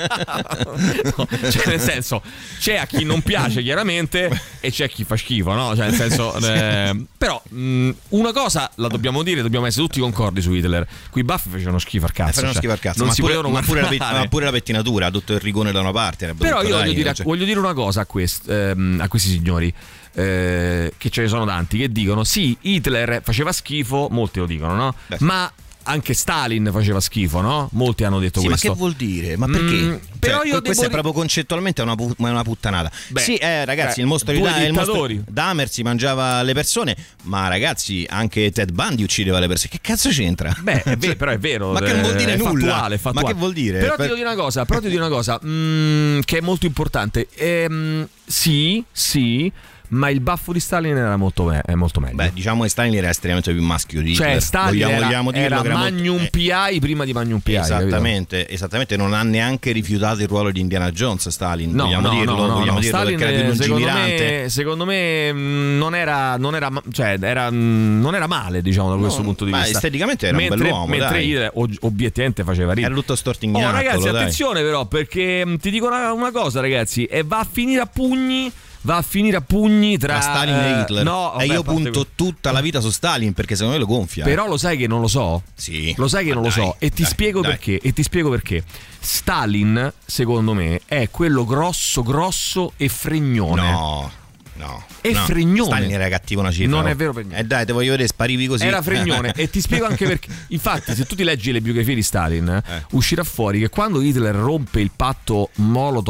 S3: No, Cioè, nel senso, c'è a chi non piace, chiaramente, e c'è a chi fa schifo, no? Cioè, nel senso,
S12: Sì.
S3: eh, però, mh, una cosa la dobbiamo dire, dobbiamo essere tutti concordi su Hitler. Qui Buff facevano schifo al
S12: Eh,
S3: cazzo.
S12: facevano
S3: cioè,
S12: schifo al cazzo,
S3: Non
S12: ma,
S3: si
S12: pure,
S3: potevano
S12: ma pure la pe-
S3: guardare.
S12: ma pure la pettinatura, tutto il rigore da una parte. era
S3: Però
S12: brutto,
S3: io
S12: dai,
S3: voglio dire,
S12: cioè.
S3: voglio dire una cosa a, quest- ehm, a questi signori, eh, che ce ne sono tanti, che dicono sì, Hitler faceva schifo, molti lo dicono, no? Ma anche Stalin faceva schifo, no? Molti hanno detto
S12: Sì, ma
S3: questo.
S12: che vuol dire? Ma perché?
S3: Mm,
S12: Cioè,
S3: però
S12: que-
S3: io
S12: questa
S3: devo
S12: è proprio concettualmente una, pu- ma è una puttanata.
S3: Beh,
S12: sì, eh, ragazzi,
S3: beh,
S12: il mostro di
S3: due
S12: Da- il mostro-
S3: dittatori.
S12: Dahmer si mangiava le persone, ma ragazzi, anche Ted Bundy uccideva le persone. Che cazzo c'entra?
S3: Beh, è ve- però è vero.
S12: Cioè, ma che non vuol
S3: eh,
S12: dire
S3: è
S12: nulla.
S3: fattuale, è fattuale.
S12: Ma che vuol dire?
S3: Però ti
S12: Per-
S3: devo dire una cosa, però ti dico una cosa mm, che è molto importante. Ehm, sì, sì, ma il baffo di Stalin era molto, me- è molto meglio.
S12: Beh, diciamo che Stalin era estremamente più maschio di
S3: cioè,
S12: Hitler.
S3: Stalin
S12: vogliamo,
S3: era,
S12: vogliamo dirlo
S3: era
S12: che era molto-
S3: Magnum
S12: eh,
S3: PI prima di Magnum PI. capito?
S12: Esattamente, esattamente, non ha neanche rifiutato il ruolo di Indiana Jones Stalin,
S3: No,
S12: vogliamo
S3: no,
S12: dirlo,
S3: no, no,
S12: vogliamo
S3: no.
S12: dirlo
S3: Stalin,
S12: perché era più
S3: secondo
S12: lungimirante.
S3: me, secondo me, mh, non era, non era, cioè, era, mh, non era male, diciamo, da questo punto di
S12: ma
S3: vista.
S12: esteticamente era un
S3: mentre,
S12: bell'uomo,
S3: Mentre
S12: dai.
S3: Hitler, og- obiettivamente faceva ridere.
S12: Era tutto
S3: Oh,
S12: stortignato.
S3: ragazzi,
S12: dai.
S3: attenzione, però, perché mh, ti dico una, una cosa, ragazzi, e va a finire a pugni. Va a finire a pugni tra,
S12: Tra Stalin
S3: eh,
S12: e Hitler.
S3: No, vabbè,
S12: e
S3: a
S12: io
S3: parte
S12: punto tutta la vita su Stalin perché secondo me lo gonfia. eh.
S3: Però lo sai che non lo so?
S12: Sì.
S3: Lo sai che non lo so e ti
S12: dai,
S3: spiego
S12: dai.
S3: perché. E ti spiego perché. Stalin, secondo me, è quello grosso, grosso e fregnone.
S12: No. No.
S3: E
S12: no.
S3: fregnone.
S12: Stalin era cattivo una cifra.
S3: Non è
S12: no?
S3: vero per niente.
S12: Eh dai, te voglio vedere, sparivi così.
S3: Era fregnone e ti spiego anche perché. Infatti, se tu ti leggi le biografie di Stalin,
S12: Eh.
S3: uscirà fuori che quando Hitler rompe il patto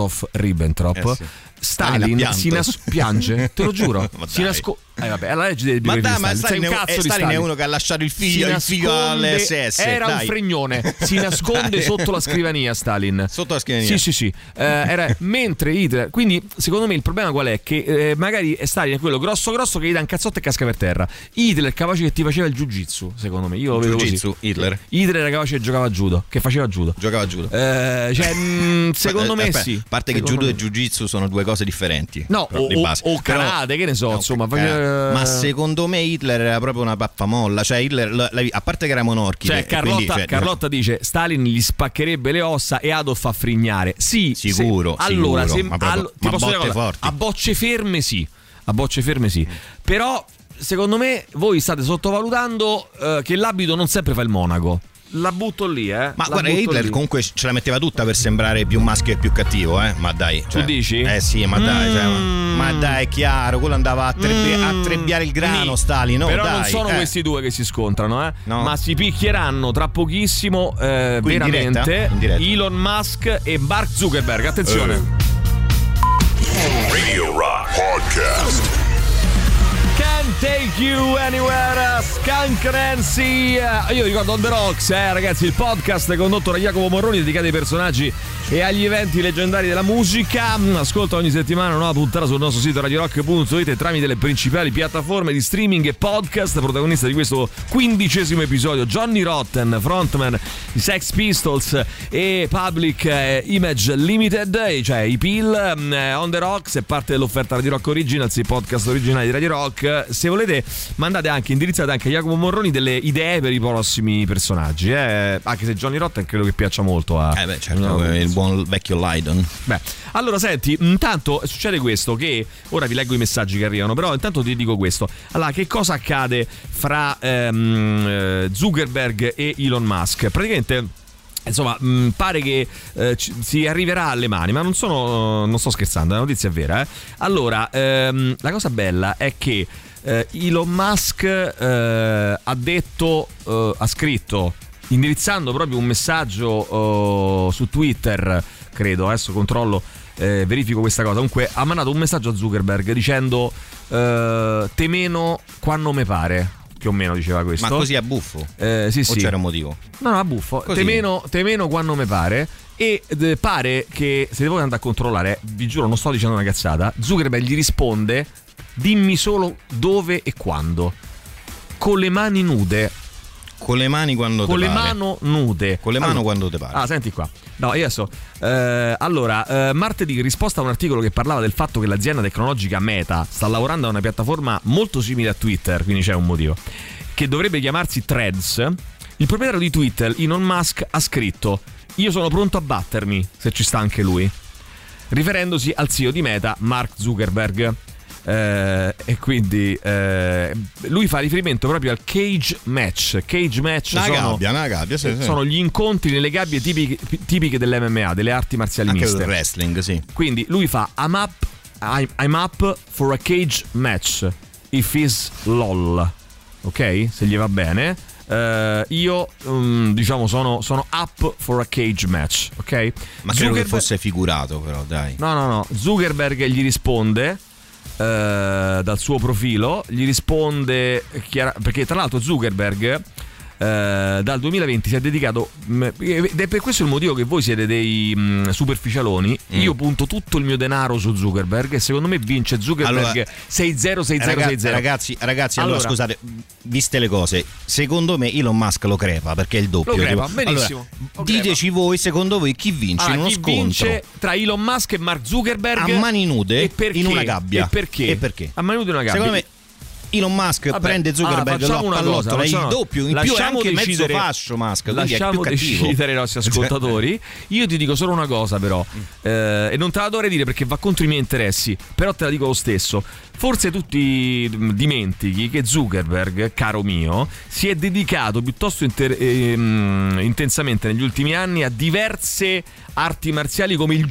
S3: Molotov-Ribbentrop,
S12: Eh sì. Stalin ha
S3: Stalin
S12: pianto.
S3: si nas- piaggio, te lo giuro.
S12: Ma
S3: si
S12: dai.
S3: nasco- eh, vabbè, alla legge delle
S12: Ma
S3: biografie
S12: dai,
S3: di
S12: ma
S3: Stalin,
S12: Stalin,
S3: sei un
S12: è,
S3: cazzo
S12: e
S3: di
S12: Stalin è
S3: Stalin.
S12: uno che ha lasciato il figlio,
S3: Si
S12: il figlio
S3: nasconde-
S12: all'SS.
S3: Era un
S12: dai.
S3: fregnone, si nasconde
S12: Dai.
S3: sotto la scrivania Stalin.
S12: Sotto la scrivania.
S3: Sì, sì, sì. Eh, era- mentre Hitler, quindi secondo me il problema qual è? Che eh, magari Stalin è quello grosso grosso che gli dà un cazzotto e casca per terra. Hitler è capace che ti faceva il jiu-jitsu, secondo me. Io lo vedo
S12: Jiu-jitsu,
S3: così.
S12: Hitler.
S3: Hitler era capace che giocava a judo, che faceva judo.
S12: Giocava a judo.
S3: Eh, cioè, mm, secondo
S12: Eh,
S3: me
S12: aspetta,
S3: sì.
S12: A parte che
S3: Secondo
S12: judo
S3: me.
S12: e jiu-jitsu sono due cose differenti.
S3: No,
S12: però,
S3: o,
S12: di
S3: o-
S12: base.
S3: o
S12: Però-
S3: karate, che ne so, insomma.
S12: Eh,
S3: faceva-
S12: Ma secondo me Hitler era proprio una pappamolla. Cioè, Hitler, la- la- a parte che era monorchico,
S3: Cioè, Carlotta,
S12: eh.
S3: Carlotta dice Stalin gli spaccherebbe le ossa e Adolf fa frignare. Sì, se-
S12: Sicuro,
S3: allora,
S12: sicuro,
S3: se-
S12: ma proprio-
S3: allo- ti
S12: ma
S3: posso dire
S12: botte
S3: una cosa?
S12: forti.
S3: a bocce ferme sì, a bocce ferme sì. Però secondo me voi state sottovalutando eh, che l'abito non sempre fa il monaco. La butto lì, eh.
S12: Ma
S3: La
S12: guarda,
S3: butto
S12: Hitler
S3: lì.
S12: comunque ce la metteva tutta per sembrare più maschio e più cattivo, eh? Ma dai. Cioè,
S3: Tu dici? Mm.
S12: Eh sì, ma dai. cioè, ma, ma dai, è chiaro. Quello andava a, trebbi- a trebbiare il grano, Stalin. No,
S3: Però
S12: dai.
S3: non sono
S12: eh.
S3: questi due che si scontrano, eh? ma si picchieranno tra pochissimo, eh,
S12: Qui in
S3: veramente,
S12: diretta? In diretta.
S3: Elon Musk e Mark Zuckerberg. Attenzione.
S12: Eh.
S2: Radio Rock Podcast.
S3: Can't take you anywhere, uh, Skunk Nancy. Eh, Io ricordo On The Rocks, eh, ragazzi, il podcast condotto da Jacopo Morroni dedicato ai personaggi e agli eventi leggendari della musica. Mm, Ascolta ogni settimana una nuova puntata sul nostro sito radiorock.it e tramite le principali piattaforme di streaming e podcast. Protagonista di questo quindicesimo episodio, Johnny Rotten, frontman di Sex Pistols e Public eh, Image Limited, eh, cioè i PIL, mm, eh, On The Rocks è parte dell'offerta Radio Rock Originals, il podcast originale di Radio Rock. Se volete mandate anche, indirizzate anche a Jacopo Morroni delle idee per i prossimi personaggi, eh. anche se Johnny Rotten credo che piaccia molto a...
S12: Eh beh, certo, il buon vecchio Lydon.
S3: Beh, allora senti, intanto succede questo che ora vi leggo i messaggi che arrivano, però intanto ti dico questo. Allora, che cosa accade fra ehm, eh, Zuckerberg e Elon Musk? Praticamente Insomma, mh, pare che eh, ci- si arriverà alle mani, ma non sono. Non sto scherzando, la notizia è vera. eh. Allora, ehm, la cosa bella è che eh, Elon Musk eh, ha detto, eh, ha scritto, indirizzando proprio un messaggio eh, su Twitter, credo, adesso controllo, eh, verifico questa cosa. Comunque, ha mandato un messaggio a Zuckerberg dicendo: eh, Te meno quando me pare. Più o meno diceva questo.
S12: Ma così a buffo?
S3: Eh, sì,
S12: o
S3: sì.
S12: c'era un motivo?
S3: No, no, a buffo.
S12: Così.
S3: Te meno, te meno quando mi pare. E eh, pare che, se devo andare a controllare, vi giuro, non sto dicendo una cazzata. Zuckerberg gli risponde: Dimmi solo dove e quando. Con le mani nude.
S12: Con le mani quando
S3: Con le
S12: te pare.
S3: mano nude.
S12: Con le mano
S3: Allora-
S12: quando te pare.
S3: Ah, senti qua. No, io adesso. eh, allora, eh, martedì, in risposta a un articolo che parlava del fatto che l'azienda tecnologica Meta sta lavorando a una piattaforma molto simile a Twitter, quindi c'è un motivo, che dovrebbe chiamarsi Threads. Il proprietario di Twitter, Elon Musk, ha scritto: Io sono pronto a battermi, se ci sta anche lui. Riferendosi al CEO di Meta, Mark Zuckerberg. Eh, e quindi eh, lui fa riferimento proprio al cage match. Cage match
S12: Una
S3: sono,
S12: gabbia, una gabbia, sì, sì.
S3: Cioè, sono gli incontri nelle gabbie tipiche, tipiche dell'MMA, delle arti marziali
S12: Anche
S3: miste.
S12: del wrestling, sì.
S3: Quindi lui fa I'm up, I'm, I'm up for a cage match. If is lol. Ok? Se gli va bene. Eh, io mm, diciamo sono, sono up for a cage match. Ok?
S12: Ma credo che
S3: Zuckerberg-
S12: fosse figurato, però, dai.
S3: No, no, no. Zuckerberg gli risponde. eh, dal suo profilo gli risponde chiara- perché tra l'altro Zuckerberg eh, dal 2020 si è dedicato mh, ed è per questo il motivo che voi siete dei mh, superficialoni
S12: Mm.
S3: io punto tutto il mio denaro su Zuckerberg e secondo me vince Zuckerberg
S12: Allora,
S3: 606060
S12: Raga- Ragazzi, ragazzi, allora, scusate, viste le cose, secondo me Elon Musk lo crepa perché è il doppio.
S3: Lo crepa,
S12: tipo-
S3: benissimo.
S12: Allora, diteci voi, secondo voi, chi vince
S3: Ah,
S12: in uno
S3: chi
S12: scontro?
S3: vince tra Elon Musk e Mark Zuckerberg
S12: a mani nude
S3: E perché?
S12: in una gabbia.
S3: E perché?
S12: E perché?
S3: A mani nude in una gabbia.
S12: Secondo me Elon Musk
S3: Vabbè,
S12: prende Zuckerberg
S3: ah,
S12: lo
S3: facciamo una cosa,
S12: appallottola, è il
S3: facciamo-
S12: doppio, in più è
S3: lasciamo
S12: anche mezzo
S3: decidere-
S12: fascio Musk, quindi è più
S3: Lasciamo
S12: cattivo.
S3: decidere i nostri ascoltatori. Io ti dico solo una cosa però,
S12: Mm.
S3: eh, e non te la dovrei dire perché va contro i miei interessi, però te la dico lo stesso. Forse tu ti mh, dimentichi che Zuckerberg, caro mio, si è dedicato piuttosto inter- ehm, intensamente negli ultimi anni a diverse arti marziali come il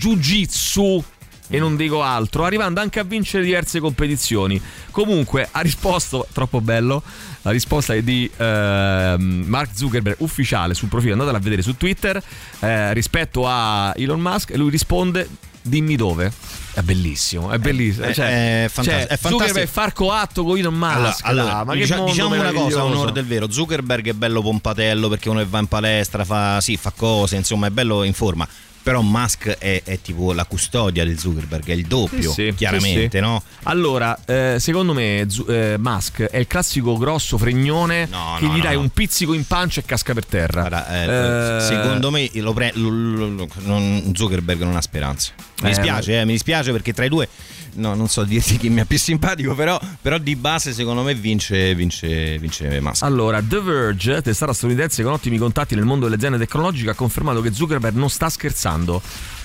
S3: Jiu-Jitsu e non dico altro, arrivando anche a vincere diverse competizioni. Comunque ha risposto, troppo bello, la risposta è di ehm, Mark Zuckerberg ufficiale sul profilo, andatela a vedere su Twitter, eh, rispetto a Elon Musk e lui risponde dimmi dove. È bellissimo, è bellissimo.
S12: è-
S3: cioè,
S12: Eh, è fantastico,
S3: cioè,
S12: è fantastico.
S3: Zuckerberg far coatto con Elon Musk.
S12: Allora, allora,
S3: là, ma che
S12: dicia-
S3: mondo
S12: diciamo una cosa, a
S3: meraviglioso.
S12: onore del vero, Zuckerberg è bello pompatello perché uno che va in palestra, fa, sì, fa cose, insomma è bello in forma, però Musk è, è tipo la custodia del Zuckerberg, è il doppio,
S3: Sì, sì,
S12: chiaramente,
S3: sì, sì.
S12: no?
S3: Allora, eh, secondo me Zu- eh, Musk è il classico grosso fregnone che
S12: no,
S3: gli
S12: no,
S3: dai
S12: no.
S3: un pizzico in pancia e casca per terra.
S12: Eh,
S3: Eh,
S12: Secondo me lo pre- lo- lo- lo- non- Zuckerberg non ha speranza. Mi
S3: Eh,
S12: dispiace, eh, mi dispiace perché tra i due, no, non so dirti chi mi è più simpatico, però, però di base secondo me vince, vince, vince Musk.
S3: Allora, The Verge, testata statunitense con ottimi contatti nel mondo delle aziende tecnologiche, ha confermato che Zuckerberg non sta scherzando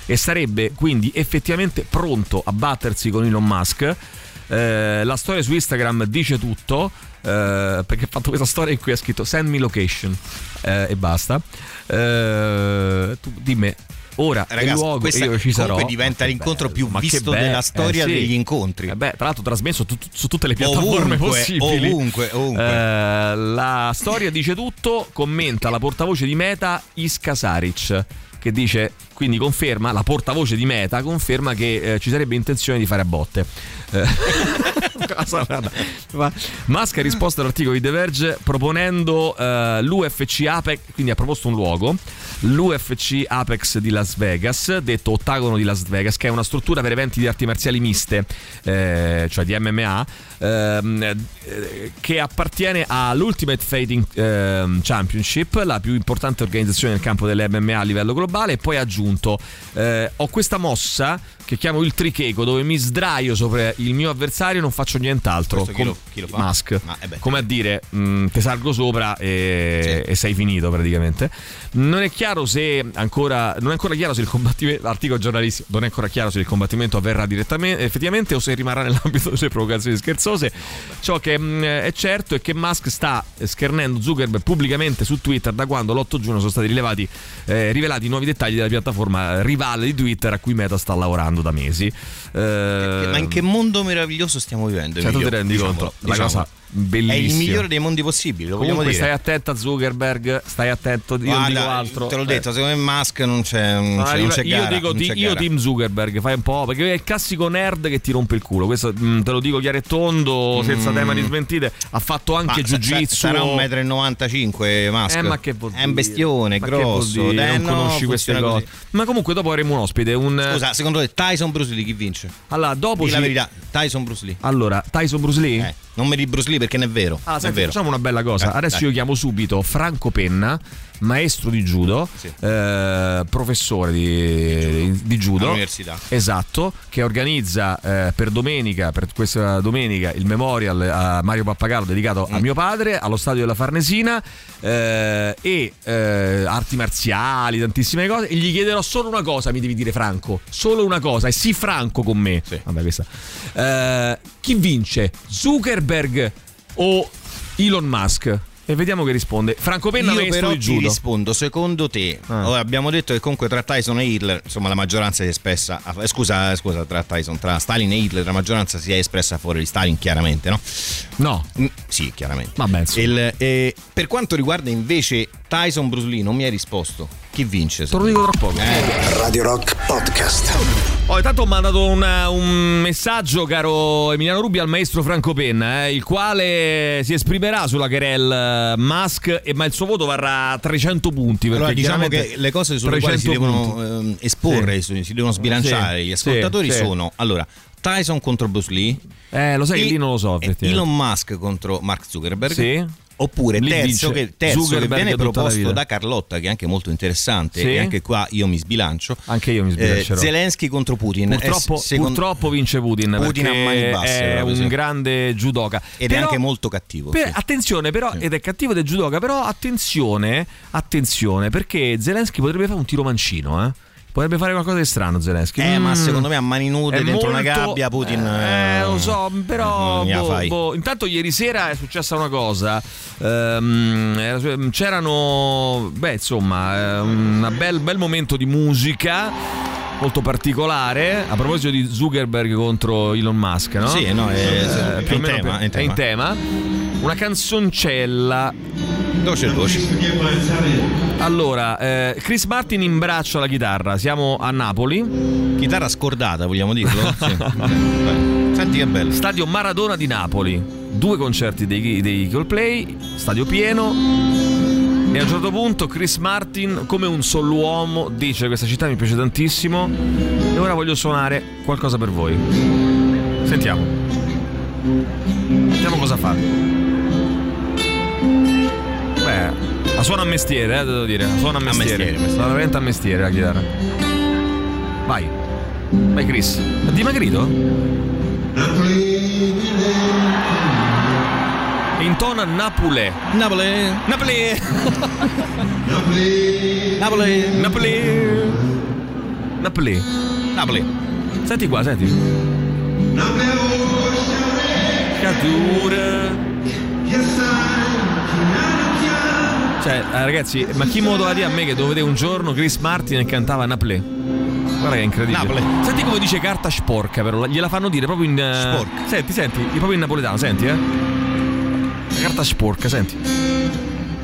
S3: e sarebbe quindi effettivamente pronto a battersi con Elon Musk. Eh, la storia su Instagram dice tutto. eh, perché ha fatto questa storia in cui ha scritto send me location eh, e basta. Eh, tu dimmi ora e
S12: Ragazzi,
S3: luogo e
S12: questa
S3: io ci sarò.
S12: comunque diventa l'incontro più
S3: ma che
S12: visto
S3: bello.
S12: della storia
S3: Eh, sì.
S12: degli incontri.
S3: Eh beh, tra l'altro trasmesso tu- su tutte le piattaforme
S12: Ovunque,
S3: possibili.
S12: ovunque, ovunque.
S3: Eh, la storia dice tutto, commenta la portavoce di Meta Iska Saric che dice quindi conferma la portavoce di Meta conferma che eh, ci sarebbe intenzione di fare a botte. Eh, cosa rara. Ma- Musk ha risposto all'articolo di The Verge proponendo eh, l'UFC Apex, quindi ha proposto un luogo, l'UFC Apex di Las Vegas, detto Ottagono di Las Vegas, che è una struttura per eventi di arti marziali miste, eh, cioè di MMA, ehm, eh, che appartiene all'Ultimate Fighting ehm, Championship, la più importante organizzazione nel campo delle MMA a livello globale, e poi ha aggiunto, eh, ho questa mossa che chiamo il tricheco, dove mi sdraio sopra il mio avversario e non faccio nient'altro.
S12: Questo chi lo- chi lo fa?
S3: Musk.
S12: Ma, eh beh.
S3: Come a dire, mh, te salgo sopra e, e sei finito praticamente. Non è chiaro se ancora, non è ancora chiaro se il combattimento, l'articolo giornalistico, non è ancora chiaro se il combattimento avverrà direttamente, effettivamente, o se rimarrà nell'ambito delle provocazioni scherzose. Ciò che mh, è certo è che Musk sta schernendo Zuckerberg pubblicamente su Twitter da quando l'8 giugno sono stati rilevati, eh, rivelati i nuovi dettagli della piattaforma eh, rivale di Twitter a cui Meta sta lavorando da mesi.
S12: Ma in che mondo meraviglioso stiamo vivendo?
S3: Eh. Cioè, tu
S12: Emilio?
S3: ti rendi
S12: Diciamolo,
S3: conto, la
S12: diciamolo.
S3: cosa bellissima.
S12: diciamo, È il migliore dei mondi possibili, lo vogliamo
S3: Comunque
S12: dire.
S3: stai attento a Zuckerberg, stai attento, io non dico
S12: Guarda,
S3: altro.
S12: Te l'ho
S3: Eh.
S12: detto, secondo me Musk non c'è, non
S3: No,
S12: c'è,
S3: arriva-
S12: non c'è
S3: io
S12: gara,
S3: dico
S12: non
S3: ti-
S12: c'è
S3: io
S12: gara.
S3: team Zuckerberg, fai un po', perché è il classico nerd che ti rompe il culo. Questo mm, te lo dico chiaro e tondo, senza
S12: Mm.
S3: tema di smentite. Ha fatto
S12: Ma
S3: anche
S12: sa-
S3: jiu-jitsu.
S12: sa- Sarà 1,95 m Musk.
S3: Eh, ma che vuol
S12: È un bestione,
S3: Ma che vuol
S12: grosso.
S3: dire?
S12: dai,
S3: non
S12: no,
S3: conosci queste
S12: funziona
S3: cose. Eh.
S12: così.
S3: Ma comunque dopo avremo un ospite. Un...
S12: Scusa, secondo te Tyson Bruce Lee chi vince?
S3: Allora, dopo
S12: Dì la
S3: ci-
S12: verità, Tyson Bruce Lee.
S3: Allora, Tyson Bruce Lee?
S12: Eh, non mi di Bruce Lee perché non è vero.
S3: Ah,
S12: non
S3: senti,
S12: è vero.
S3: facciamo una bella cosa.
S12: Eh,
S3: Adesso
S12: dai.
S3: io chiamo subito Franco Penna, maestro di judo, eh, professore di, di judo.
S12: All'università.
S3: Esatto, che organizza eh, per domenica, per questa domenica, il memorial a Mario Pappagallo dedicato
S12: Mm.
S3: a mio padre, allo stadio della Farnesina eh, e eh, arti marziali, tantissime cose. E gli chiederò solo una cosa, mi devi dire Franco, solo una cosa, e sii franco con me. Vabbè, questa. Eh, chi vince? Zuckerberg o Elon Musk? E vediamo che risponde. Franco Penna,
S12: Io
S3: maestro
S12: però
S3: di
S12: ti
S3: judo. Ah.
S12: rispondo, secondo te, allora, abbiamo detto che comunque tra Tyson e Hitler, insomma la maggioranza si è espressa, a- eh, scusa, eh, scusa, tra Tyson, tra Stalin e Hitler la maggioranza si è espressa fuori di Stalin chiaramente, no?
S3: No.
S12: Mm, sì, chiaramente.
S3: Vabbè, insomma.
S12: Il- eh, per quanto riguarda invece Tyson Bruce Lee, non mi hai risposto. Chi vince? Te
S3: lo dico tra poco.
S1: Radio Rock Podcast.
S3: Oh, intanto ho mandato una- un messaggio, caro Emiliano Rubi, al maestro Franco Penna, eh, il quale si esprimerà sulla querel eh, Musk, e- ma il suo voto varrà 300 punti. Perché
S12: Allora, diciamo
S3: chiaramente
S12: che le cose sulle quali si
S3: 300
S12: devono
S3: punti.
S12: ehm, esporre,
S3: Sì.
S12: su- si devono sbilanciare
S3: Sì,
S12: gli ascoltatori
S3: sì, sì.
S12: sono allora Tyson contro Bruce Lee,
S3: Eh, lo sai che
S12: E-
S3: lì non lo so.
S12: eh,
S3: effettivamente.
S12: Elon Musk contro Mark Zuckerberg.
S3: Sì.
S12: Oppure
S3: Lì
S12: terzo,
S3: vince
S12: che, terzo che
S3: Zuckerberg
S12: viene
S3: tutta la
S12: proposto
S3: vita.
S12: da Carlotta, che è anche molto interessante,
S3: Sì.
S12: e anche qua io mi sbilancio. Eh,
S3: Anche io mi sbilancerò.
S12: Zelensky contro Putin.
S3: Purtroppo,
S12: Eh, secondo-
S3: purtroppo vince Putin.
S12: Putin a
S3: perché
S12: mani basse,
S3: È
S12: proprio, sì.
S3: un grande judoka.
S12: Ed è
S3: Però-
S12: anche molto cattivo.
S3: per-
S12: sì.
S3: Attenzione, però, ed è cattivo del judoka. Però attenzione, attenzione, perché Zelensky potrebbe fare un tiro mancino, eh. Potrebbe fare qualcosa di strano Zelensky.
S12: Eh, ma
S3: Mm.
S12: secondo me a mani nude
S3: È
S12: dentro una
S3: molto-
S12: gabbia Putin.
S3: Eh, lo so, però.
S12: non gliela
S3: boh,
S12: fai.
S3: boh. Intanto, ieri sera è successa una cosa. Ehm, era su- c'erano, beh, insomma, eh, un bel, bel momento di musica. Molto particolare a proposito di Zuckerberg contro Elon Musk, no? Eh,
S12: Sì, no, è- è
S3: più o
S12: in
S3: meno
S12: tema,
S3: per-
S12: è in
S3: è in tema. Una canzoncella.
S12: Dolce
S3: Allora, eh, Chris Martin in braccio alla chitarra. Siamo a Napoli.
S12: Chitarra scordata, vogliamo dirlo? Sì. Beh, Senti che bello.
S3: Stadio Maradona di Napoli. Due concerti dei, dei Coldplay, stadio pieno. E a un certo punto Chris Martin, come un solo uomo, dice questa città mi piace tantissimo e ora voglio suonare qualcosa per voi. Sentiamo. Sentiamo cosa fa. Beh, la suona a mestiere, eh, devo dire. La suona a mestiere.
S12: mestiere, mestiere.
S3: Suona veramente a mestiere la chitarra. Vai. Vai Chris. È dimagrito? Intona Napule.
S12: Napoli. Napoli. Napoli.
S3: Napoli. Napoli.
S12: Napoli.
S3: Senti qua, senti.
S17: Napoli.
S3: spaccatura. Cioè, eh, ragazzi, ma chi modo la dia a me che dovevo vedere un giorno Chris Martin e cantava Naplé? Guarda che è incredibile.
S12: Naplé.
S3: Senti come dice carta sporca, però gliela fanno dire proprio in. eh,
S12: Sporca.
S3: Senti, senti, proprio in napoletano, senti, eh. Carta sporca, senti.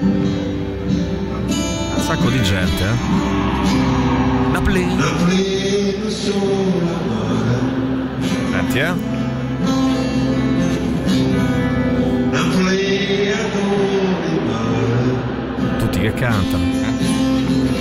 S3: Un sacco di gente, eh. Naplé. Senti, eh. Tutti che cantano.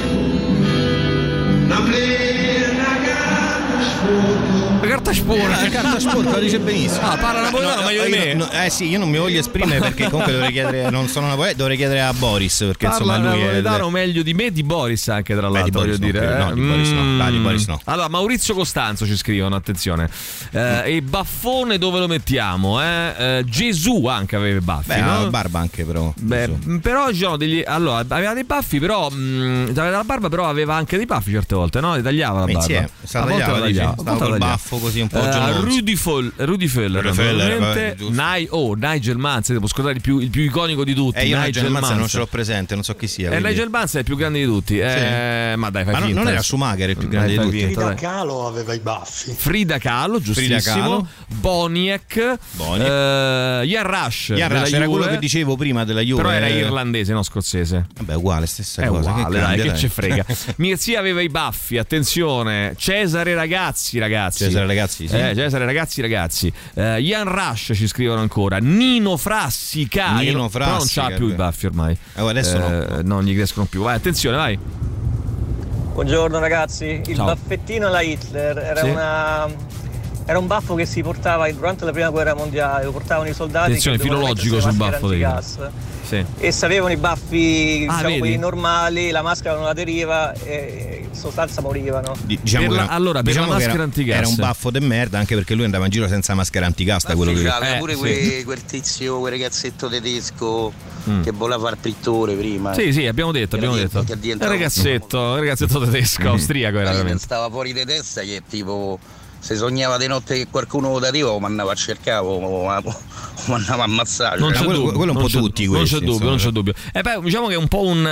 S3: La carta sporca.
S12: La carta sporca, lo dice benissimo.
S3: Ah, parla napoletano meglio di me.
S12: no, eh sì, io non mi voglio esprimere perché comunque dovrei chiedere, non sono una poeta, dovrei chiedere a Boris perché
S3: Parla
S12: insomma lui è...
S3: napoletano meglio di me, di Boris anche tra l'altro,
S12: Boris
S3: voglio
S12: no,
S3: dire. eh. Mm.
S12: credo, no, di Boris no, dai, di Boris no.
S3: Allora, Maurizio Costanzo ci scrivono, attenzione. Eh, e baffone dove lo mettiamo? eh? Eh, Gesù anche aveva i baffi,
S12: Beh, ah,
S3: no?
S12: ha barba anche però.
S3: Beh, mh, però ci sono degli. Allora, aveva dei baffi, però. mh, aveva la barba, però aveva anche dei baffi certe volte, no? Li tagliava la barba.
S12: Insieme, se la
S3: A volte
S12: tagliava,
S3: la
S12: dici?
S3: tagliava, a
S12: Stava
S3: volte la
S12: col
S3: tagliava.
S12: baffo così un po'
S3: Eh,
S12: geloso.
S3: Rudy, Foll- Rudy Feller,
S12: Rudy Feller,
S3: naturalmente.
S12: eh, giusto.
S3: Ni- oh, Nigel Mans, devo scordare il più, il più iconico di tutti.
S12: E Eh, io
S3: Nigel
S12: Nigel Manza
S3: Mansell.
S12: non ce l'ho presente, non so chi sia.
S3: Eh,
S12: quindi-
S3: Nigel Mans è il più grande di tutti. Eh, Ma dai, fai
S12: Ma no-
S3: finta
S12: non era
S3: adesso.
S12: Schumacher il più
S3: Dai,
S12: grande di
S3: fai
S12: tutti.
S3: finta, dai.
S11: Calo aveva i baffi.
S3: Frida Kahlo, giustissimo.
S12: Kahlo.
S3: Boniek.
S12: Boniek.
S3: eh, Ian Rush.
S12: Ian Rush,
S3: della
S12: era quello
S3: Juve.
S12: che dicevo prima della Juve.
S3: Però era irlandese, no scozzese.
S12: Vabbè, uguale, stessa
S3: È
S12: cosa.
S3: uguale,
S12: grande,
S3: dai, che ci frega. Mia zia aveva i baffi, attenzione. Cesare Ragazzi, ragazzi.
S12: Cesare Ragazzi, sì.
S3: Eh, Cesare Ragazzi, ragazzi. Eh, Ian Rush ci scrivono ancora. Nino Frassica. che
S12: Nino
S3: non- Però non
S12: Frassica,
S3: c'ha più i
S12: beh.
S3: baffi ormai.
S12: Eh, adesso
S3: no. Non gli crescono più. Vai, attenzione, vai.
S14: Buongiorno ragazzi, il
S3: Ciao.
S14: baffettino alla Hitler era,
S3: Sì.
S14: una- era un baffo che si portava durante la prima guerra mondiale, lo portavano i soldati
S3: Attenzione,
S14: che dovevano
S3: filologico
S14: mettersi
S3: sul
S14: la
S3: baffo.
S14: maschera
S3: dei-
S14: antigas.
S3: Sì.
S6: Diciamo
S14: E sapevano i baffi
S3: Ah,
S14: diciamo,
S3: vedi?
S14: quelli normali, la maschera non aderiva e in sostanza morivano.
S12: Di- Diciamo
S3: Per
S12: che
S3: la-
S12: era,
S3: allora, per
S12: diciamo
S3: la
S12: che era-
S3: maschera antigas.
S12: Era un baffo de merda, anche perché lui andava in giro senza maschera antigas. Da quello che
S9: C'aveva pure
S12: Eh,
S9: que-
S12: sì.
S9: quel tizio, quel ragazzhetto tedesco
S3: Mm.
S9: che voleva fare pittore prima.
S3: Sì, sì, abbiamo detto, abbiamo detto.
S9: che
S3: Il
S9: diventava-
S3: ragazzetto, il ragazzetto tedesco, austriaco era
S9: Poi
S3: veramente.
S9: Stava fuori di testa che tipo se sognava di notte che qualcuno lo dariva lo mandava a cercare, lo lo- lo mandava a ammazzare.
S3: Non
S9: Cioè,
S3: c'è
S9: quello-
S3: dubbio,
S9: quello è un
S3: non
S9: po'
S3: c'è-
S9: tutti
S3: non
S9: questi,
S3: c'è dubbio, non c'è
S9: insomma.
S3: dubbio. Eh beh, diciamo che è un po' un,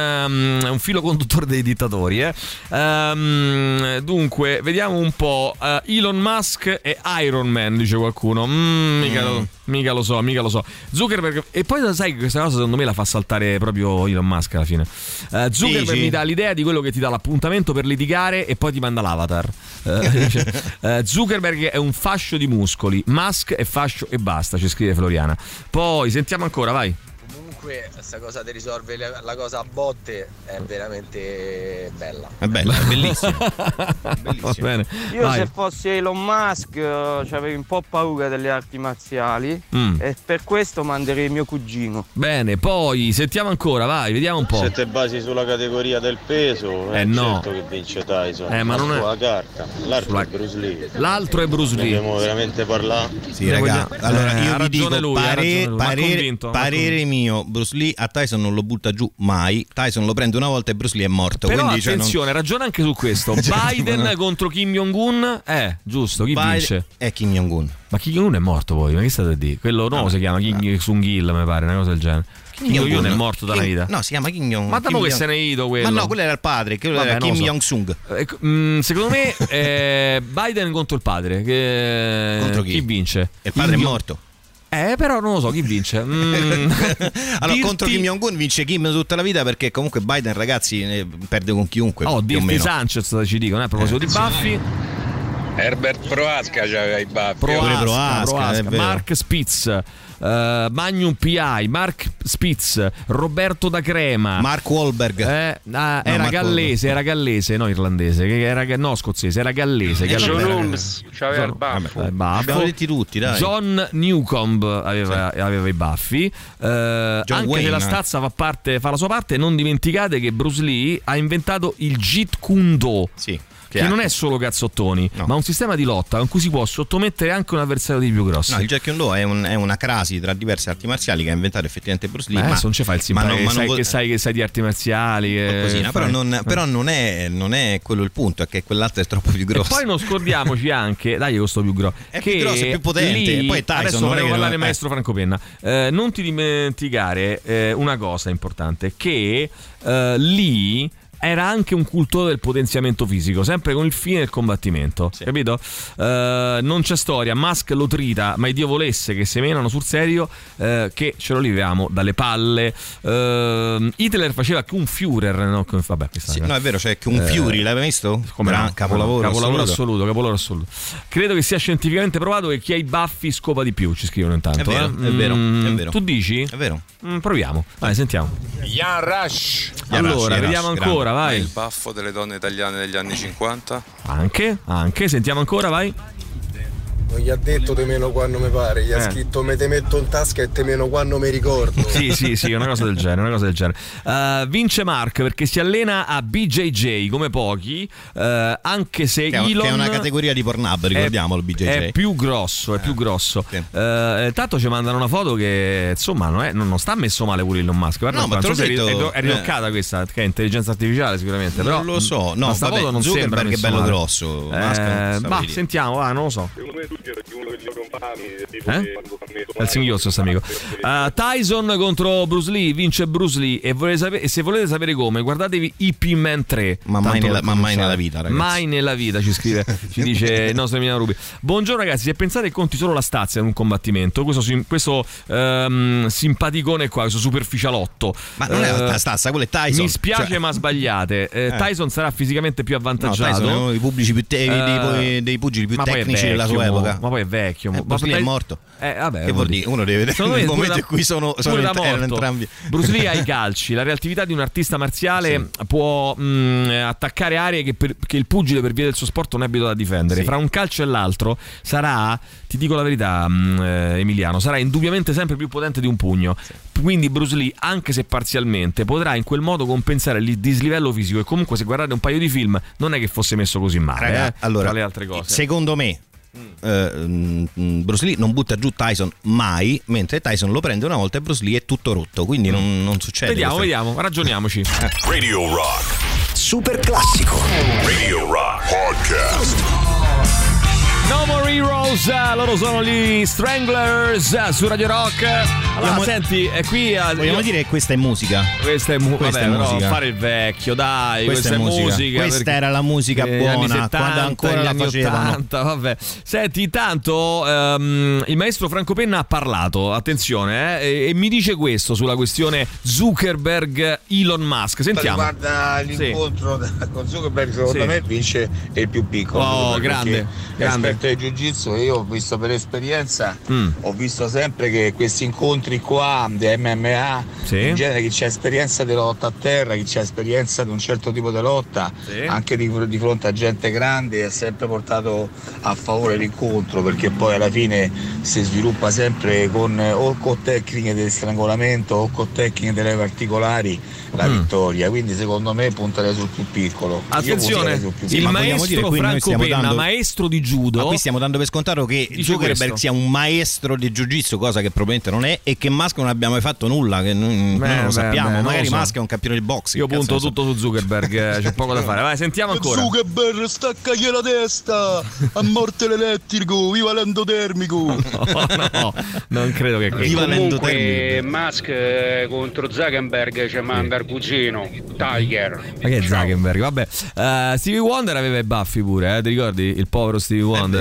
S3: um, un filo conduttore dei dittatori. eh. Ehm, dunque, vediamo un po'. Eh, Elon Musk e Iron Man, dice qualcuno. Mm, mica, Lo, mica lo so, mica lo so. Zuckerberg. E poi lo sai che questa cosa secondo me la fa saltare proprio Elon Musk alla fine. Eh, Zuckerberg
S12: Dici?
S3: mi dà l'idea di quello che ti dà l'appuntamento per litigare e poi ti manda l'avatar. Eh, dice, eh, Zuckerberg è un fascio di muscoli, Musk è fascio e basta, ci scrive Floriana. Poi sentiamo ancora, vai.
S15: Comunque questa cosa di risolvere la- la cosa a botte è veramente bella.
S12: È bello, è bellissimo.
S3: Va bene.
S18: Io
S3: Vai.
S18: se fossi Elon Musk eh, ci avevo un po' paura delle arti marziali
S3: Mm.
S18: e per questo manderei mio cugino.
S3: Bene, poi sentiamo ancora, vai, vediamo un po'.
S19: Se te basi sulla categoria del peso,
S3: Eh,
S19: è
S3: no.
S19: certo che vince Tyson.
S3: Eh, ma non è-
S19: Sulla carta, l'altro è Bruce Lee.
S3: L'altro è Bruce Lee.
S19: Dobbiamo veramente parlare?
S12: Sì, raga, allora
S19: Eh,
S12: io
S19: ha
S12: vi
S19: ragione
S12: dico
S19: lui, ha
S12: pare-
S19: ragione lui, ma
S12: parere,
S19: convinto, ma
S12: parere mio, Bruce Lee a Tyson non lo butta giù mai, Tyson lo prende una volta e Bruce Lee è morto.
S3: Però
S12: quindi, cioè, non-
S3: attenzione, ragiona anche su questo.
S12: Cioè,
S3: Biden
S12: ma no.
S3: contro Kim Jong-un, eh, giusto, chi
S12: Biden-
S3: vince?
S12: È Kim Jong-un.
S3: Ma Kim Jong-un è morto poi, ma che state a dire?
S12: Ah,
S3: Quello nuovo si chiama Kim Jong-il, mi pare, una cosa del genere. Kim Jong-un è morto dalla
S12: Kim-
S3: vita.
S12: No, si chiama Kim Jong.
S3: Ma da
S12: Kim
S3: mo' che
S12: Jong-
S3: se n'è ido quello.
S12: Ma no, quello era il padre, quello
S3: Vabbè,
S12: era
S3: non lo
S12: Kim
S3: so.
S12: Jong Sung.
S3: Ecco, mm, secondo me eh, Biden contro il padre. Che,
S12: Contro chi?
S3: vince?
S12: Il padre è
S3: Kim-
S12: morto.
S3: Eh, però non lo so chi vince. Mm.
S12: Allora,
S3: Dirti-
S12: contro Kim Jong-un vince Kim tutta la vita perché comunque Biden, ragazzi, ne- perde con chiunque.
S3: Oh,
S12: più o
S3: Dirty
S12: meno.
S3: Sanchez ci dicono, eh, a proposito di Baffi.
S9: Herbert Proasca aveva i baffi.
S3: Proasca,
S12: Proasca,
S3: Proasca,
S12: eh, è vero.
S3: Mark Spitz, eh, Magnum PI, Mark Spitz, Roberto da Crema,
S12: Mark Wahlberg.
S3: Eh, ah,
S12: No,
S3: era
S12: Mark
S3: gallese, era gallese, no irlandese, che era, ga- no scozzese, era gallese.
S12: Eh, John
S3: gallese.
S12: Holmes,
S18: c'aveva il
S12: baffo.
S3: Eh, baffo.
S12: Abbiamo detti tutti, dai.
S3: John Newcomb aveva, aveva i baffi. Eh, anche
S12: Wayne.
S3: se la stazza fa, parte- fa la sua parte, non dimenticate che Bruce Lee ha inventato il Jeet Kune Do. Che,
S12: anche-
S3: non è solo cazzottoni, ma un sistema di lotta con cui si può sottomettere anche un avversario di più grosso.
S12: No, il Jack and Law è, un- è una crasi sintesi tra diverse arti marziali che ha inventato effettivamente Bruce Lee.
S3: Ma
S12: ma
S3: adesso Eh, non ci fai il
S12: ma
S3: simpatico.
S12: non-
S3: che
S12: ma non
S3: sai,
S12: vo-
S3: che sai che sai di arti marziali. che
S12: Cosina, però,
S3: fai- Eh.
S12: non, però non è, non è quello il punto, è che quell'altro è troppo più
S3: E
S12: grosso.
S3: poi non scordiamoci anche, dai, io sto più grosso.
S12: È più grosso, è più potente,
S3: Lì,
S12: poi è Tyson,
S3: adesso
S12: non è
S3: volevo
S12: che-
S3: parlare,
S12: eh.
S3: maestro Franco Penna. Eh, non ti dimenticare eh, una cosa importante: che eh, lì. Era anche un cultore del potenziamento fisico, sempre con il fine del combattimento, capito? Eh, non c'è storia, Musk lo trita, ma il Dio volesse che semenano sul serio eh, che ce lo leviamo dalle palle. Eh, Hitler faceva che un Führer, no? Come- Vabbè, questa-
S12: Sì, no, è vero, c'è che un Fury, l'avete visto?
S3: eh, come
S12: Bra-
S3: no,
S12: capolavoro,
S3: capolavoro assoluto.
S12: assoluto.
S3: capolavoro assoluto. Credo che sia scientificamente provato che chi ha i baffi scopa di più, ci scrivono intanto.
S12: È vero,
S3: eh.
S12: è vero,
S3: Mm,
S12: è vero.
S3: Tu dici?
S12: È vero.
S3: Mm, proviamo, vai, sentiamo.
S2: Jan Rush.
S3: Jan Allora, Rush, Jan vediamo Rush, ancora, grande. vai.
S2: Il baffo delle donne italiane degli anni 50.
S3: Anche, anche, sentiamo ancora, vai.
S6: Non gli ha detto te meno quando mi pare, gli ha
S3: Eh.
S6: scritto me te metto in tasca e te meno quando mi ricordo.
S3: Sì, sì, sì, una cosa del genere, una cosa del genere. Eh, vince Mark perché si allena a BJJ come pochi, eh, anche se
S12: Che è- che
S3: Elon
S12: è una categoria di Pornhub, ricordiamolo, il BJJ.
S3: È più grosso, è più grosso. Eh, tanto ci mandano una foto che insomma non, è- non- non sta messo male pure Elon Musk. Guarda
S12: No,
S3: qua,
S12: ma te
S3: non
S12: l'ho
S3: so se è ri-
S12: detto,
S3: è, ritoccata questa, che è intelligenza artificiale sicuramente, però
S12: Non lo so, no,
S3: ma sta
S12: vabbè,
S3: foto non
S12: Zuckerberg
S3: sembra
S12: è
S3: messo
S12: bello
S3: male.
S12: grosso, Musk non
S3: Eh,
S12: sta
S3: ma
S12: vedere.
S3: sentiamo, ah, non lo so. Eh? È il singhiozzo sta amico. Eh, Tyson contro Bruce Lee, vince Bruce Lee e, volete sapere- e se volete sapere come, guardatevi IP Man 3.
S12: Ma mai
S3: Tanto
S12: nella-
S3: per
S12: ma mai
S3: cominciare.
S12: nella vita, ragazzi.
S3: Mai nella vita ci scrive, ci dice il nostro Emiliano Rubi. Buongiorno ragazzi, se pensate che conti solo la stazza in un combattimento, questo, sim- questo ehm, simpaticone qua, questo superficialotto.
S12: Ma non è
S3: eh,
S12: la stazza, quello è Tyson.
S3: Mi spiace
S12: Cioè-
S3: ma sbagliate. Eh,
S12: Eh.
S3: Tyson sarà fisicamente più avvantaggiato.
S12: No, Tyson è uno dei pubblici più te-
S3: Eh,
S12: dei- dei pugili più
S3: ma poi è
S12: tecnici della sua
S3: vecchio,
S12: epoca.
S3: mo- Ma poi è vecchio. mo-
S12: Eh,
S3: ma
S12: Bruce Lee è
S3: Tyson-
S12: morto.
S3: Eh, vabbè,
S12: Che vuol dire? Uno deve vedere
S3: Secondo
S12: il
S3: me pure
S12: momento
S3: da-
S12: in cui sono, sono
S3: pure da
S12: ent- erano
S3: morto.
S12: entrambi.
S3: Bruce Lee ha i calci, la relatività di un artista marziale può mh, attaccare aree che, per- che il pugile per via del suo sport non è abituato a difendere.
S12: Sì.
S3: Fra un calcio e l'altro sarà, ti dico la verità mh, eh, Emiliano, sarà indubbiamente sempre più potente di un pugno. Quindi Bruce Lee, anche se parzialmente, potrà in quel modo compensare il dislivello fisico e comunque se guardate un paio di film non è che fosse messo così male.
S12: Raga,
S3: eh,
S12: allora,
S3: tra le altre cose.
S12: Secondo me, eh, mm, mm, Bruce Lee non butta giù Tyson mai, mentre Tyson lo prende una volta e Bruce Lee è tutto rotto, quindi non, non succede.
S3: Vediamo,
S12: questo.
S3: vediamo, ragioniamoci.
S2: Radio Rock.
S1: Super classico.
S2: Radio Rock Podcast.
S3: No More Heroes, eh, loro sono gli Stranglers eh, su Radio Rock. Allora,
S12: Vogliamo-
S3: senti, è qui a.
S12: Vogliamo
S3: io-
S12: dire che questa è musica?
S3: Questa è, mu-
S12: Questa
S3: vabbè,
S12: è
S3: però
S12: musica.
S3: fare il vecchio, dai, questa,
S12: Questa è
S3: è
S12: musica.
S3: musica.
S12: Questa
S3: perché-
S12: era la musica
S3: Eh,
S12: buona,
S3: anni 70,
S12: quando ancora
S3: gli
S12: la
S3: anni
S12: facevano.
S3: 80, vabbè. Senti, tanto ehm, il maestro Franco Penna ha parlato, attenzione, eh, e, e mi dice questo sulla questione Zuckerberg Elon Musk. Sentiamo.
S8: Guarda l'incontro da- con Zuckerberg, secondo
S3: Sì.
S8: me vince il più piccolo.
S3: Oh,
S8: Zuckerberg,
S3: grande,
S8: perché È
S3: grande.
S8: esperto di Jiu-Jitsu e io ho visto per esperienza,
S3: Mm.
S8: ho visto sempre che questi incontri qua di MMA,
S3: Sì.
S8: in genere chi c'è esperienza di lotta a terra, chi c'è esperienza di un certo tipo di lotta,
S3: Sì.
S8: anche di, di fronte a gente grande, è sempre portato a favore l'incontro perché poi alla fine si sviluppa sempre con o con tecniche del strangolamento o con tecniche delle particolari la
S3: Mm.
S8: vittoria. Quindi secondo me punterei sul più piccolo. Io
S3: Attenzione,
S8: punterei sul più piccolo.
S3: il
S12: vogliamo dire,
S3: maestro
S12: qui noi
S3: Franco
S12: stiamo
S3: Penna,
S12: dando-
S3: maestro di judo.
S12: Ma qui stiamo dando per scontato che
S3: Dice
S12: Zuckerberg
S3: questo.
S12: sia un maestro di jiu-jitsu, cosa che probabilmente non è, e che Musk non abbia mai fatto nulla, che noi, noi non
S3: beh,
S12: lo sappiamo.
S3: beh, non
S12: Magari
S3: lo so.
S12: Musk è un campione di boxe.
S3: Io
S12: che cazzo
S3: punto
S12: ne so.
S3: tutto su Zuckerberg, eh, c'è poco da fare. Vai, sentiamo ancora.
S22: Zuckerberg, staccagli la testa! A morte l'elettrico, viva l'endotermico!
S3: no, non credo che
S23: Comunque Musk eh, contro Zuckerberg ci manda il cugino Tiger
S3: Ma che è Zuckerberg? Vabbè, Eh, Stevie Wonder aveva i baffi pure, eh, ti ricordi? Il povero Stevie Wonder.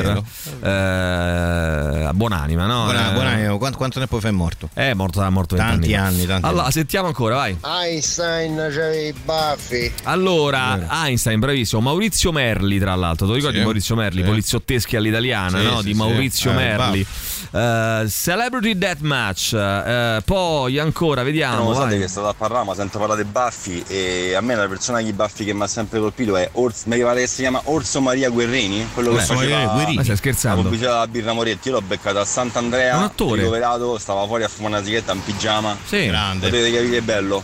S3: Eh, buonanima, no?
S12: Buona-
S3: Eh,
S12: buona- quanto, quanto tempo fa è morto?
S3: È morto, è morto
S12: Tanti
S3: vent'anni
S12: anni,
S3: fa.
S12: tanti
S3: allora,
S12: anni.
S3: sentiamo ancora, vai.
S10: Einstein c'aveva i baffi.
S3: Allora, Einstein, bravissimo. Maurizio Merli, tra l'altro, te lo ricordi
S10: Sì,
S3: Maurizio Merli,
S10: sì.
S3: poliziotteschi all'italiana,
S10: Sì,
S3: no?
S10: sì,
S3: di
S10: sì.
S3: Maurizio
S10: Eh,
S3: Merli. Eh, celebrity Deathmatch. eh, poi ancora, vediamo.
S23: Non lo
S3: vai.
S23: sapete che sto a parlare, ma sento parlare dei baffi e a me la persona che i baffi che mi ha sempre colpito è Orso, mi pare che si chiama Orso Maria Guerrini, quello che
S3: Beh,
S23: faceva
S3: Ma stai
S23: la
S3: scherzando?
S23: pubblicità della birra Moretti, io l'ho beccato a Sant'Andrea,
S3: È un attore.
S23: ricoverato, stava fuori a fumare una sigaretta in pigiama,
S3: Sì. Grande.
S23: potete capire che è bello.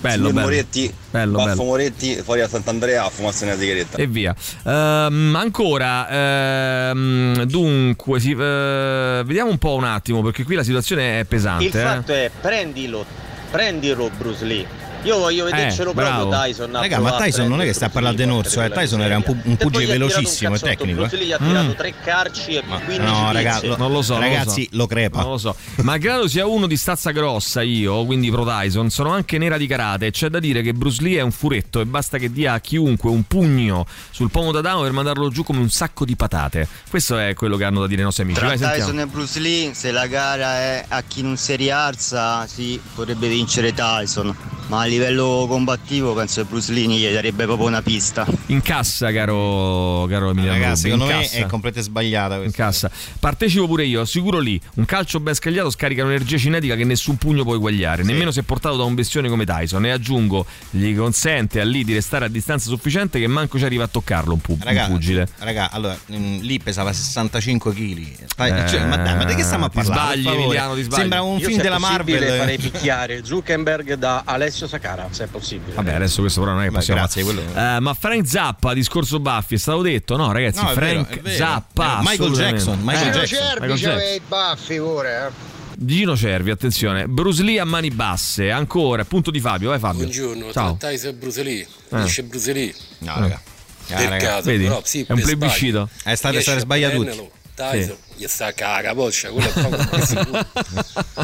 S3: Bello,
S23: Signor
S3: bello.
S23: Moretti,
S3: Bello,
S23: Baffo
S3: bello.
S23: Moretti, fuori a Sant'Andrea a fumarsi una sigaretta.
S3: E via. Ehm, ancora, ehm, dunque, sì, eh, vediamo un po' un attimo perché qui la situazione è pesante.
S19: Il
S3: eh.
S19: fatto è prendilo, prendilo Bruce Lee. Io
S3: Eh,
S19: voglio vedercelo
S3: Oh,
S19: proprio Tyson. a
S12: Raga, ma
S19: provare a
S12: Tyson non è
S19: prendere
S12: che sta a parlare di
S19: Bruce
S12: Norso,
S19: Lee
S12: eh.
S19: per
S12: Tyson era un,
S19: quella
S12: pu-
S19: miseria.
S12: un
S19: E poi
S12: pugile
S19: gli ha tirato un
S12: velocissimo e
S19: cazzotto,
S12: tecnico.
S19: Bruce Lee gli ha
S12: eh.
S19: tirato
S12: Mm.
S19: tre calci e 15
S12: no, raga,
S19: pizze.
S12: lo- non lo so, non lo Ragazzi, so. lo crepa.
S3: Non lo so. Ma credo sia uno di stazza grossa io, quindi pro Tyson. Sono anche nera di karate. C'è da dire che Bruce Lee è un furetto e basta che dia a chiunque un pugno sul pomo da Dao per mandarlo giù come un sacco di patate. Questo è quello che hanno da dire i nostri amici.
S5: Tra
S3: Vai, sentiamo.
S5: Tyson e Bruce Lee, se la gara è a chi non si rialza, sì, potrebbe vincere Tyson. Ma a livello combattivo penso che Bruce Lee gli darebbe proprio una pista.
S3: In cassa, caro, caro
S12: Ah,
S3: Emiliano.
S5: Raga,
S3: Rubbi,
S5: secondo
S3: in
S5: me
S3: cassa.
S5: è
S12: completamente sbagliata
S3: In cassa. Partecipo pure io, sicuro lì. Un calcio ben scagliato scarica un'energia cinetica che nessun pugno può eguagliare, nemmeno se portato da un bestione come Tyson. E aggiungo, gli consente a lì di restare a distanza sufficiente che manco ci arriva a toccarlo un, pu- un
S12: Raga,
S3: pugile.
S12: raga, allora, mm, lì pesava 65 kg.
S3: Eh,
S12: cioè, ma, dai, ma di che stiamo a
S3: ti
S12: parlare?
S3: sbagli,
S12: per favore?
S3: Emiliano, ti sbagli.
S12: Sembra un
S15: Io,
S12: film
S15: se
S12: della
S15: è possibile,
S12: Marvel.
S15: farei picchiare Zuckerberg da Alessio Sakara, se è possibile.
S3: Vabbè, adesso questo però non è che
S12: Beh,
S3: possiamo.
S12: eh, grazie, quello-
S3: Eh, ma Frank Zappa, discorso Baffi, è stato detto, no, ragazzi?
S12: No, è vero,
S3: Frank
S12: è vero.
S3: Zappa,
S12: Eh, Michael
S3: assolutamente.
S12: Jackson, Michael
S3: Eh,
S12: Jackson.
S3: Michael Jackson.
S10: i baffi pure, eh.
S3: Gino Cervi, attenzione. Bruce Lee a mani basse, ancora, punto di Fabio, vai Fabio.
S7: Buongiorno,
S3: Ciao.
S7: tra Tyson e Bruce Lee.
S3: Eh.
S7: Dice Bruce Lee.
S12: No, raga.
S3: Ah,
S7: per
S3: raga.
S7: caso,
S3: Vedi?
S7: però, sì,
S3: È un
S7: per
S3: plebiscito.
S7: sbaglio.
S12: È stato- è stato
S7: Riesce a
S12: sbagliato tutti.
S7: prenderlo. Tyson gli sta a caga, poccia, quello è proprio sicuro.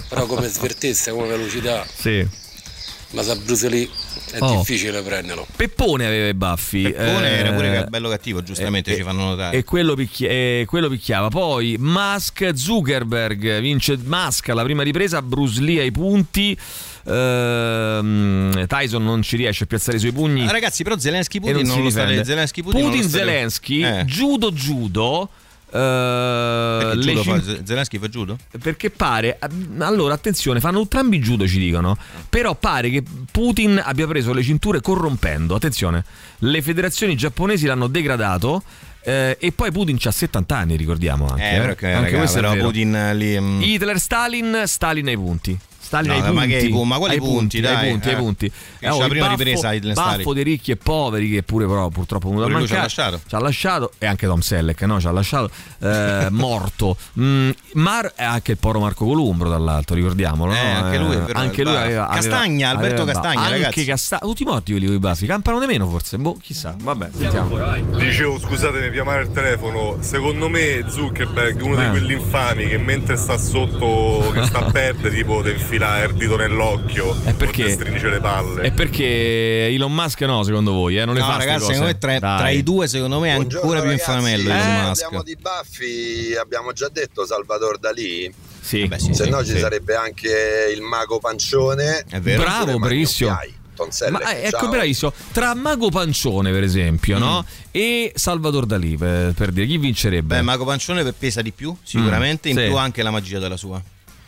S7: Però come svertezza, come velocità,
S3: Sì.
S7: ma sa Bruce Lee è
S3: Oh.
S7: difficile prenderlo.
S3: Peppone aveva i baffi.
S12: Peppone era pure
S3: eh,
S12: bello cattivo, giustamente
S3: eh,
S12: ci fanno notare.
S3: E quello, picchi- e quello picchiava. Poi Musk, Zuckerberg vince Musk alla prima ripresa, Bruce Lee ai punti. ehm, Tyson non ci riesce a piazzare i suoi pugni.
S12: Ah, ragazzi, però Zelensky
S3: e
S12: Putin non,
S3: si
S12: lo sta
S3: difende.
S12: Zelensky Putin, non lo sta-
S3: Zelensky,
S12: Eh.
S3: judo judo. eh,
S12: Perché
S3: le
S12: judo fa-
S3: cin-
S12: Z- Zelensky fa judo?
S3: perché pare, allora attenzione, fanno entrambi judo ci dicono, però pare che Putin abbia preso le cinture corrompendo, attenzione, le federazioni giapponesi l'hanno degradato eh, e poi Putin ha 70 anni ricordiamo anche,
S12: Eh, perché,
S3: Anche
S12: raga,
S3: questo è
S12: però
S3: vero.
S12: Putin eh, lì mm,
S3: Hitler, Stalin, Stalin ai punti. Stalin
S12: No,
S3: ai
S12: ma
S3: punti.
S12: che- ma quali
S3: ai
S12: punti, dai?
S3: ai punti, ai
S12: Eh.
S3: punti. oh,
S12: Che c'è la
S3: il
S12: prima ripresa, Hitler,
S3: baffo
S12: Stalin.
S3: dei ricchi e poveri che pure però purtroppo è venuto a
S12: Pure lui ci ha
S3: mancare.
S12: lasciato.
S3: Ci ha lasciato e anche Tom Selleck, no, ci ha lasciato eh, morto. Mm, Mar- e anche il poro Marco Columbro dall'alto, ricordiamolo, no?
S12: Eh, anche lui, però,
S3: anche lui
S12: il
S3: aveva,
S12: baffo.
S3: aveva-
S12: Castagna, Alberto
S3: aveva il baffo.
S12: Castagna,
S3: anche
S12: ragazzi. Mm.
S3: Castagna, tutti morti quelli con i baffi, campano di meno forse, boh, chissà. Vabbè, sentiamo.
S20: Dicevo, scusatemi, chiamare il telefono. Secondo me Zuckerberg è uno
S3: Eh.
S20: di quelli infami che mentre sta sotto, che sta a perdere, tipo ti infila il dito nell'occhio e
S3: perché?
S20: ti stringe le palle.
S3: E perché Elon Musk no, secondo voi? Eh? Non le
S12: eh. No,
S3: fa ste
S12: ragazzi,
S3: cose?
S12: secondo me tra,
S3: Dai.
S12: tra i due, secondo me, è ancora più
S10: Eh,
S12: infamello Elon
S24: Parliamo
S12: Musk.
S24: di Baffi, abbiamo già detto Salvador Dalì.
S3: Sì.
S24: Se no
S12: sì.
S24: ci sarebbe anche il mago pancione.
S3: È vero. Bravo,
S24: Oppure Magno
S3: bravissimo.
S24: Piai, Tonselli.
S3: Ma eh, ecco
S24: Ciao.
S3: bravissimo, tra Mago Pancione per esempio no? e Salvador Dalì per, per dire chi vincerebbe?
S12: Mm. Beh, Mago Pancione per- pesa di più, sicuramente.
S3: Mm,
S12: in
S3: Eh. sì.
S12: più anche la magia della sua.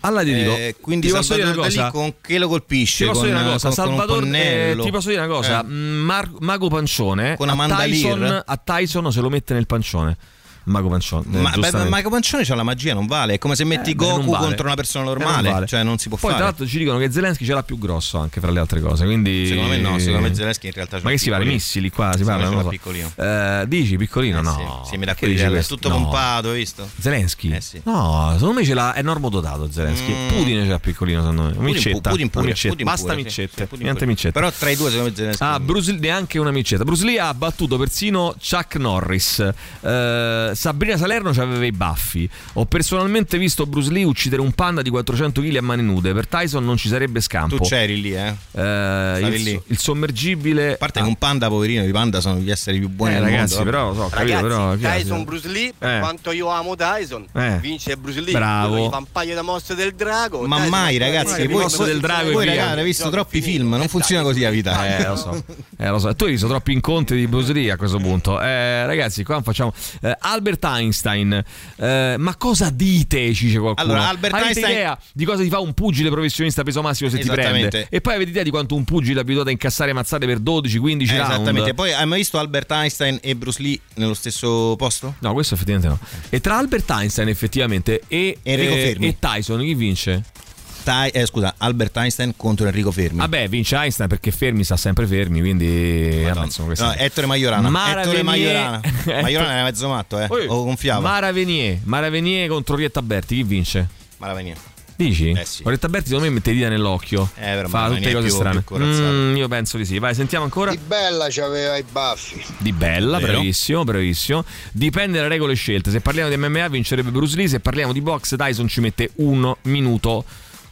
S3: Allora ti dico,
S12: Eh, quindi
S3: ti posso dire
S12: Salvador
S3: una
S12: Dalì
S3: cosa.
S12: con che lo colpisce?
S3: Ti posso
S12: Con-
S3: dire una cosa,
S12: con- con un
S3: Salvador, eh,
S12: pennello?
S3: ti posso dire una cosa,
S12: Eh.
S3: mm, Mar- Mago Pancione
S12: Con
S3: a,
S12: Amanda
S3: Tyson,
S12: Lear?
S3: a Tyson se lo mette nel pancione. Mago Pancione. eh,
S12: Ma beh,
S3: giustamente.
S12: Mago Pancione c'ha la magia, non vale. È come se metti
S3: Eh, beh, non
S12: Goku
S3: vale.
S12: contro una persona
S3: Eh,
S12: normale,
S3: non vale.
S12: cioè non si può
S3: Poi, tra
S12: fare.
S3: l'altro, ci dicono che Zelensky ce l'ha più grosso anche fra le altre cose. Quindi...
S12: Secondo me no, secondo me Zelensky in realtà ce
S3: Ma
S12: l'ha
S3: che si parla?
S12: piccolino.
S3: Missili qua si parla?
S12: Secondo
S3: non
S12: me
S3: lo
S12: ce l'ha
S3: so. Eh, dici piccolino?
S12: Eh,
S3: no.
S12: sì, sì, mi dà
S3: Che
S12: quell'idea,
S3: dici
S12: è
S3: questo?
S12: tutto
S3: No.
S12: pompato, hai visto?
S3: Zelensky? No, secondo me ce l'ha, è normodotato Zelensky.
S12: Mm.
S3: Putin ce l'ha piccolino, secondo me. Miccetta.
S12: Putin pure,
S3: una miccetta.
S12: Putin
S3: Basta
S12: pure, sì,
S3: miccette.
S12: sì, Putin
S3: Niente
S12: pure.
S3: miccette.
S12: Però tra i due secondo me Zelensky
S3: Ah, Bruce Lee, neanche una micetta. Bruce Lee ha battuto persino Chuck Norris. Eh, Sabrina Salerno aveva i baffi. Ho personalmente visto Bruce Lee uccidere un panda di 400 kg a mani nude. Per Tyson non ci sarebbe scampo.
S12: Tu c'eri lì, eh?
S3: Eh,
S12: Stavi
S3: il,
S12: lì.
S3: il sommergibile. A parte
S12: che un panda, poverino, i panda sono gli esseri più buoni
S3: Ah. eh,
S12: del
S3: ragazzi,
S12: mondo.
S3: però,
S12: vabbè.
S3: lo so, ho capito,
S25: Ragazzi,
S3: però, chi è?
S25: Tyson Bruce Lee, per
S12: Eh.
S25: quanto io amo Tyson,
S12: Eh.
S25: vince Bruce Lee.
S12: Bravo.
S25: Quello gli fa un paio di mosse del drago.
S12: Ma
S25: Tyson-
S12: mai, ragazzi, voi,
S25: mosse
S12: voi, voi ragazzi, avete visto troppi film, non funziona così la vita.
S3: Eh, lo so. Eh, lo so. Tu hai visto troppi incontri di Bruce Lee a questo punto. Eh, ragazzi, qua non facciamo. Eh, Albert Einstein, eh, ma cosa dite? Ci dice qualcuno.
S12: Allora, Albert
S3: Avete
S12: Einstein-
S3: idea di cosa ti fa un pugile professionista peso massimo se ti
S12: Esattamente.
S3: prende? E poi avete idea di quanto un pugile è abituato a incassare mazzate per 12-15
S12: Eh,
S3: round?
S12: esattamente. Poi hai mai visto Albert Einstein e Bruce Lee nello stesso posto?
S3: No, questo effettivamente no. E tra Albert Einstein effettivamente e,
S12: Enrico
S3: e-
S12: Fermi.
S3: e Tyson chi vince?
S12: Tai- eh, scusa, Albert Einstein contro Enrico Fermi.
S3: Vabbè, vince Einstein perché Fermi sta sempre fermi, quindi vabbè, insomma, questa-
S12: No, Ettore Maiorana.
S3: Mara
S12: Ettore
S3: Venier-
S12: Maiorana. Maiorana era mezzo matto, eh.
S3: Oi.
S12: O gonfiava.
S3: Mara Venier, Mara Venier contro Rietta Berti, chi vince?
S12: Mara Venier.
S3: Dici? Rietta Berti secondo me mette le dita nell'occhio.
S12: Eh, però
S3: Fa
S12: Mara
S3: tutte
S12: Venier è
S3: cose
S12: più-
S3: strane.
S12: più corazzata.
S3: Mm, io penso di sì. Vai, sentiamo ancora.
S11: Di bella c'aveva i baffi.
S3: Di Bella,
S12: Vero.
S3: bravissimo, bravissimo. Dipende dalle regole scelte. Se parliamo di MMA vincerebbe Bruce Lee, se parliamo di box Tyson ci mette un minuto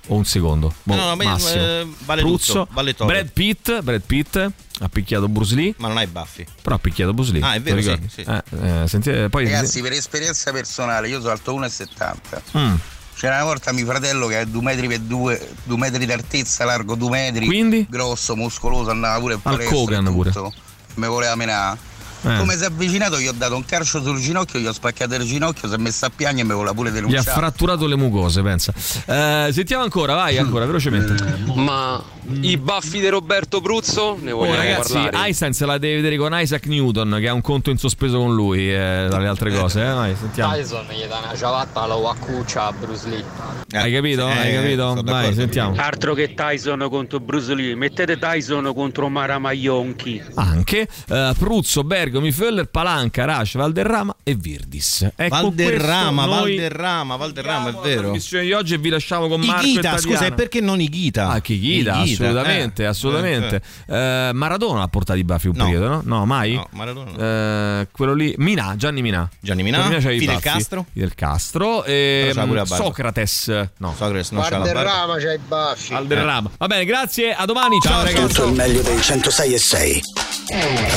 S3: o un secondo. Boh,
S12: No, no, ma-
S3: massimo.
S12: eh, vale
S3: Pruzzo,
S12: tutto, vale tutto.
S3: Brad Pitt, Brad Pitt ha picchiato Bruce Lee.
S12: Ma non hai baffi.
S3: Però ha picchiato Bruce Lee.
S12: Ah, è
S3: te lo
S12: vero, sì,
S3: ricordi?
S12: sì.
S3: Eh, eh, senti- poi
S9: Ragazzi, per esperienza personale, io sono alto 1,70.
S3: Mm.
S9: C'era una volta mio fratello che è 2 metri per 2, 2 metri d'altezza, largo 2 metri,
S3: Quindi?
S9: grosso, muscoloso, andava pure in
S3: Hulk
S9: palestra e
S3: Hogan pure.
S9: tutto. Mi voleva menare.
S3: Eh.
S9: Come si è avvicinato gli ho dato un calcio sul ginocchio, gli ho spaccato il ginocchio, si è messo a piangere e mi voleva pure
S3: Gli ha
S9: denunciare.
S3: fratturato le mucose, pensa. Eh, sentiamo ancora, vai
S9: Mm.
S3: ancora,
S9: Eh,
S3: velocemente.
S4: Ma i baffi di Roberto Bruzzo ne
S3: Oh,
S4: vogliamo
S3: ragazzi,
S4: parlare?
S3: Einstein se la deve vedere con Isaac Newton, che ha un conto in sospeso con lui, eh, dalle altre cose. Eh? Vai, sentiamo.
S13: Tyson gli dà una ciabatta alla waccuccia a Bruce Lee.
S3: Eh, Hai capito?
S9: Eh,
S3: Hai capito? Vai, sentiamo.
S16: Altro che Tyson contro Bruce Lee, mettete Tyson contro Mara Maionchi.
S3: Anche eh, Pruzzo, Bergomi, Föller, Palanca, Rash, Valderrama e Virdis. Ecco
S12: Valderrama,
S3: questo noi
S12: Valderrama, Valderrama, è
S3: La
S12: vero.
S3: missione di oggi e vi lasciamo con Marco e
S12: Ighita,
S3: Tatiana.
S12: Certo. scusa, e perché non Ighita? eh, Ah,
S3: chi Ghita, assolutamente, assolutamente. Eh, Maradona ha portato i baffi un
S12: No.
S3: periodo, no? No, mai?
S12: No, Maradona
S3: Eh, quello lì, Minà, Gianni Minà. Gianni
S12: Minà,
S3: c'aveva i
S12: Fidel
S3: baffi.
S12: Castro.
S3: Fidel Castro e
S12: Però c'ha pure la barba.
S3: Socrates. No,
S12: Socrates
S3: non
S10: Valderrama c'ha i baffi.
S3: Valderrama. Va bene, grazie, a domani, ciao, ragazzi.
S1: Tutto il meglio dei 106 e 6.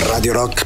S1: Radio Rock